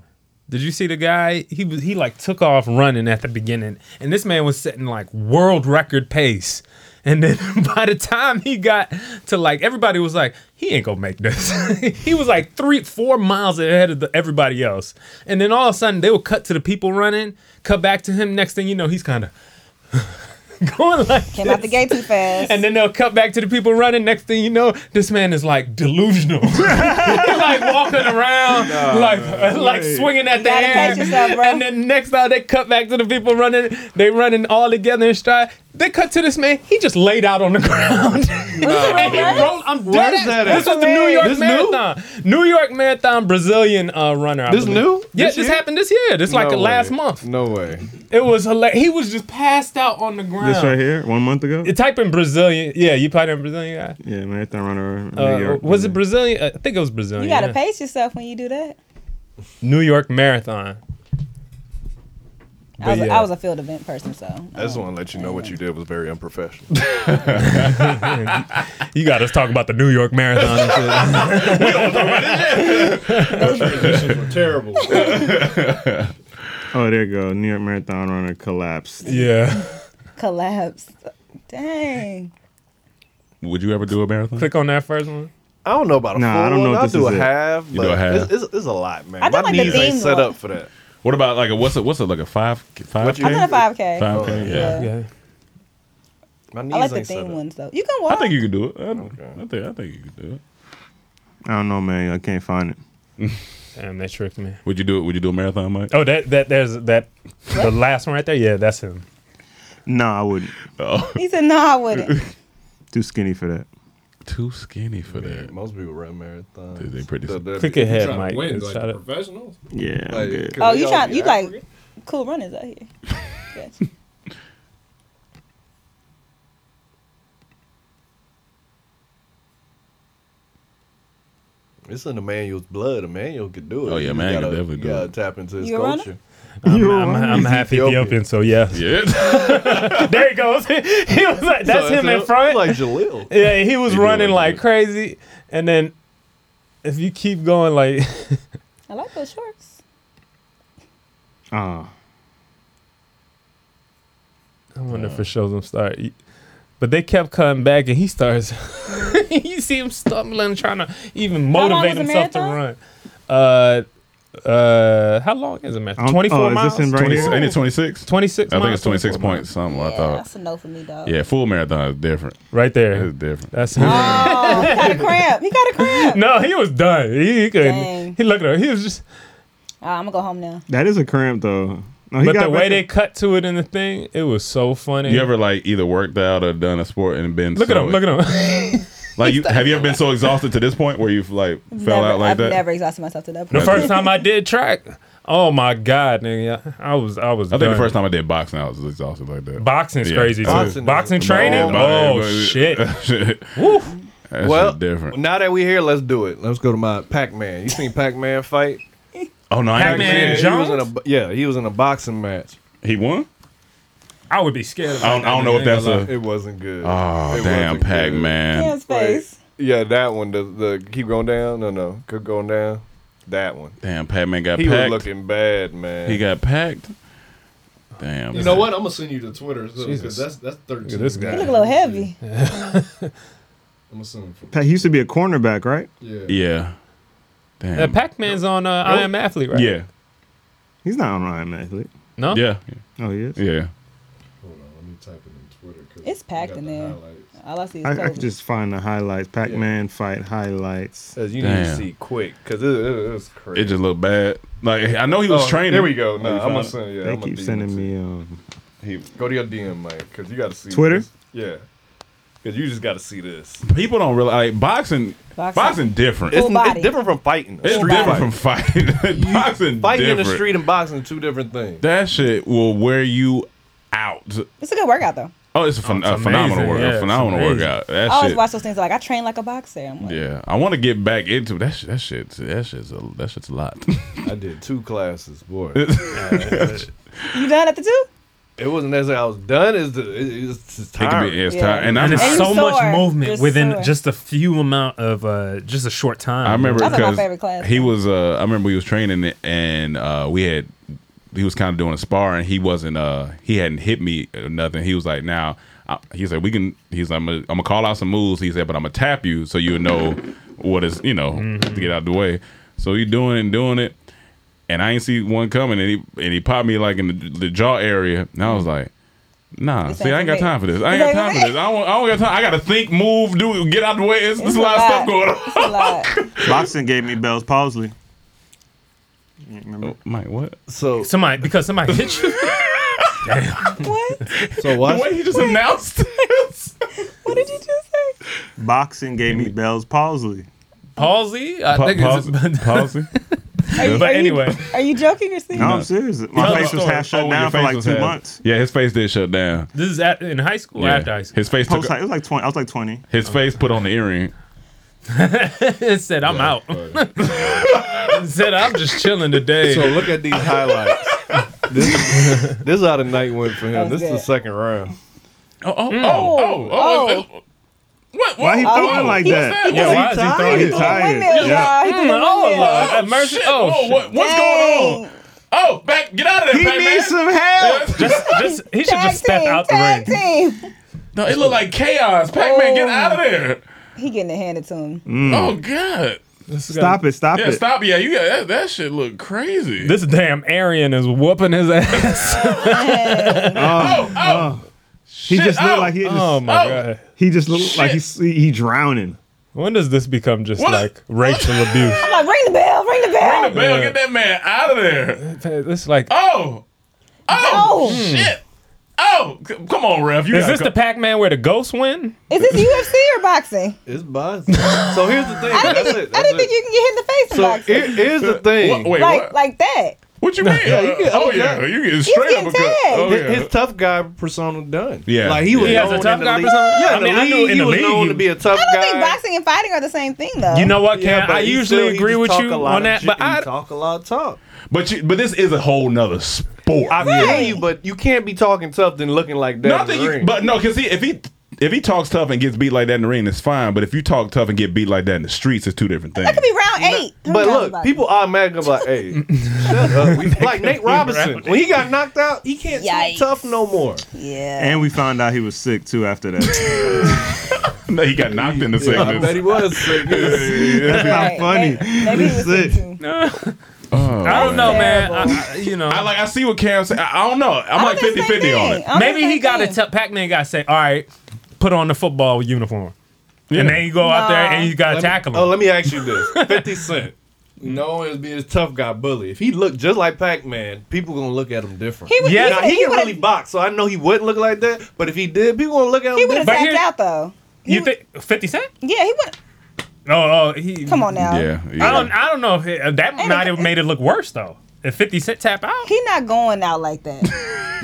Speaker 4: Did you see the guy? He was he like took off running at the beginning, and this man was setting like world record pace. And then by the time he got to like everybody was like, he ain't gonna make this. he was like three, four miles ahead of the, everybody else. And then all of a sudden they will cut to the people running, cut back to him. Next thing you know, he's kind of going like
Speaker 8: Came out the gate too fast.
Speaker 4: and then they'll cut back to the people running. Next thing you know, this man is like delusional. He's like walking around, like like swinging at the
Speaker 8: gotta
Speaker 4: air.
Speaker 8: pace yourself, bro.
Speaker 4: And then next time they cut back to the people running, they running all together in stride. They cut to this man. He just laid out on the ground. And he rolled- I'm dead
Speaker 2: Where's
Speaker 4: ass.
Speaker 2: that at?
Speaker 4: This was the New York
Speaker 2: This new?
Speaker 4: Marathon. New York Marathon Brazilian uh, runner. I
Speaker 2: This
Speaker 4: believe.
Speaker 2: new?
Speaker 4: Yeah,
Speaker 2: This
Speaker 4: this
Speaker 2: year?
Speaker 4: happened this year. This like
Speaker 2: No
Speaker 4: the last
Speaker 2: way.
Speaker 4: month.
Speaker 2: No way.
Speaker 4: It was hilarious. He was just passed out on the ground.
Speaker 9: This right here, one month ago.
Speaker 4: You type in Brazilian. Yeah, you type in Brazilian guy.
Speaker 9: Yeah, marathon runner. New
Speaker 4: Uh,
Speaker 9: York.
Speaker 4: was it Brazilian? I think it was Brazilian.
Speaker 8: You gotta
Speaker 4: yeah.
Speaker 8: pace yourself when you do that.
Speaker 4: New York Marathon.
Speaker 8: I was,
Speaker 4: But
Speaker 8: a-
Speaker 4: yeah.
Speaker 8: I was a field event person, so
Speaker 2: I just want to let you know what you did was very unprofessional.
Speaker 4: you got us talking about the New York Marathon. And shit.
Speaker 2: Those transitions were terrible.
Speaker 9: Oh, there you go. New York marathon runner collapsed.
Speaker 4: yeah.
Speaker 8: collapsed. Dang.
Speaker 6: Would you ever do a marathon?
Speaker 4: Click on that first one.
Speaker 2: I don't know about a
Speaker 9: Nah,
Speaker 2: full
Speaker 9: I don't know
Speaker 2: one.
Speaker 9: if
Speaker 2: I'll
Speaker 9: this
Speaker 2: do a
Speaker 9: is it.
Speaker 2: half,
Speaker 6: You
Speaker 2: but
Speaker 6: do a half.
Speaker 2: It's, it's, it's a lot, man.
Speaker 8: I do
Speaker 2: My
Speaker 8: like the
Speaker 2: knees ain't
Speaker 8: beamed
Speaker 2: set
Speaker 8: one.
Speaker 2: up for that.
Speaker 6: What about like a what's it? What's it like a five? Five?
Speaker 2: What
Speaker 6: K?
Speaker 2: you-
Speaker 8: I did a 5K.
Speaker 6: Five K? Yeah.
Speaker 8: Yeah.
Speaker 4: Yeah.
Speaker 2: My knees
Speaker 8: I like the
Speaker 2: ain't set
Speaker 8: thin
Speaker 2: up.
Speaker 8: ones though. You can
Speaker 6: I
Speaker 8: walk.
Speaker 6: think you could do it. I, I think I think you could do it.
Speaker 9: I don't know, man. I can't find it.
Speaker 4: Damn, that tricked me.
Speaker 6: Would you do it? Would you do a marathon, Mike?
Speaker 4: Oh, that that there's that the last one right there. Yeah, that's him.
Speaker 9: No, I wouldn't.
Speaker 6: Oh,
Speaker 8: He said, "No, I wouldn't."
Speaker 9: Too skinny for that.
Speaker 6: Too skinny for that.
Speaker 2: Most people run marathons.
Speaker 6: They- they pretty-
Speaker 4: Click ahead,
Speaker 2: Tryna
Speaker 4: Mike.
Speaker 2: win,
Speaker 4: Shout
Speaker 2: like,
Speaker 4: out.
Speaker 2: professionals.
Speaker 9: Yeah, I'm
Speaker 2: Like,
Speaker 9: good.
Speaker 2: 'cause
Speaker 8: Oh,
Speaker 2: they
Speaker 8: you
Speaker 2: all
Speaker 8: trying?
Speaker 2: be
Speaker 8: You
Speaker 2: accurate.
Speaker 8: like cool runners out here? Gotcha.
Speaker 2: It's in Emmanuel's blood. Emmanuel could do it.
Speaker 6: Oh, yeah,
Speaker 2: You
Speaker 6: Emmanuel
Speaker 2: gotta-
Speaker 6: definitely
Speaker 2: you
Speaker 6: do
Speaker 2: gotta
Speaker 6: it.
Speaker 2: tap into his
Speaker 8: You a runner?
Speaker 2: culture.
Speaker 4: I'm, I'm, I'm half
Speaker 2: Ethiopian.
Speaker 4: Ethiopian, so yeah.
Speaker 6: Yeah.
Speaker 4: There he goes. he was like, that's
Speaker 2: So
Speaker 4: him in
Speaker 2: it's
Speaker 4: front.
Speaker 2: Like Jaleel.
Speaker 4: Yeah, he was
Speaker 6: He
Speaker 4: running
Speaker 6: doing
Speaker 4: like
Speaker 6: good.
Speaker 4: crazy, and then if you keep going, like
Speaker 8: I like those shorts.
Speaker 9: Ah,
Speaker 4: I wonder if it shows him start. But they kept cutting back, and he starts. you see him stumbling, trying to even
Speaker 8: How long
Speaker 4: motivate
Speaker 8: is a
Speaker 4: himself to run.
Speaker 8: marathon?
Speaker 4: Uh, uh, how long is it, man?
Speaker 9: I don't-
Speaker 4: Twenty four
Speaker 9: oh, is
Speaker 4: miles.
Speaker 9: this in right
Speaker 6: Twenty-
Speaker 9: here?
Speaker 6: Ain't it twenty six?
Speaker 4: Twenty six.
Speaker 6: I think it's twenty six points something. I
Speaker 8: yeah,
Speaker 6: thought.
Speaker 8: that's a no for me, dog.
Speaker 6: Yeah, full marathon is different.
Speaker 4: Right there.
Speaker 6: It's different.
Speaker 4: That's
Speaker 8: Oh, he got a cramp. He got a cramp.
Speaker 4: no. He was done. He, he couldn't.
Speaker 8: Dang.
Speaker 4: He looked at her. He was just.
Speaker 8: Ah, I'm gonna go home now.
Speaker 9: that is a cramp though. No, he
Speaker 4: But
Speaker 9: got
Speaker 4: the way
Speaker 9: back-
Speaker 4: they cut to it in the thing, it was so funny.
Speaker 6: You ever like either worked out or done a sport and been
Speaker 4: look at
Speaker 6: so,
Speaker 4: him? Look at him.
Speaker 6: like you have you ever been so exhausted to this point where you've like fell
Speaker 8: never,
Speaker 6: out like
Speaker 8: I've
Speaker 6: that?
Speaker 8: never exhausted myself to that
Speaker 4: The
Speaker 8: point.
Speaker 4: first time I did track, oh my god, nigga, I was I was.
Speaker 6: I think
Speaker 4: done.
Speaker 6: the first time I did boxing, I was exhausted like that.
Speaker 4: boxing's
Speaker 6: Yeah.
Speaker 4: crazy. Too.
Speaker 2: Boxing
Speaker 4: Boxing,
Speaker 2: is-
Speaker 4: training.
Speaker 2: Oh,
Speaker 4: Oh,
Speaker 6: but-
Speaker 4: shit.
Speaker 6: Woo.
Speaker 2: Well,
Speaker 6: well, different.
Speaker 2: now that we're here, let's do it. Let's go to my Pac-Man. You seen Pac-Man fight?
Speaker 6: oh no, I ain't-
Speaker 4: Pac-Man
Speaker 2: Yeah,
Speaker 4: Jones?
Speaker 2: He was in a, bo- yeah, he was in a boxing match.
Speaker 6: He won.
Speaker 4: I would be scared.
Speaker 6: I don't, I don't know if that's a.
Speaker 2: It wasn't good.
Speaker 6: Oh
Speaker 2: It wasn't
Speaker 6: damn,
Speaker 2: good.
Speaker 6: Pac Man.
Speaker 8: Damn space.
Speaker 2: Yeah, that one. The, the keep going down. No, no, keep going down. That one.
Speaker 6: Damn, Pac Man got
Speaker 2: He was
Speaker 6: packed.
Speaker 2: looking bad, man.
Speaker 6: he got packed. Damn.
Speaker 2: You know what? I'm gonna send you to Twitter
Speaker 4: Jesus.
Speaker 2: because that's that's 13.
Speaker 4: at this guy.
Speaker 8: He look a little heavy.
Speaker 2: I'm assuming. For,
Speaker 9: Pat, he used to be a cornerback, right?
Speaker 2: yeah.
Speaker 6: Yeah.
Speaker 4: Uh,
Speaker 6: Damn.
Speaker 4: Pac Man's on uh, I Am Athlete, right?
Speaker 6: Yeah.
Speaker 9: He's not on Iron Athlete.
Speaker 4: No.
Speaker 6: Yeah.
Speaker 9: Oh, he is.
Speaker 6: Yeah.
Speaker 2: Hold on, let me type it in Twitter. 'cause
Speaker 8: It's packed
Speaker 2: we got
Speaker 8: in
Speaker 2: the
Speaker 8: there.
Speaker 2: highlights.
Speaker 8: All I see is
Speaker 9: I, I could
Speaker 8: Kobe.
Speaker 9: just find the highlights. Pac-Man fight highlights.
Speaker 2: Says you need to
Speaker 6: Damn.
Speaker 2: see quick because it, it, it's crazy.
Speaker 6: It just looked bad. Like I know he was
Speaker 2: Oh,
Speaker 6: training.
Speaker 2: There we go.
Speaker 6: Oh,
Speaker 2: No, I'm
Speaker 6: you found
Speaker 2: gonna
Speaker 6: it?
Speaker 2: send. Yeah,
Speaker 9: they
Speaker 2: I'm gonna
Speaker 9: keep
Speaker 2: DM
Speaker 9: sending
Speaker 2: it.
Speaker 9: me. Um,
Speaker 2: Go to your DM, Mike, because you got to see
Speaker 9: Twitter?
Speaker 2: This. Yeah, because you just got to see this.
Speaker 6: People don't realize like, boxing. Boxing,
Speaker 8: Boxing.
Speaker 6: different.
Speaker 2: It's,
Speaker 8: Full
Speaker 2: it's
Speaker 8: body.
Speaker 2: different from fighting.
Speaker 6: It's
Speaker 2: Street
Speaker 6: different
Speaker 2: fight.
Speaker 6: from fighting. boxing
Speaker 2: fighting
Speaker 6: different.
Speaker 2: in the street and boxing are two different things.
Speaker 6: That shit will wear you out.
Speaker 8: It's a good workout though.
Speaker 6: Oh, it's a, phen-
Speaker 4: it's
Speaker 6: a phenomenal
Speaker 4: amazing.
Speaker 6: workout.
Speaker 4: Yeah, it's
Speaker 6: phenomenal
Speaker 4: amazing.
Speaker 6: workout. That
Speaker 8: I always
Speaker 6: shit.
Speaker 8: watch those things like I train like a boxer. I'm like,
Speaker 6: Yeah, I want to get back into that. Shit, that shit. That shit's a. That shit's a lot.
Speaker 2: I did two classes, boy.
Speaker 8: you done at the two?
Speaker 2: it wasn't as I was done. Is the it, it's just
Speaker 6: It could
Speaker 2: tiring.
Speaker 6: be it's
Speaker 8: Yeah.
Speaker 6: time. And,
Speaker 4: And
Speaker 6: I'm,
Speaker 4: it's
Speaker 8: And
Speaker 4: so
Speaker 8: you
Speaker 4: much
Speaker 8: soar.
Speaker 4: movement
Speaker 8: Just
Speaker 4: within
Speaker 8: soar.
Speaker 4: just a few amount of uh, just a short time.
Speaker 6: I remember
Speaker 8: That's my
Speaker 6: because
Speaker 8: favorite class.
Speaker 6: he was. Uh, I remember we was training and uh, we had he was kind of doing a spar and he wasn't uh he hadn't hit me or nothing. He was like, now I, he said we can. He's I'm gonna, I'm gonna call out some moves. He said, but I'm gonna tap you so you know what is you know to get out the way. So he doing it and doing it, and I ain't see one coming. And he and he popped me like in the, the jaw area, and I was like. Nah,
Speaker 4: This
Speaker 6: see, I ain't
Speaker 4: ain't
Speaker 6: got
Speaker 4: for me.
Speaker 6: time for this. I ain't
Speaker 4: This
Speaker 6: got
Speaker 4: ain't
Speaker 6: time for
Speaker 4: for
Speaker 6: this. I don't, I don't got time. I got to think, move, do, get out the way. It's, there's a lot of stuff going on.
Speaker 9: Boxing gave me Bell's Palsy.
Speaker 6: Mike, what?
Speaker 2: So
Speaker 4: somebody because somebody hit you.
Speaker 2: So
Speaker 9: what?
Speaker 6: The way he just announced this.
Speaker 9: What did you just say? Boxing gave me Bell's Palsy.
Speaker 4: Palsy? I
Speaker 9: Pa-
Speaker 4: think it's-
Speaker 9: palsy- palsy?
Speaker 8: Are you,
Speaker 9: But
Speaker 8: are you-
Speaker 9: anyway.
Speaker 8: are you joking or serious?
Speaker 9: No, I'm serious. My face was half shut
Speaker 6: Oh, when
Speaker 9: down
Speaker 6: your
Speaker 9: for
Speaker 6: face
Speaker 9: like
Speaker 6: was
Speaker 9: two
Speaker 6: half-
Speaker 9: months.
Speaker 6: Yeah, his face did shut down.
Speaker 4: This is at, in high school
Speaker 6: Yeah.
Speaker 4: after high school.
Speaker 6: His face took.
Speaker 9: Post, like, it was like twenty. I was like twenty.
Speaker 6: His face put on the earring. Oh,
Speaker 4: it said I'm out. it said I'm just chilling today.
Speaker 2: So look at these highlights. this, this is how the night went for him.
Speaker 4: That
Speaker 2: This
Speaker 4: was
Speaker 2: is the
Speaker 4: good.
Speaker 2: second round.
Speaker 6: Oh, oh,
Speaker 4: oh,
Speaker 8: oh,
Speaker 6: What?
Speaker 9: Why he throwing like that? Yeah, why is he throwing- Oh, he tired. Yeah.
Speaker 4: Mm, oh, Lord, have mercy. Oh,
Speaker 6: Oh,
Speaker 4: shit.
Speaker 6: what, what's going on? Oh, back! Get out of there,
Speaker 4: He
Speaker 6: back man.
Speaker 4: needs some help.
Speaker 6: Yeah.
Speaker 4: Just- just- he should Tag just step team, out the tag ring.
Speaker 6: No, it looked like chaos. Pac Man, get out of there.
Speaker 8: He getting it handed to him.
Speaker 9: Mm.
Speaker 6: Oh God!
Speaker 9: Stop it! Stop
Speaker 6: yeah,
Speaker 9: it!
Speaker 6: stop! Yeah, you got that. That shit look crazy.
Speaker 4: This damn Arian is whooping his ass.
Speaker 9: Oh, oh. He
Speaker 4: Shit,
Speaker 9: just looked
Speaker 4: oh.
Speaker 9: like he. Just,
Speaker 4: Oh, my God.
Speaker 9: He just looked like he's he drowning.
Speaker 4: When does this become just
Speaker 6: What?
Speaker 4: like racial abuse?
Speaker 8: I'm like, ring the bell, ring the bell.
Speaker 6: Ring the bell. Get that man out of there.
Speaker 4: It's like
Speaker 6: Oh, oh, shit! Oh, c- come on, ref. You
Speaker 4: is
Speaker 6: gotta
Speaker 4: this
Speaker 6: co-
Speaker 4: the Pac-Man where the ghosts win?
Speaker 8: Is this UFC or boxing?
Speaker 2: It's boxing. So here's the thing.
Speaker 8: I
Speaker 2: That's
Speaker 8: didn't,
Speaker 2: it.
Speaker 8: think, I didn't think you can get hit in the face in
Speaker 2: So
Speaker 8: boxing.
Speaker 2: here- here's the thing. Wha- wait,
Speaker 8: like,
Speaker 2: what?
Speaker 8: like that.
Speaker 6: What you
Speaker 2: mean? Yeah, you get- Oh, oh, yeah. yeah. You get He's straight up getting uppercut. tagged. Oh, yeah. His tough guy persona done.
Speaker 6: Yeah.
Speaker 2: like he was
Speaker 4: He has a
Speaker 2: known
Speaker 4: tough
Speaker 2: in the
Speaker 4: guy
Speaker 2: league.
Speaker 4: persona?
Speaker 2: Yeah,
Speaker 4: I
Speaker 2: in the
Speaker 4: mean, I
Speaker 2: league,
Speaker 4: know in
Speaker 2: he
Speaker 4: the
Speaker 2: was
Speaker 4: league
Speaker 2: known
Speaker 4: he-
Speaker 2: to be a tough
Speaker 8: I don't
Speaker 2: guy.
Speaker 8: think boxing and fighting are the same thing, though.
Speaker 4: You know what, Cam?
Speaker 2: but
Speaker 4: I
Speaker 2: he
Speaker 4: usually
Speaker 2: still- he
Speaker 4: agree
Speaker 2: just
Speaker 4: with
Speaker 2: talk
Speaker 4: you
Speaker 2: a lot of
Speaker 4: on that,
Speaker 2: shit
Speaker 4: but
Speaker 2: and
Speaker 4: I-
Speaker 2: talk a lot of talk.
Speaker 6: But you, but this is a whole nother sport.
Speaker 2: I feel you, but you can't be talking tough then looking like that. in
Speaker 6: Nothing.
Speaker 2: the
Speaker 6: You,
Speaker 2: ring.
Speaker 6: but no, because he if he if he talks tough and gets beat like that in the ring, it's fine. But if you talk tough and get beat like that in the streets, it's two different things.
Speaker 8: That could be round eight. Who
Speaker 2: But
Speaker 8: knows
Speaker 2: look,
Speaker 8: about
Speaker 2: people automatically like, hey, shut up. We- like Nate Robinson. When he got knocked out, he can't talk tough no more.
Speaker 8: Yeah.
Speaker 9: And we found out he was sick too after that.
Speaker 6: no, he got knocked in the
Speaker 2: Yeah, I bet he was sick.
Speaker 9: That's not funny. He's sick.
Speaker 4: I don't know, man.
Speaker 6: Terrible.
Speaker 4: I, I- you know,
Speaker 6: Oh. I like. I see what Cam said. I, I don't know. I'm, like 50 50 on it.
Speaker 4: Maybe he got to tell Pac-Man got to say, "All right, put on the football uniform," and then you go out there and you got
Speaker 2: Let
Speaker 4: to
Speaker 2: me-
Speaker 4: tackle him.
Speaker 2: Oh, let me ask you this: Fifty Cent, no as being a tough guy bully. If he looked just like Pac Man, people gonna look at him different.
Speaker 8: He would-
Speaker 2: yeah,
Speaker 8: he
Speaker 2: now,
Speaker 8: would've-
Speaker 2: he,
Speaker 8: he
Speaker 2: can really box, so I know he wouldn't look like that. But if he did, people gonna look at him.
Speaker 8: He would have
Speaker 2: different.
Speaker 8: tapped out though.
Speaker 4: you think Fifty Cent?
Speaker 8: Yeah, he would.
Speaker 4: Oh, oh, he.
Speaker 8: Come on now. Yeah,
Speaker 4: I don't. I don't know if it, uh, that
Speaker 8: And
Speaker 4: might
Speaker 8: it-
Speaker 4: have made it look worse though. If Fifty Cent tap out,
Speaker 8: He not going out like that.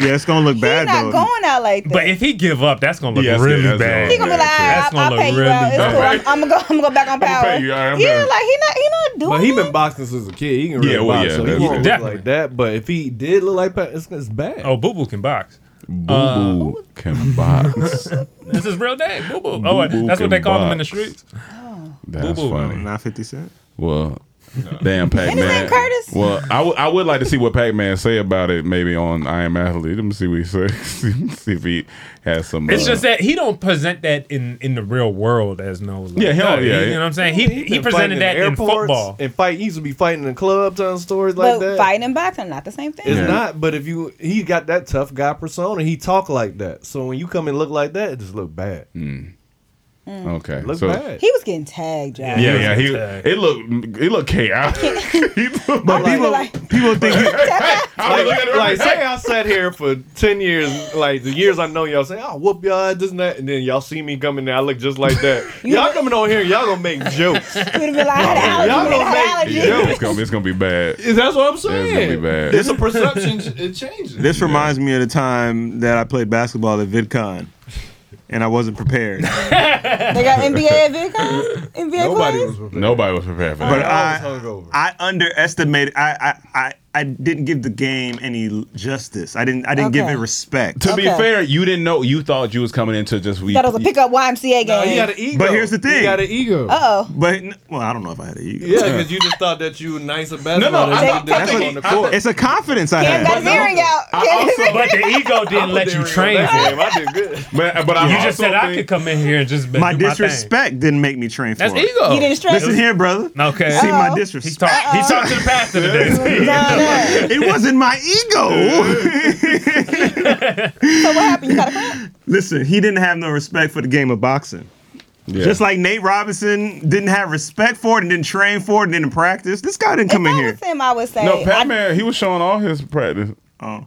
Speaker 9: Yeah, it's gonna look
Speaker 8: He
Speaker 9: bad
Speaker 8: not going out like that.
Speaker 4: but if he give up, that's gonna look
Speaker 6: Yeah, that's
Speaker 4: really
Speaker 6: good. That's
Speaker 4: bad.
Speaker 8: he gonna be like,
Speaker 4: That's
Speaker 8: I'll, I'll
Speaker 4: gonna
Speaker 8: pay
Speaker 4: look
Speaker 8: you out. It's
Speaker 4: bad.
Speaker 8: cool. I'm, I'm gonna go. I'm gonna go back on power.
Speaker 6: pay you. All right, I'm
Speaker 8: yeah,
Speaker 6: done.
Speaker 8: like he not. He not doing.
Speaker 2: But he been boxing since a kid. He can really
Speaker 6: Yeah, well,
Speaker 2: box,
Speaker 6: yeah,
Speaker 2: so he
Speaker 6: that's
Speaker 2: won't
Speaker 6: true.
Speaker 2: look like that. But if he did look like Pac, it's, it's bad.
Speaker 4: Oh, Boo Boo can box.
Speaker 6: Boo Boo can box.
Speaker 4: This is real day. Boo Boo. Oh, wait,
Speaker 6: Boo
Speaker 4: that's what they
Speaker 6: can
Speaker 4: call him in the
Speaker 6: box.
Speaker 4: streets.
Speaker 6: That's
Speaker 4: Boo-boo.
Speaker 6: funny.
Speaker 9: Not Fifty Cent.
Speaker 6: Well, damn Pac Man.
Speaker 8: Anything, Curtis?
Speaker 6: Well, I would- I would like to see what Pac Man say about it. Maybe on I Am Athlete. Let me see what he says. see if he has some.
Speaker 4: It's
Speaker 6: uh,
Speaker 4: just that he don't present that in in the real world as no. Like,
Speaker 6: Yeah, hell
Speaker 4: he-
Speaker 6: yeah.
Speaker 4: You know what I'm saying? He he
Speaker 2: been fighting
Speaker 4: presented that in
Speaker 2: airports
Speaker 4: football.
Speaker 2: and fight. He used to be fighting in clubs on stories
Speaker 8: But
Speaker 2: like that.
Speaker 8: fighting and boxing are not the same thing.
Speaker 2: It's not, but if you he got that tough guy persona, he talk like that. So when you come and look like that, it just look bad.
Speaker 6: okay.
Speaker 2: Look
Speaker 6: so,
Speaker 2: bad.
Speaker 8: He was getting tagged, y'all.
Speaker 6: Yeah, yeah. He it looked it looked chaotic.
Speaker 9: But people, people think he,
Speaker 6: I was
Speaker 2: Like,
Speaker 6: looking at
Speaker 2: like,
Speaker 6: like,
Speaker 2: say I sat here for ten years, like the years I know y'all say, I'll whoop y'all ass, this and that, and then y'all see me coming there, I look just like that. y'all coming on here, y'all gonna make jokes.
Speaker 8: He would have been like, I had an
Speaker 2: Y'all
Speaker 8: allergy.
Speaker 2: gonna
Speaker 8: I had an
Speaker 2: make-
Speaker 8: allergy.
Speaker 2: Yo.
Speaker 6: it's gonna it's gonna be bad.
Speaker 2: That's what I'm
Speaker 6: gonna
Speaker 2: saying.
Speaker 6: be bad.
Speaker 2: It's a perception. It changes.
Speaker 9: This reminds me of the time that I played basketball at VidCon, and I wasn't prepared.
Speaker 8: They got NBA at VidCon. NBA Nobody
Speaker 6: Nobody was prepared for
Speaker 9: But
Speaker 6: that.
Speaker 9: I, I underestimated. I, I, I, I didn't give the game any l- justice. I didn't I didn't give
Speaker 8: Okay.
Speaker 9: it respect.
Speaker 6: To be
Speaker 8: Okay.
Speaker 6: fair, you didn't know. You thought you was coming into just we.
Speaker 8: That was a pickup YMCA game.
Speaker 9: But here's the thing.
Speaker 2: got an ego.
Speaker 8: Uh-oh.
Speaker 9: But n- well, I don't know if I had an ego.
Speaker 2: Yeah, because you just thought that you were nice and bad.
Speaker 9: No, no, I thought- I
Speaker 2: that's
Speaker 9: think-
Speaker 2: on the
Speaker 9: I
Speaker 2: court.
Speaker 9: it's a confidence I
Speaker 8: Cam
Speaker 9: had.
Speaker 8: got his earring out. Cam-
Speaker 4: but the ego didn't let you train him.
Speaker 2: I did good.
Speaker 6: But, but
Speaker 4: you
Speaker 6: I
Speaker 4: just
Speaker 6: also
Speaker 4: said I
Speaker 6: think-
Speaker 4: could come in here and just
Speaker 9: my
Speaker 4: do thing.
Speaker 9: disrespect didn't make me train for
Speaker 4: That's
Speaker 9: it.
Speaker 4: ego. You didn't
Speaker 8: stretch.
Speaker 9: Listen here, brother.
Speaker 4: Okay.
Speaker 9: See my
Speaker 4: Uh-oh.
Speaker 9: disrespect.
Speaker 4: He talked- he talked to the pastor today.
Speaker 9: it wasn't my ego.
Speaker 8: so what happened? You got a cramp?
Speaker 9: Listen, he didn't have no respect for the game of boxing.
Speaker 6: Yeah.
Speaker 9: Just like Nate Robinson didn't have respect for it and didn't train for it and didn't practice. This guy didn't come in here.
Speaker 8: With him, I would say.
Speaker 6: No,
Speaker 8: I-
Speaker 6: Pat Man, he was showing all his practice.
Speaker 9: Oh.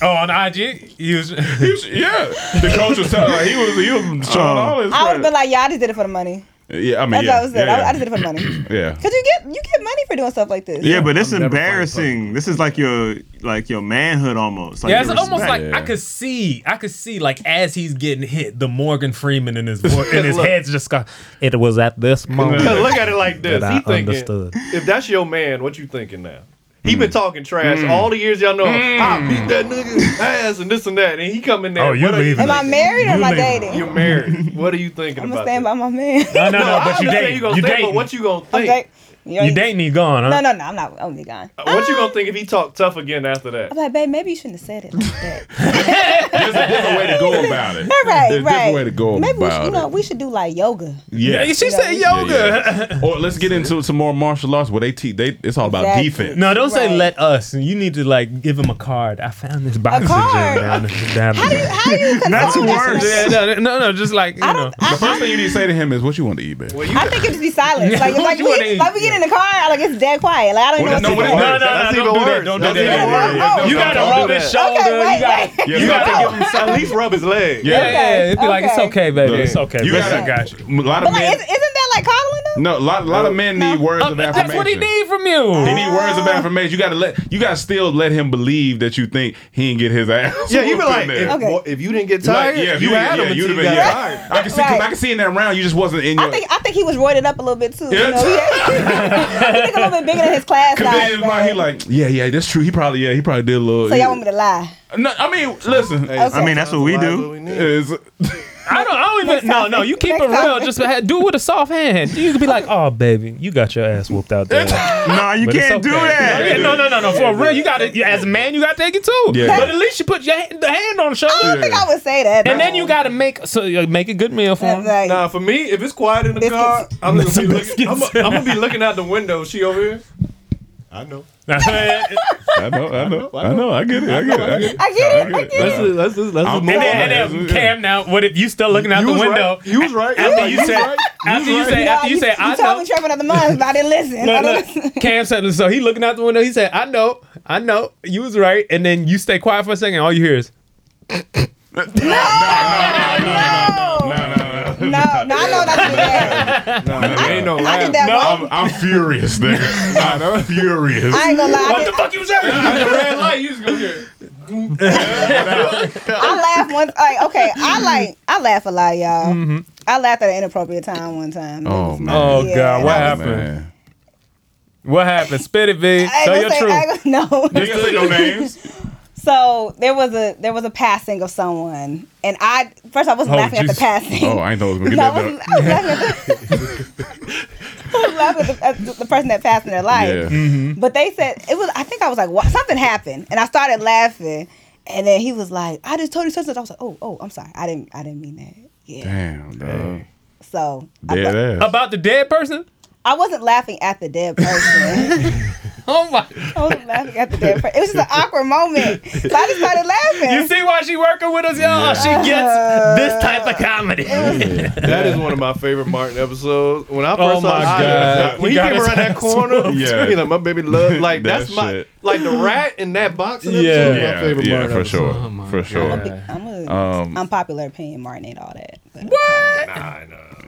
Speaker 4: Oh, on IG, he was.
Speaker 6: He was- yeah, the coach was telling. He was he
Speaker 4: Uh,
Speaker 6: was showing all his.
Speaker 8: I would have
Speaker 6: practice.
Speaker 8: been like, yeah, I just did it for the money.
Speaker 6: yeah, I mean,
Speaker 8: That's
Speaker 6: yeah,
Speaker 8: what I was saying.
Speaker 6: yeah,
Speaker 8: I, I just did it for the money. Because
Speaker 6: yeah.
Speaker 8: you get you get money for doing stuff like this.
Speaker 9: Yeah, but it's
Speaker 4: I'm never playing
Speaker 9: embarrassing. This is like your like your manhood almost. Like
Speaker 4: yeah, it's
Speaker 9: your
Speaker 4: almost
Speaker 9: respect.
Speaker 4: like I could see, I could see, like as he's getting hit, the Morgan Freeman in his vo- in his
Speaker 2: Look.
Speaker 4: head's just got. It was at this moment.
Speaker 2: Cause look at it like this.
Speaker 4: That
Speaker 2: he
Speaker 4: I
Speaker 2: thinking,
Speaker 4: understood. Hmm.
Speaker 2: if that's your man, what you thinking now? He been talking trash all the years y'all know him. I beat that nigga's ass and this and that, and he come in there.
Speaker 4: Oh, you
Speaker 2: what are
Speaker 4: leaving.
Speaker 8: Am I married or am I dating?
Speaker 2: You're married. What are you thinking
Speaker 8: I'm gonna
Speaker 2: about?
Speaker 8: stand
Speaker 2: this?
Speaker 8: by my man.
Speaker 4: no, no, no,
Speaker 2: I
Speaker 4: but you
Speaker 2: understand
Speaker 4: dating,
Speaker 2: gonna
Speaker 4: you
Speaker 2: think,
Speaker 4: dating,
Speaker 2: but what you gonna
Speaker 8: I'm
Speaker 2: think?
Speaker 8: like, you
Speaker 4: you dating, he gone, huh?
Speaker 8: No, no, no. I'm not. I'm gone.
Speaker 6: Oh.
Speaker 2: What you gonna think if he talk tough again after that?
Speaker 8: I'm like, babe, maybe you shouldn't have said it like that.
Speaker 6: There's a different way to go about it.
Speaker 8: right,
Speaker 6: There's a
Speaker 8: right.
Speaker 6: different way to go
Speaker 8: Maybe we should,
Speaker 6: about
Speaker 8: you know,
Speaker 6: it.
Speaker 8: we should do like yoga.
Speaker 6: Yeah.
Speaker 4: She said
Speaker 6: Yeah,
Speaker 4: yoga.
Speaker 6: yeah. or let's get into some more martial arts where they teach. They it's all about
Speaker 8: Exactly.
Speaker 6: defense.
Speaker 4: No, don't
Speaker 8: Right.
Speaker 4: say let us. You need to like give him a card. I found this boxing gym
Speaker 8: card?
Speaker 4: down down.
Speaker 8: How do you? How do you?
Speaker 9: That's
Speaker 8: control that?
Speaker 9: worse.
Speaker 4: Yeah, no, no, no, just like you
Speaker 8: I
Speaker 4: know.
Speaker 8: don't. I,
Speaker 6: The first thing you need to say to him is, "What you want to eat, babe?"
Speaker 2: Well, you
Speaker 8: I think it just be silence. Like,
Speaker 4: What
Speaker 8: like,
Speaker 4: you
Speaker 8: we,
Speaker 4: wanna eat?
Speaker 8: like we get in the car, like it's dead quiet. Like I don't
Speaker 6: Well,
Speaker 8: even know
Speaker 6: no,
Speaker 8: what to
Speaker 6: what-
Speaker 8: do.
Speaker 4: No, no,
Speaker 6: That's
Speaker 4: no,
Speaker 2: even
Speaker 4: don't do that.
Speaker 2: worse.
Speaker 4: Don't do
Speaker 2: That's
Speaker 6: even
Speaker 4: that.
Speaker 6: worse. Yeah, yeah,
Speaker 4: You
Speaker 6: don't-
Speaker 4: gotta
Speaker 6: don't
Speaker 4: rub
Speaker 6: do
Speaker 4: his
Speaker 2: that.
Speaker 4: shoulder.
Speaker 8: Okay, wait,
Speaker 4: You gotta.
Speaker 8: wait.
Speaker 6: Yeah,
Speaker 4: You
Speaker 6: you
Speaker 4: gotta give him.
Speaker 2: at least rub his leg.
Speaker 4: Yeah,
Speaker 6: Yeah.
Speaker 4: yeah, it'd be like it's
Speaker 8: okay.
Speaker 4: okay, baby.
Speaker 6: Look,
Speaker 4: It's okay.
Speaker 6: you
Speaker 4: You
Speaker 6: gotta-
Speaker 4: got got you.
Speaker 6: A lot of
Speaker 8: But like,
Speaker 6: men.
Speaker 8: isn't, isn't that like coddling them?
Speaker 6: No, a lot, a lot of men need words
Speaker 4: Uh,
Speaker 6: of affirmation.
Speaker 4: That's what he need from you.
Speaker 6: He need words of affirmation. You gotta let you gotta still let him believe that you think he didn't get his ass.
Speaker 2: Yeah, you be
Speaker 6: whooped in
Speaker 2: like,
Speaker 6: there.
Speaker 2: if,
Speaker 8: Okay.
Speaker 2: well, if you didn't get
Speaker 6: Like,
Speaker 2: tired,
Speaker 6: yeah, if
Speaker 2: you, had
Speaker 6: yeah,
Speaker 2: him
Speaker 6: you'd
Speaker 2: until
Speaker 6: have
Speaker 2: you got
Speaker 6: been yeah.
Speaker 2: tired.
Speaker 6: I can see, 'cause
Speaker 8: Right.
Speaker 6: I can see in that round, you just wasn't in your.
Speaker 8: I think I think he was roided up a little bit too. You
Speaker 6: Yeah.
Speaker 8: know? he, he think a little bit bigger than his class
Speaker 6: Cause then
Speaker 8: size.
Speaker 6: in his mind, he
Speaker 8: man.
Speaker 6: like, yeah, yeah, that's true. He probably, yeah, he probably did a little.
Speaker 8: so y'all want me to lie?
Speaker 6: no, I mean, listen,
Speaker 9: I mean, that's what we do.
Speaker 6: is
Speaker 4: I don't. I don't even. No, no. You keep it
Speaker 8: Next
Speaker 4: real.
Speaker 8: topic.
Speaker 4: Just ha- do it with a soft hand. You could be like, "Oh, baby, you got your ass whooped out there."
Speaker 9: No, you
Speaker 4: But it's
Speaker 9: can't do
Speaker 4: okay.
Speaker 9: that.
Speaker 4: Yeah, No, no, no, no. For real, you got to. As a man, you got to take it too.
Speaker 6: Yeah.
Speaker 4: But at least you put your hand, the hand on the shoulder.
Speaker 8: I don't think I would say that.
Speaker 4: And then
Speaker 8: though.
Speaker 4: you got to make so you make a good meal for
Speaker 8: That's
Speaker 4: him.
Speaker 8: like,
Speaker 2: Nah, for me, if it's quiet in the
Speaker 8: Biscuits.
Speaker 2: car, I'm gonna, be looking, I'm,
Speaker 4: biscuits.
Speaker 2: gonna- I'm gonna be looking out the window. She over here. I know.
Speaker 6: I know, I know, I know, I get it, I get it, I get it.
Speaker 8: I get it. I get it.
Speaker 2: That's that's that's, that's
Speaker 6: I'm-
Speaker 2: more
Speaker 4: And then,
Speaker 2: honest.
Speaker 4: and then Cam, now what if you still looking out
Speaker 2: You
Speaker 4: the
Speaker 2: was
Speaker 4: window?
Speaker 2: right. You was right.
Speaker 4: After
Speaker 2: You
Speaker 4: you
Speaker 2: was
Speaker 4: say,
Speaker 2: right. You
Speaker 4: after you
Speaker 2: was
Speaker 4: say,
Speaker 2: right.
Speaker 4: after you say,
Speaker 8: you
Speaker 4: I
Speaker 8: told
Speaker 4: know.
Speaker 8: me Trevor another month, but I didn't listen. I
Speaker 4: Look,
Speaker 8: didn't
Speaker 4: look,
Speaker 8: listen.
Speaker 4: Cam said so. He looking out the window. He said, "I know, I know, you was right." And then you stay quiet for a second. All you hear is,
Speaker 8: No, no, no, no, I know not to do that.
Speaker 2: Nah, nah, ain't no
Speaker 8: I
Speaker 2: laugh.
Speaker 8: did that
Speaker 4: No.
Speaker 8: one.
Speaker 6: I'm, I'm furious, there. I'm furious.
Speaker 8: I ain't gonna lie. I,
Speaker 4: "What the
Speaker 8: did,
Speaker 4: fuck you saying?"
Speaker 2: At the red light, you just go here.
Speaker 8: I laughed once. Like, okay, I like I laugh a lot, y'all.
Speaker 4: Mm-hmm.
Speaker 8: I laughed at an inappropriate time one time.
Speaker 6: Oh man.
Speaker 4: Oh
Speaker 8: Yeah.
Speaker 4: God, what
Speaker 8: Oh,
Speaker 4: happened?
Speaker 6: Man.
Speaker 4: What happened? Spit it, B.
Speaker 8: I ain't
Speaker 4: Tell
Speaker 8: gonna
Speaker 4: your
Speaker 8: say,
Speaker 4: truth.
Speaker 8: I ain't gonna, no.
Speaker 6: You ain't gonna say no names.
Speaker 8: So there was a there was a passing of someone, and I first I wasn't
Speaker 4: Oh,
Speaker 8: laughing at
Speaker 4: Jesus.
Speaker 8: the passing.
Speaker 6: Oh, I ain't know it was gonna
Speaker 8: No, I
Speaker 6: get
Speaker 8: was,
Speaker 6: that
Speaker 8: I was laughing at the, I was laughing at the, at the person that passed in their life.
Speaker 6: Yeah.
Speaker 4: Mm-hmm.
Speaker 8: But they said it was. I think I was like, what? something happened, and I started laughing. And then he was like, I just told you something. I was like, oh, oh, I'm sorry. I didn't, I didn't mean that. Yeah.
Speaker 6: Damn, dog.
Speaker 8: So I, thought-
Speaker 6: Dead ass.
Speaker 4: About the dead person?
Speaker 8: I wasn't laughing at the dead person.
Speaker 4: Oh my!
Speaker 8: I wasn't laughing at the dead person. It was just an awkward moment. So I just started laughing.
Speaker 4: You see why she working with us, y'all? She gets this type of comedy.
Speaker 2: That is one of my favorite Martin episodes. When I first
Speaker 4: Oh
Speaker 2: saw
Speaker 4: my
Speaker 2: Hot
Speaker 4: God.
Speaker 2: Shots, when he,
Speaker 4: He got
Speaker 2: came
Speaker 4: his
Speaker 2: around that
Speaker 4: ass
Speaker 2: corner,
Speaker 6: whooped. Yeah.
Speaker 2: yeah, like my baby love, like
Speaker 6: That
Speaker 2: that's my
Speaker 6: shit.
Speaker 2: like the rat in that boxing
Speaker 4: Yeah.
Speaker 2: episode is my
Speaker 6: Yeah,
Speaker 2: favorite
Speaker 6: yeah,
Speaker 2: Martin
Speaker 6: for
Speaker 2: episode.
Speaker 6: sure,
Speaker 8: Oh
Speaker 6: for sure.
Speaker 8: I'm a
Speaker 6: Um,
Speaker 8: unpopular opinion, Martin ain't all that. But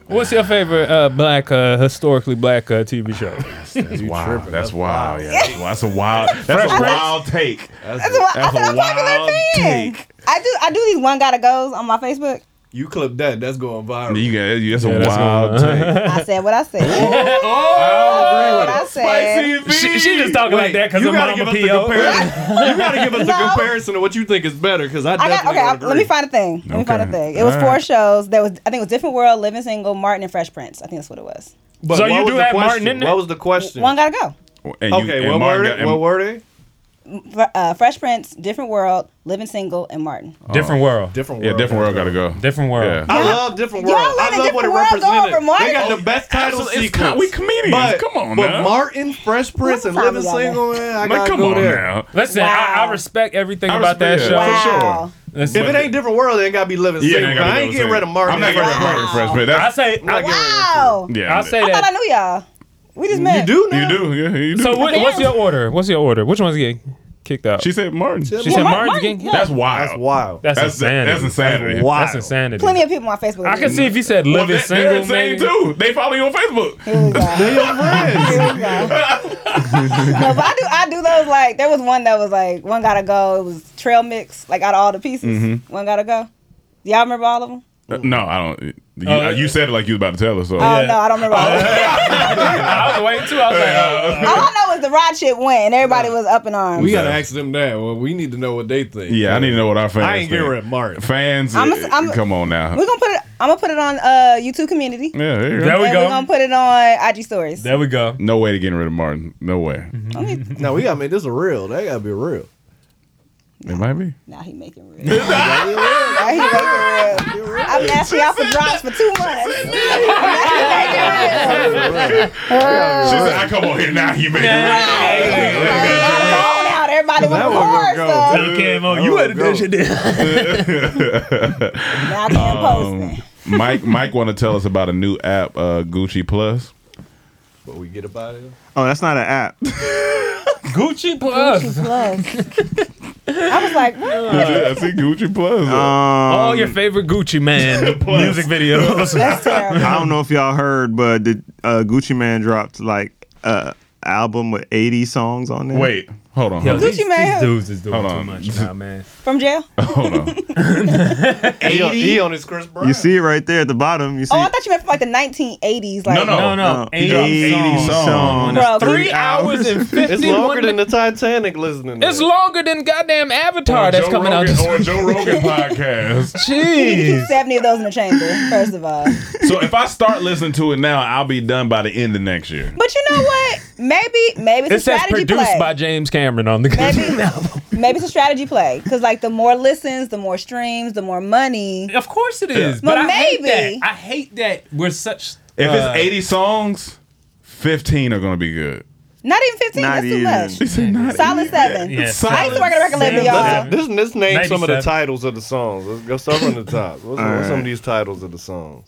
Speaker 4: What's your favorite uh, black, uh, historically black uh, TV show?
Speaker 6: That's wild. That's wild. Yeah, that's, wild. that's a wild. That's a wild take.
Speaker 8: that's, why I
Speaker 6: That's
Speaker 8: said
Speaker 6: a
Speaker 8: unpopular
Speaker 6: wild
Speaker 8: opinion. I do I do these one gotta goes on my Facebook.
Speaker 2: You clip that, that's going viral.
Speaker 6: You got that's
Speaker 2: Yeah,
Speaker 6: a
Speaker 2: that's
Speaker 6: wild
Speaker 2: what I'm-
Speaker 6: take.
Speaker 8: I said what I said.
Speaker 4: Oh!
Speaker 6: Oh,
Speaker 2: I
Speaker 8: agree
Speaker 2: with it. Spicy
Speaker 4: She- she just talking like that 'cause
Speaker 2: you
Speaker 4: her
Speaker 2: gotta
Speaker 4: mama
Speaker 2: give us the
Speaker 4: PO.
Speaker 2: comparison. you gotta give us
Speaker 8: No.
Speaker 2: a comparison of what you think is better because I
Speaker 8: I
Speaker 2: definitely
Speaker 8: got, okay,
Speaker 2: don't
Speaker 8: I-
Speaker 2: agree.
Speaker 8: let me find a thing. Let me find a thing. It was
Speaker 2: All
Speaker 8: four
Speaker 2: right.
Speaker 8: shows. There was, I think it was Different World, Living Single, Martin, and Fresh Prince. I think that's what it was.
Speaker 2: But what was the question? What was the question?
Speaker 8: One gotta go.
Speaker 6: And you-
Speaker 2: okay,
Speaker 6: and
Speaker 2: what
Speaker 6: Martin
Speaker 2: were,
Speaker 6: got-
Speaker 2: they?
Speaker 6: and-
Speaker 2: what were they?
Speaker 8: Fr- Uh, Fresh Prince, Different World, Living Single, and Martin.
Speaker 4: Different world.
Speaker 2: Different
Speaker 6: Yeah, different world gotta go.
Speaker 4: Different world.
Speaker 2: I love different
Speaker 8: Y'all
Speaker 2: world.
Speaker 8: let
Speaker 2: I
Speaker 8: a
Speaker 2: love what it
Speaker 8: Different World go
Speaker 2: represented.
Speaker 8: over Martin.
Speaker 2: They got the best title
Speaker 6: Absolutely, it's
Speaker 2: sequence.
Speaker 6: com- we comedians. Come on
Speaker 2: but
Speaker 6: now.
Speaker 2: Martin, Fresh Prince, and
Speaker 8: time
Speaker 2: Living
Speaker 8: y'all
Speaker 2: Single,
Speaker 8: been?
Speaker 2: man, I
Speaker 6: Like,
Speaker 2: gotta
Speaker 6: come
Speaker 2: go
Speaker 6: on
Speaker 2: there.
Speaker 6: now.
Speaker 4: Listen, I, I respect everything
Speaker 6: I
Speaker 4: about that
Speaker 6: respect
Speaker 4: show.
Speaker 6: it, for sure.
Speaker 8: Wow.
Speaker 4: Listen,
Speaker 2: If it ain't different world, it ain't gotta be living
Speaker 6: Yeah, it
Speaker 2: single.
Speaker 6: ain't gotta be
Speaker 2: I ain't
Speaker 6: Living
Speaker 2: getting rid of
Speaker 6: Single.
Speaker 2: Martin.
Speaker 6: I'm not getting rid of Martin Fresh Prince.
Speaker 4: I
Speaker 6: That's-
Speaker 4: say, I,
Speaker 8: Wow.
Speaker 6: Yeah,
Speaker 4: I say
Speaker 8: I thought I
Speaker 4: that.
Speaker 8: knew y'all. We just
Speaker 2: You
Speaker 8: met.
Speaker 2: do now.
Speaker 6: You do, yeah, you do.
Speaker 4: So what, what's your order? What's your order? Which one's getting kicked out?
Speaker 6: She said Martin.
Speaker 4: She said Martin's
Speaker 8: Martin,
Speaker 4: getting.
Speaker 8: yeah.
Speaker 6: That's wild.
Speaker 2: That's wild.
Speaker 4: That's,
Speaker 6: That's-
Speaker 4: insanity.
Speaker 6: that's insanity.
Speaker 4: That's,
Speaker 2: Wild.
Speaker 4: insanity.
Speaker 8: Plenty of people on Facebook.
Speaker 4: I can see if you said
Speaker 6: Well,
Speaker 4: living
Speaker 6: they-
Speaker 4: single,
Speaker 6: they're insane
Speaker 4: maybe.
Speaker 6: too. They follow you on Facebook.
Speaker 8: Here we go.
Speaker 2: They your friends.
Speaker 8: Here we go. no, but I do. I do those. Like there was one that was like one gotta go. It was trail mix. Like out of all the pieces, one gotta go. Do y'all remember all of them?
Speaker 6: Uh, No, I don't. You,
Speaker 4: Oh,
Speaker 6: you said it like you was about to tell us. So.
Speaker 2: Uh,
Speaker 8: Oh no, I don't remember. All of them.
Speaker 4: I was waiting too. I was like, uh,
Speaker 8: all I know is the rod shit went, and everybody was up in arms.
Speaker 2: We gotta ask them that. Well, we need to know what they think.
Speaker 6: yeah, I need to know what our fans.
Speaker 2: I ain't getting
Speaker 6: think.
Speaker 2: rid of Martin.
Speaker 6: Fans,
Speaker 8: I'm a-
Speaker 6: uh,
Speaker 8: I'm a-
Speaker 6: come on now.
Speaker 8: We're gonna put it. I'm gonna put it on uh YouTube community.
Speaker 6: yeah, there you go.
Speaker 4: There we
Speaker 8: and
Speaker 4: go.
Speaker 8: We're gonna put it on IG stories.
Speaker 4: there we go.
Speaker 6: No way to get rid of Martin. No way.
Speaker 4: Mm-hmm.
Speaker 2: No, we gotta make this a real. That gotta be real.
Speaker 6: It might be.
Speaker 8: Now he making real. now he making real. I've been asking y'all for drops for two months.
Speaker 6: She said, "I come on here now. You made
Speaker 8: Come on out, everybody with the
Speaker 2: That one
Speaker 8: horse
Speaker 2: gonna
Speaker 8: stuff.
Speaker 4: Cam, oh, you had to do shit. then.
Speaker 8: Now I can't post
Speaker 6: it." Mike, Mike, want to tell us about a new app, uh, Gucci Plus.
Speaker 2: But we get about it.
Speaker 9: Oh, that's not an app.
Speaker 4: Gucci Plus.
Speaker 8: it. I was like, what?
Speaker 6: I see Gucci Plus.
Speaker 9: Um,
Speaker 4: All your favorite Gucci man music videos.
Speaker 8: That's terrible.
Speaker 9: I don't know if y'all heard, but the uh, Gucci Man dropped like uh, album with 80 songs on there.
Speaker 6: Wait, hold on,
Speaker 4: Yo,
Speaker 6: hold on.
Speaker 4: these,
Speaker 8: Gucci Mane.
Speaker 4: these dudes is doing
Speaker 6: Hold
Speaker 4: too
Speaker 6: on.
Speaker 4: much now, man.
Speaker 8: From jail? Oh,
Speaker 6: Hold on.
Speaker 2: He, he on his Chris Brown.
Speaker 9: You see it right there at the bottom. You see
Speaker 8: Oh, I thought you meant from like the 1980s. Like,
Speaker 6: No, no,
Speaker 4: No, no,
Speaker 9: Uh,
Speaker 4: Oh, eighty,
Speaker 9: he dropped
Speaker 4: 80
Speaker 9: songs.
Speaker 4: songs.
Speaker 9: Songs.
Speaker 8: Bro,
Speaker 4: Three,
Speaker 8: Gucci-
Speaker 4: hours and fifty.
Speaker 2: It's longer than the Titanic listening. to
Speaker 4: It's
Speaker 2: it.
Speaker 4: longer than goddamn Avatar
Speaker 6: On
Speaker 4: Oh, that's
Speaker 6: Joe
Speaker 4: coming out.
Speaker 6: Rogan-
Speaker 4: This
Speaker 6: on Joe Rogan podcast.
Speaker 8: You need to
Speaker 4: Jeez.
Speaker 8: keep 70 of those in the chamber, first of all.
Speaker 6: So if I start listening to it now, I'll be done by the end of next year.
Speaker 8: But you know what? Maybe maybe
Speaker 4: It
Speaker 8: it's a
Speaker 4: says
Speaker 8: strategy
Speaker 4: produced
Speaker 8: play.
Speaker 4: by James Cameron on the
Speaker 8: Maybe- maybe it's a strategy play. Because, like, the more listens, the more streams, the more money.
Speaker 4: Of course it is.
Speaker 8: Well,
Speaker 4: But maybe. I
Speaker 8: maybe.
Speaker 4: hate that. I hate that we're such.
Speaker 6: If
Speaker 4: uh,
Speaker 6: it's 80 songs, 15 are going to be good.
Speaker 8: Not even 15,
Speaker 9: Not
Speaker 8: that's too
Speaker 9: even.
Speaker 8: much.
Speaker 6: said not
Speaker 8: Solid seven.
Speaker 4: Yeah,
Speaker 8: I used to work at a record label, y'all.
Speaker 2: This, this name some of the
Speaker 4: 97.
Speaker 2: titles of the songs. Let's go start from the top. What's, what's
Speaker 9: Alright.
Speaker 2: some of these titles of the songs?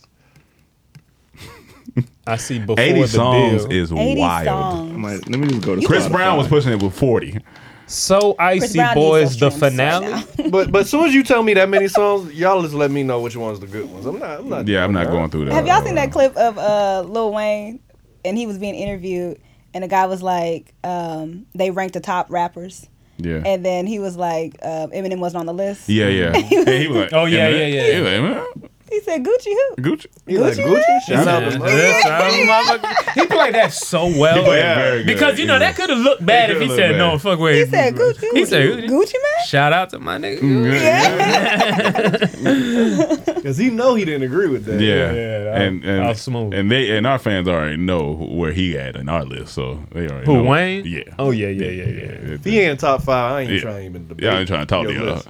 Speaker 4: I see before
Speaker 6: 80
Speaker 4: the
Speaker 6: songs
Speaker 4: songs
Speaker 6: is
Speaker 8: 80
Speaker 6: wild.
Speaker 9: I'm
Speaker 8: songs.
Speaker 9: like, let me just go to
Speaker 6: Chris
Speaker 9: Spotify.
Speaker 6: Brown was pushing it with 40.
Speaker 4: So
Speaker 8: Chris
Speaker 4: Icy
Speaker 8: Brown needs
Speaker 4: Boys,
Speaker 8: those
Speaker 4: the
Speaker 8: streams right
Speaker 4: finale.
Speaker 8: now.
Speaker 2: But but as soon as you tell me that many songs, y'all just let me know which one's the good ones. I'm not. I'm not.
Speaker 6: Yeah, I'm not going through that.
Speaker 8: Have y'all seen that clip of uh, Lil Wayne and he was being interviewed and the guy was like, um, they ranked the top rappers.
Speaker 6: Yeah.
Speaker 8: And then he was like, um, Eminem wasn't on the list.
Speaker 6: yeah, yeah. And he was like,
Speaker 4: Oh, yeah, yeah, yeah.
Speaker 6: He was like,
Speaker 8: He said, Gucci who?
Speaker 6: "Man, Gucci.
Speaker 2: You like
Speaker 8: Gucci
Speaker 2: Gucci? Shout out
Speaker 4: Yeah,
Speaker 2: to
Speaker 4: that's how motherfucker- he played that so well.
Speaker 6: He played it very good,
Speaker 4: Because you know
Speaker 6: Oh, yeah.
Speaker 4: that could have looked bad
Speaker 6: It
Speaker 4: if he
Speaker 6: could've
Speaker 4: said
Speaker 6: looked
Speaker 4: no.
Speaker 6: bad.
Speaker 4: Fuck wait.
Speaker 8: He said, Gucci who?
Speaker 4: He said Gucci.
Speaker 8: Gucci man?
Speaker 4: Shout out to my nigga.
Speaker 2: because he know he didn't agree with that.
Speaker 6: Yeah.
Speaker 4: yeah, that-
Speaker 6: and and,
Speaker 4: that was smooth.
Speaker 6: and they and our fans already know who- where he at in our list, so they already
Speaker 4: Who
Speaker 6: know.
Speaker 4: Wayne?
Speaker 6: Yeah.
Speaker 4: Oh yeah, yeah, yeah, yeah.
Speaker 2: If he ain't top five, I ain't
Speaker 6: Yeah.
Speaker 2: trying to even debate.
Speaker 6: Yeah, I ain't trying to talk to
Speaker 2: your
Speaker 6: you.
Speaker 2: list.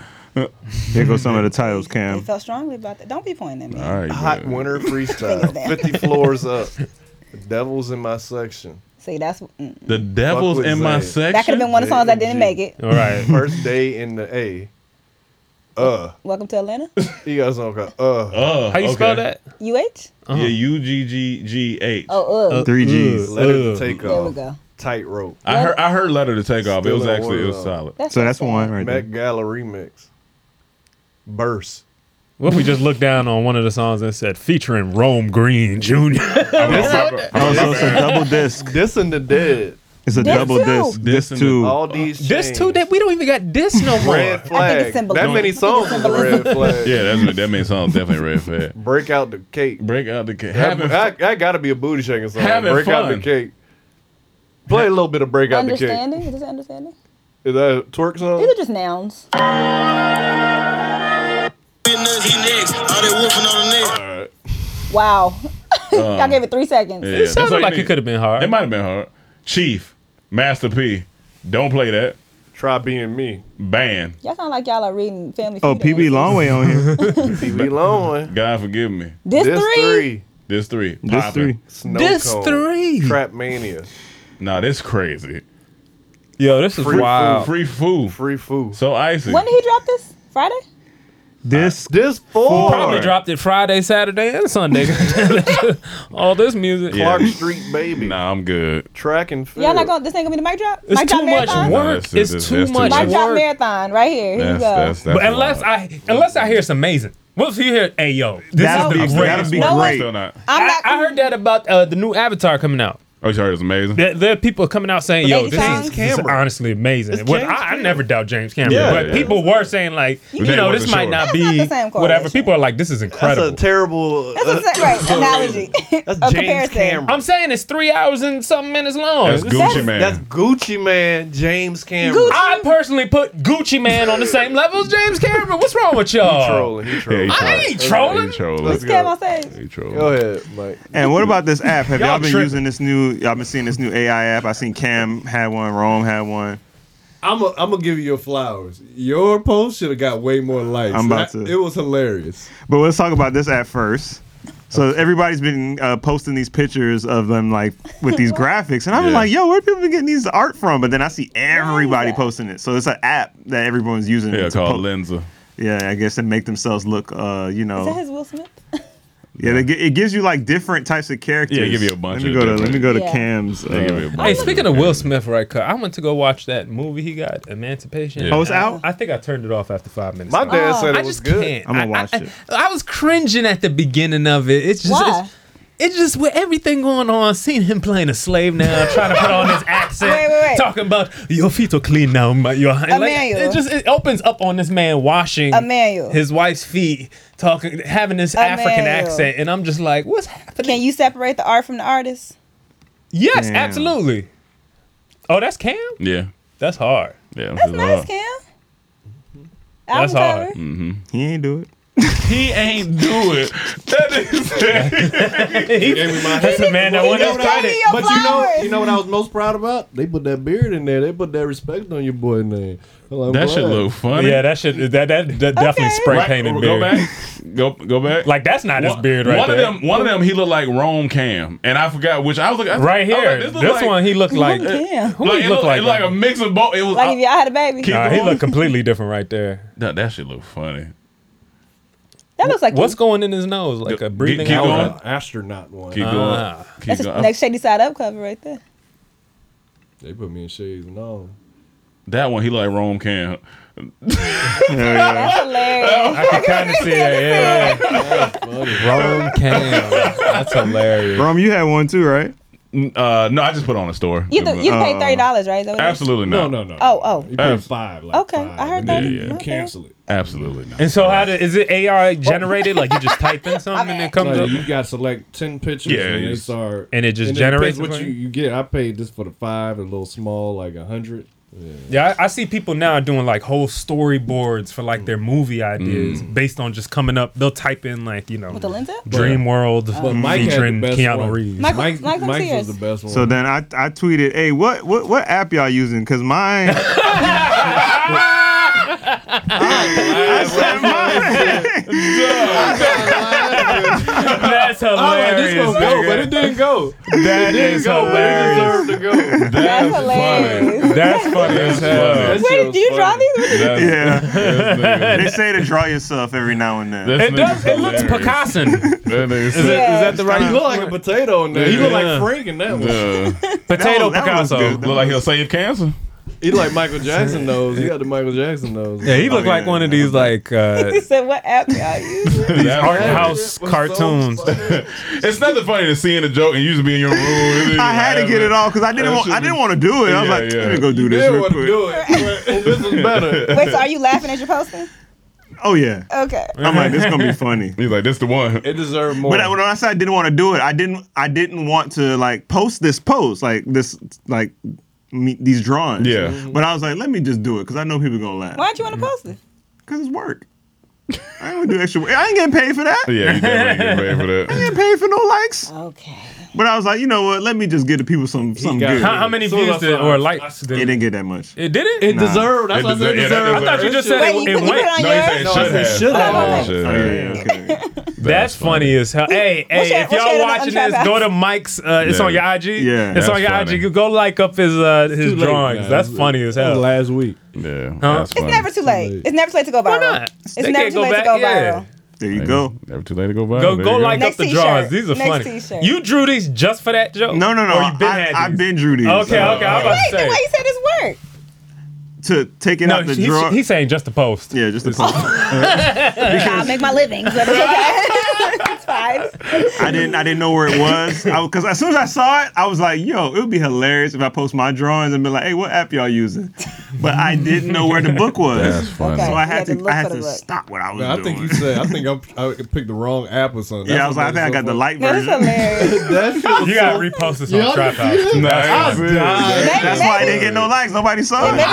Speaker 9: Here go some of the titles,
Speaker 8: He
Speaker 9: Cam.
Speaker 8: felt strongly about that. Don't be pointing at me.
Speaker 6: All right.
Speaker 2: Hot
Speaker 6: good.
Speaker 2: winter
Speaker 8: Fingers
Speaker 2: freestyle.
Speaker 8: down.
Speaker 2: Fifty floors up. The devil's in my section.
Speaker 8: See, that's mm.
Speaker 6: The devil's
Speaker 2: with
Speaker 6: in my
Speaker 2: Zay.
Speaker 6: section.
Speaker 8: that could have been one of the songs that didn't make it.
Speaker 6: Mm.
Speaker 4: All right.
Speaker 2: First day in the A. Uh,
Speaker 8: Welcome to Atlanta.
Speaker 2: you guys don't go. Uh,
Speaker 6: Oh,
Speaker 4: How you
Speaker 6: okay.
Speaker 4: spell that?
Speaker 8: UH?
Speaker 4: Uh-huh.
Speaker 6: Yeah, U G G G H.
Speaker 8: Oh, ugh.
Speaker 9: Three G's.
Speaker 2: letter to take
Speaker 8: there we
Speaker 2: off.
Speaker 8: go.
Speaker 2: Tightrope.
Speaker 6: I heard. I heard letter to take off. It
Speaker 2: Still
Speaker 6: was
Speaker 2: in
Speaker 6: actually it was
Speaker 2: order,
Speaker 6: solid.
Speaker 8: That's
Speaker 9: So that's one right there.
Speaker 2: Met Gala remix. Burst.
Speaker 4: What if we just looked down on one of the songs and said featuring Rome Green Jr.
Speaker 6: I'm- I'm- I'm-
Speaker 9: Oh, so it's a double disc.
Speaker 2: This and the Dead.
Speaker 9: It's a
Speaker 4: Disc
Speaker 9: double
Speaker 4: two.
Speaker 9: disc. Disc
Speaker 4: Disc
Speaker 9: two.
Speaker 8: Oh,
Speaker 2: All these
Speaker 4: This too that we don't even got this no more.
Speaker 2: Red flag. That many songs is a red flag.
Speaker 6: yeah, that's that makes sound definitely red flag.
Speaker 2: Break out the cake.
Speaker 6: Break out the cake.
Speaker 2: That,
Speaker 6: Having
Speaker 2: that, that gotta be a booty shaking song.
Speaker 6: Having
Speaker 2: Break out the
Speaker 6: fun.
Speaker 2: cake. Play a little bit of break out the cake.
Speaker 8: Understanding? Is this understanding?
Speaker 2: Is that a twerk song?
Speaker 8: These are just nouns. Wow. Y'all gave it three seconds.
Speaker 6: Yeah, that's all you need.
Speaker 4: could have been hard.
Speaker 6: It might have been hard. Chief, Master P, don't play that.
Speaker 2: Try being me.
Speaker 6: Ban.
Speaker 8: Y'all sound like y'all are reading Family
Speaker 6: Oh,
Speaker 8: Feud.
Speaker 6: PB Longway on here.
Speaker 2: PB Longway.
Speaker 6: God forgive me.
Speaker 8: This This three? three.
Speaker 6: This three.
Speaker 9: This three.
Speaker 2: Snow
Speaker 4: This
Speaker 2: cone.
Speaker 4: three.
Speaker 2: Trap mania.
Speaker 6: Nah, this crazy.
Speaker 4: Yo, this
Speaker 6: free
Speaker 2: wild.
Speaker 6: Food, free food.
Speaker 2: Free food.
Speaker 6: So icy.
Speaker 8: Oh. When did he drop this? Friday?
Speaker 9: This
Speaker 2: this
Speaker 4: He
Speaker 2: four.
Speaker 4: probably dropped it Friday, Saturday, and Sunday. All this music.
Speaker 6: Yeah. Clark
Speaker 2: Street baby.
Speaker 6: Nah, I'm good.
Speaker 2: Track and field.
Speaker 8: Y'all not going to this ain't gonna be the mic drop?
Speaker 4: It's
Speaker 8: mic drop
Speaker 4: too much
Speaker 8: marathon?
Speaker 4: work.
Speaker 6: Nah,
Speaker 4: it's
Speaker 6: that's-
Speaker 4: too
Speaker 6: that's
Speaker 4: much
Speaker 8: Mic drop
Speaker 4: work.
Speaker 8: marathon right here. Here you go.
Speaker 4: but unless I unless I hear it's amazing. What if you hear, hey yo, this
Speaker 9: That'd
Speaker 4: is the
Speaker 9: be-
Speaker 4: greatest
Speaker 9: that'd be
Speaker 4: one."
Speaker 9: great.
Speaker 6: Still not.
Speaker 4: I, I heard that about uh, the new Avatar coming out.
Speaker 6: Oh, you heard it was amazing.
Speaker 4: There, there are people coming out saying, "Yo,
Speaker 8: Lady
Speaker 4: this
Speaker 8: James
Speaker 4: is, this is
Speaker 2: Cameron.
Speaker 4: honestly amazing."
Speaker 2: It's
Speaker 4: Well,
Speaker 2: James
Speaker 4: I, I never doubt James Cameron,
Speaker 2: Yeah,
Speaker 4: but
Speaker 6: yeah.
Speaker 4: people were saying like, you
Speaker 6: They
Speaker 4: know,
Speaker 6: wasn't
Speaker 4: this might
Speaker 6: sure.
Speaker 4: not
Speaker 8: That's
Speaker 4: be
Speaker 8: not the same
Speaker 4: whatever.
Speaker 8: correlation.
Speaker 4: People are like, "This is
Speaker 2: That's a
Speaker 4: incredible."
Speaker 2: terrible. uh,
Speaker 8: That's a great analogy.
Speaker 2: That's
Speaker 8: A
Speaker 2: James
Speaker 8: comparison.
Speaker 2: Cameron.
Speaker 4: I'm saying it's three hours and something minutes long.
Speaker 6: That's Gucci Man.
Speaker 2: That's Gucci Man, James Cameron.
Speaker 8: Gucci-
Speaker 4: I personally put Gucci Man on the same level as James Cameron. What's wrong with
Speaker 2: He
Speaker 4: y'all?
Speaker 2: trolling. Oh. He trolling.
Speaker 6: I
Speaker 4: I ain't trolling.
Speaker 8: Let's
Speaker 6: trolling.
Speaker 8: get on stage.
Speaker 6: He trolling.
Speaker 2: Go ahead, Mike.
Speaker 9: And what about this app? Have y'all,
Speaker 4: Y'all
Speaker 9: been
Speaker 4: tripping.
Speaker 9: using this new? Y'all been seeing this new AI app? I seen Cam had one. Rome had one.
Speaker 2: I'm gonna I'm give you your flowers. Your post should have got way more likes.
Speaker 9: I'm about That- to. it
Speaker 2: was hilarious.
Speaker 9: But let's talk about this app first. So everybody's been uh, posting these pictures of them like with these graphics, and I'm
Speaker 6: Yeah.
Speaker 9: like, "Yo, where people been getting these art from?" But then I see everybody posting it. So it's an app that everyone's using.
Speaker 6: Yeah,
Speaker 9: to po-
Speaker 6: called Lenza.
Speaker 9: yeah, I guess to make themselves look, uh, you know,
Speaker 8: Is that his Will Smith?
Speaker 9: yeah, they, gi- it gives you like different types of characters.
Speaker 6: Yeah, give you a bunch
Speaker 9: Let me
Speaker 6: of
Speaker 9: go to let
Speaker 6: different-
Speaker 9: me go to
Speaker 8: Yeah.
Speaker 9: Cam's.
Speaker 6: They give me a
Speaker 9: Uh,
Speaker 6: bunch
Speaker 4: Hey, speaking of Will Smith, right? 'cause I went to go watch that movie he got, Emancipation.
Speaker 6: Yeah.
Speaker 9: Oh, it's out?
Speaker 4: I think I turned it off after five minutes.
Speaker 2: My dad
Speaker 8: Oh.
Speaker 2: said it
Speaker 4: I
Speaker 2: was
Speaker 4: just
Speaker 2: good.
Speaker 4: can't.
Speaker 9: I'ma
Speaker 4: I-
Speaker 9: watch
Speaker 4: I,
Speaker 9: it.
Speaker 4: I, was cringing at the beginning of it. It's just,
Speaker 8: Why?
Speaker 4: it's, it's just with everything going on. Seeing him playing a slave now, trying to put on his accent,
Speaker 8: Wait, wait, wait.
Speaker 4: talking about your feet are clean now, but your hand. Like,
Speaker 8: Emmanuel.
Speaker 4: it just it opens up on this man washing
Speaker 8: Emmanuel.
Speaker 4: his wife's feet, talking, having this African
Speaker 8: Emmanuel.
Speaker 4: accent, and I'm just like, what's happening?
Speaker 8: Can you separate the art from the artist?
Speaker 4: yes,
Speaker 9: Damn.
Speaker 4: absolutely. Oh, that's Cam.
Speaker 6: Yeah,
Speaker 4: That's hard.
Speaker 6: yeah.
Speaker 8: That's nice, Cam. Album
Speaker 4: That's hard.
Speaker 8: cover.
Speaker 9: he ain't do it.
Speaker 6: He ain't do it. That is
Speaker 4: that's a man that won his
Speaker 8: didn't even give
Speaker 4: credit.
Speaker 8: me your
Speaker 2: But you know,
Speaker 8: flowers.
Speaker 2: you know what I was most proud about? They put that beard in there. They put that respect on your boy name. I'm like,
Speaker 6: that should
Speaker 2: "Boy,
Speaker 6: look funny.
Speaker 4: Yeah, that should that that, that definitely
Speaker 8: Okay.
Speaker 4: spray
Speaker 6: Right,
Speaker 4: painted
Speaker 6: Go
Speaker 4: beard.
Speaker 6: back. Go go back.
Speaker 4: Like that's not his
Speaker 6: One-
Speaker 4: beard right
Speaker 6: one
Speaker 4: there.
Speaker 6: of them, one of them, he looked like Rome Cam, and I forgot which. I was like, I-
Speaker 4: right
Speaker 6: I was
Speaker 4: here.
Speaker 6: like,
Speaker 4: this
Speaker 6: Oh, look like-
Speaker 4: one he looked like. eh,
Speaker 8: Cam.
Speaker 4: Who he
Speaker 6: it
Speaker 4: look
Speaker 6: looked-
Speaker 4: like?
Speaker 6: it looked like a mix of both. It was.
Speaker 8: Like
Speaker 6: I-
Speaker 8: if y'all had a baby.
Speaker 4: Nah, he looked completely different right there.
Speaker 6: that, that shit look funny.
Speaker 8: That looks like
Speaker 4: What's
Speaker 8: what's
Speaker 4: going in his nose? Like
Speaker 6: Go-
Speaker 4: a breathing
Speaker 6: keep
Speaker 2: I was
Speaker 6: going.
Speaker 4: outlet.
Speaker 2: an astronaut one.
Speaker 6: Keep
Speaker 4: Ah.
Speaker 6: going. Keep
Speaker 8: that's
Speaker 6: going.
Speaker 8: the next shady side up cover right there.
Speaker 2: They put me in shades and all.
Speaker 6: that one he looked like Rome Cam.
Speaker 8: That's hilarious.
Speaker 4: I can kind of see it. Yeah, yeah. Rome Cam. That's hilarious.
Speaker 9: Rome, you had one too, right?
Speaker 6: Uh, no, I just put on a store.
Speaker 8: You th- you paid thirty dollars, right? Is that what it is?
Speaker 6: Absolutely
Speaker 2: No,
Speaker 6: not.
Speaker 2: no, no.
Speaker 8: Oh, oh.
Speaker 2: You
Speaker 6: Uh,
Speaker 2: paid five. Like
Speaker 8: Okay,
Speaker 2: five,
Speaker 8: I heard
Speaker 2: and
Speaker 8: that.
Speaker 2: then
Speaker 6: Yeah, yeah.
Speaker 2: You
Speaker 8: Okay.
Speaker 2: cancel it.
Speaker 6: Absolutely not.
Speaker 4: And so, how do, is it AI generated? Like you just type in something and it comes
Speaker 2: Like,
Speaker 4: up.
Speaker 2: you got select ten pictures,
Speaker 6: Yeah,
Speaker 2: and they
Speaker 6: it's-
Speaker 2: start,
Speaker 4: and it just
Speaker 2: then
Speaker 4: generates it
Speaker 2: depends what
Speaker 4: for
Speaker 2: you,
Speaker 4: you?
Speaker 2: you get. I paid this for the five, a little small, like a hundred.
Speaker 4: Yeah, I, I see people now doing like whole storyboards for like their movie ideas
Speaker 6: Mm.
Speaker 4: based on just coming up. They'll type in like you know
Speaker 8: With the lens up?
Speaker 4: Dream World
Speaker 2: Oh. But Mike had
Speaker 4: featuring
Speaker 2: the best
Speaker 4: Keanu
Speaker 2: one.
Speaker 4: Reeves.
Speaker 8: Oh. Michael-
Speaker 2: Mike, Mike
Speaker 8: Michael
Speaker 2: was
Speaker 8: Sears.
Speaker 2: the best one.
Speaker 9: So then I, I tweeted, hey, what what what app y'all using? Because mine. I said mine.
Speaker 4: That's
Speaker 2: I was like, this
Speaker 4: hilarious.
Speaker 2: gonna go, but it didn't go.
Speaker 9: That
Speaker 2: It
Speaker 9: is
Speaker 2: didn't go.
Speaker 9: hilarious.
Speaker 2: It deserved to go.
Speaker 8: That's hilarious.
Speaker 4: That's funny
Speaker 6: That's
Speaker 4: as hell.
Speaker 6: funny.
Speaker 2: That shit
Speaker 8: Wait,
Speaker 2: was
Speaker 8: do you draw
Speaker 2: funny.
Speaker 8: these?
Speaker 6: That's,
Speaker 9: Yeah.
Speaker 6: that's
Speaker 9: They say to draw yourself every now and then.
Speaker 4: It does. It looks Picasso.
Speaker 8: it- is
Speaker 6: Picasso.
Speaker 8: that
Speaker 4: the
Speaker 2: He looked like a potato in there. He looked
Speaker 4: Yeah.
Speaker 2: like Frank in that one.
Speaker 4: potato
Speaker 9: That one- that one's
Speaker 4: Picasso?
Speaker 9: good.
Speaker 6: Look like he'll save cancer.
Speaker 2: He like Michael Jackson nose. He got the Michael Jackson nose.
Speaker 4: Yeah, he looked like one of these like uh,
Speaker 8: he said, "What app y'all use?"
Speaker 4: these art house cartoons.
Speaker 6: it's nothing funny to seeing a joke and you just be in your room.
Speaker 9: I had to get it off because I didn't want I didn't want to do it. I was
Speaker 6: Yeah,
Speaker 9: like,
Speaker 6: yeah.
Speaker 9: let me go do this
Speaker 6: Yeah,
Speaker 9: real
Speaker 6: wanna
Speaker 9: quick.
Speaker 2: do it. this is better.
Speaker 8: Wait, so are you laughing as you're posting?
Speaker 9: Oh yeah.
Speaker 8: Okay.
Speaker 9: I'm like, this is gonna be funny.
Speaker 6: He's like, this the one.
Speaker 2: It deserved more.
Speaker 9: But I- when I said I didn't want to do it, I didn't. I didn't want to like post this post, like this, like me, these drawings.
Speaker 6: Yeah.
Speaker 9: But I was like, let me just do it because I know people gonna laugh.
Speaker 8: Why'd you want to post it?
Speaker 9: Because it's work. I ain't gonna do extra. work. I ain't getting paid for that.
Speaker 6: Yeah, you definitely get paid for
Speaker 9: I
Speaker 6: that.
Speaker 9: ain't paid for no likes.
Speaker 8: Okay.
Speaker 9: But I was like, you know what? Let me just give the people some something
Speaker 4: got-
Speaker 9: good.
Speaker 4: How- how many views did- or likes
Speaker 9: It didn't get that much.
Speaker 4: It did it.
Speaker 2: It
Speaker 9: Nah.
Speaker 2: deserved. That's
Speaker 6: It
Speaker 2: what I said.
Speaker 6: deserved- yeah, that
Speaker 2: Deserved.
Speaker 4: I thought you just said it,
Speaker 8: Wait, you
Speaker 4: it
Speaker 8: put, you put
Speaker 4: went.
Speaker 8: it on
Speaker 6: No,
Speaker 8: yours?
Speaker 6: he's saying
Speaker 2: No, I
Speaker 6: should
Speaker 2: said
Speaker 6: have.
Speaker 2: should have.
Speaker 6: Oh, should
Speaker 9: Oh,
Speaker 6: have.
Speaker 9: yeah, okay.
Speaker 6: That's
Speaker 4: That's funny as hell. Hey,
Speaker 8: What's
Speaker 4: hey,
Speaker 8: your-
Speaker 4: if
Speaker 8: what's
Speaker 4: y'all
Speaker 8: your other
Speaker 4: watching
Speaker 8: untrap
Speaker 4: this,
Speaker 8: house?
Speaker 4: go to Mike's. Uh, it's
Speaker 6: Yeah.
Speaker 4: on your IG.
Speaker 9: Yeah,
Speaker 4: it's
Speaker 6: that's
Speaker 4: on your
Speaker 6: funny.
Speaker 4: IG. Go like up his uh, his
Speaker 2: Too late,
Speaker 4: drawings.
Speaker 2: man.
Speaker 4: That's funny as
Speaker 12: That was
Speaker 4: hell.
Speaker 12: last week.
Speaker 6: Yeah,
Speaker 4: Huh?
Speaker 6: that's
Speaker 4: It's
Speaker 6: funny.
Speaker 8: It's never too late. It's never too late to go viral.
Speaker 4: not?
Speaker 8: It's
Speaker 4: They
Speaker 8: never
Speaker 4: can't
Speaker 8: too
Speaker 4: go
Speaker 8: late
Speaker 4: back-
Speaker 8: to go
Speaker 4: yeah.
Speaker 8: viral.
Speaker 9: There you go.
Speaker 6: Never too late to go viral.
Speaker 4: Go
Speaker 6: There
Speaker 4: go
Speaker 6: you
Speaker 4: like
Speaker 8: Next
Speaker 4: up the
Speaker 8: t-shirt.
Speaker 4: drawings. These are
Speaker 8: Next
Speaker 4: funny.
Speaker 8: t-shirt.
Speaker 4: You drew these just for that joke?
Speaker 9: No, no, no.
Speaker 4: Or Oh, you been
Speaker 9: I,
Speaker 4: had
Speaker 9: have
Speaker 4: these?
Speaker 9: been Drew these.
Speaker 4: Okay,
Speaker 9: Uh,
Speaker 4: okay. I'm about
Speaker 8: Wait,
Speaker 4: to
Speaker 8: then why
Speaker 4: say.
Speaker 8: you said it's work?
Speaker 9: To take it
Speaker 4: No,
Speaker 9: out the
Speaker 4: he's,
Speaker 9: drawer.
Speaker 4: he's saying just the post.
Speaker 9: yeah, just the post.
Speaker 8: I'll make my living. So it's okay. it's fine.
Speaker 9: I didn't. I didn't know where it was. Because as soon as I saw it, I was like, "Yo, it would be hilarious if I post my drawings and be like, hey, what app y'all using?'" But I didn't know where the book
Speaker 6: That's
Speaker 9: was,
Speaker 6: funny.
Speaker 8: Okay.
Speaker 9: so I
Speaker 8: You
Speaker 9: had
Speaker 8: had to
Speaker 9: to.
Speaker 8: look
Speaker 9: I had
Speaker 8: for the
Speaker 9: to
Speaker 8: book.
Speaker 9: stop what I was
Speaker 2: Man, I
Speaker 9: doing.
Speaker 2: think you said. I think I'm, I picked the wrong app or something.
Speaker 9: yeah, I was like, I think I got the light
Speaker 8: That is
Speaker 9: version.
Speaker 8: hilarious.
Speaker 2: That shit was
Speaker 4: You
Speaker 2: so
Speaker 4: got reposted on Trap House.
Speaker 6: Nice.
Speaker 9: That's why I didn't get no likes. Nobody saw
Speaker 8: Maybe the
Speaker 9: it.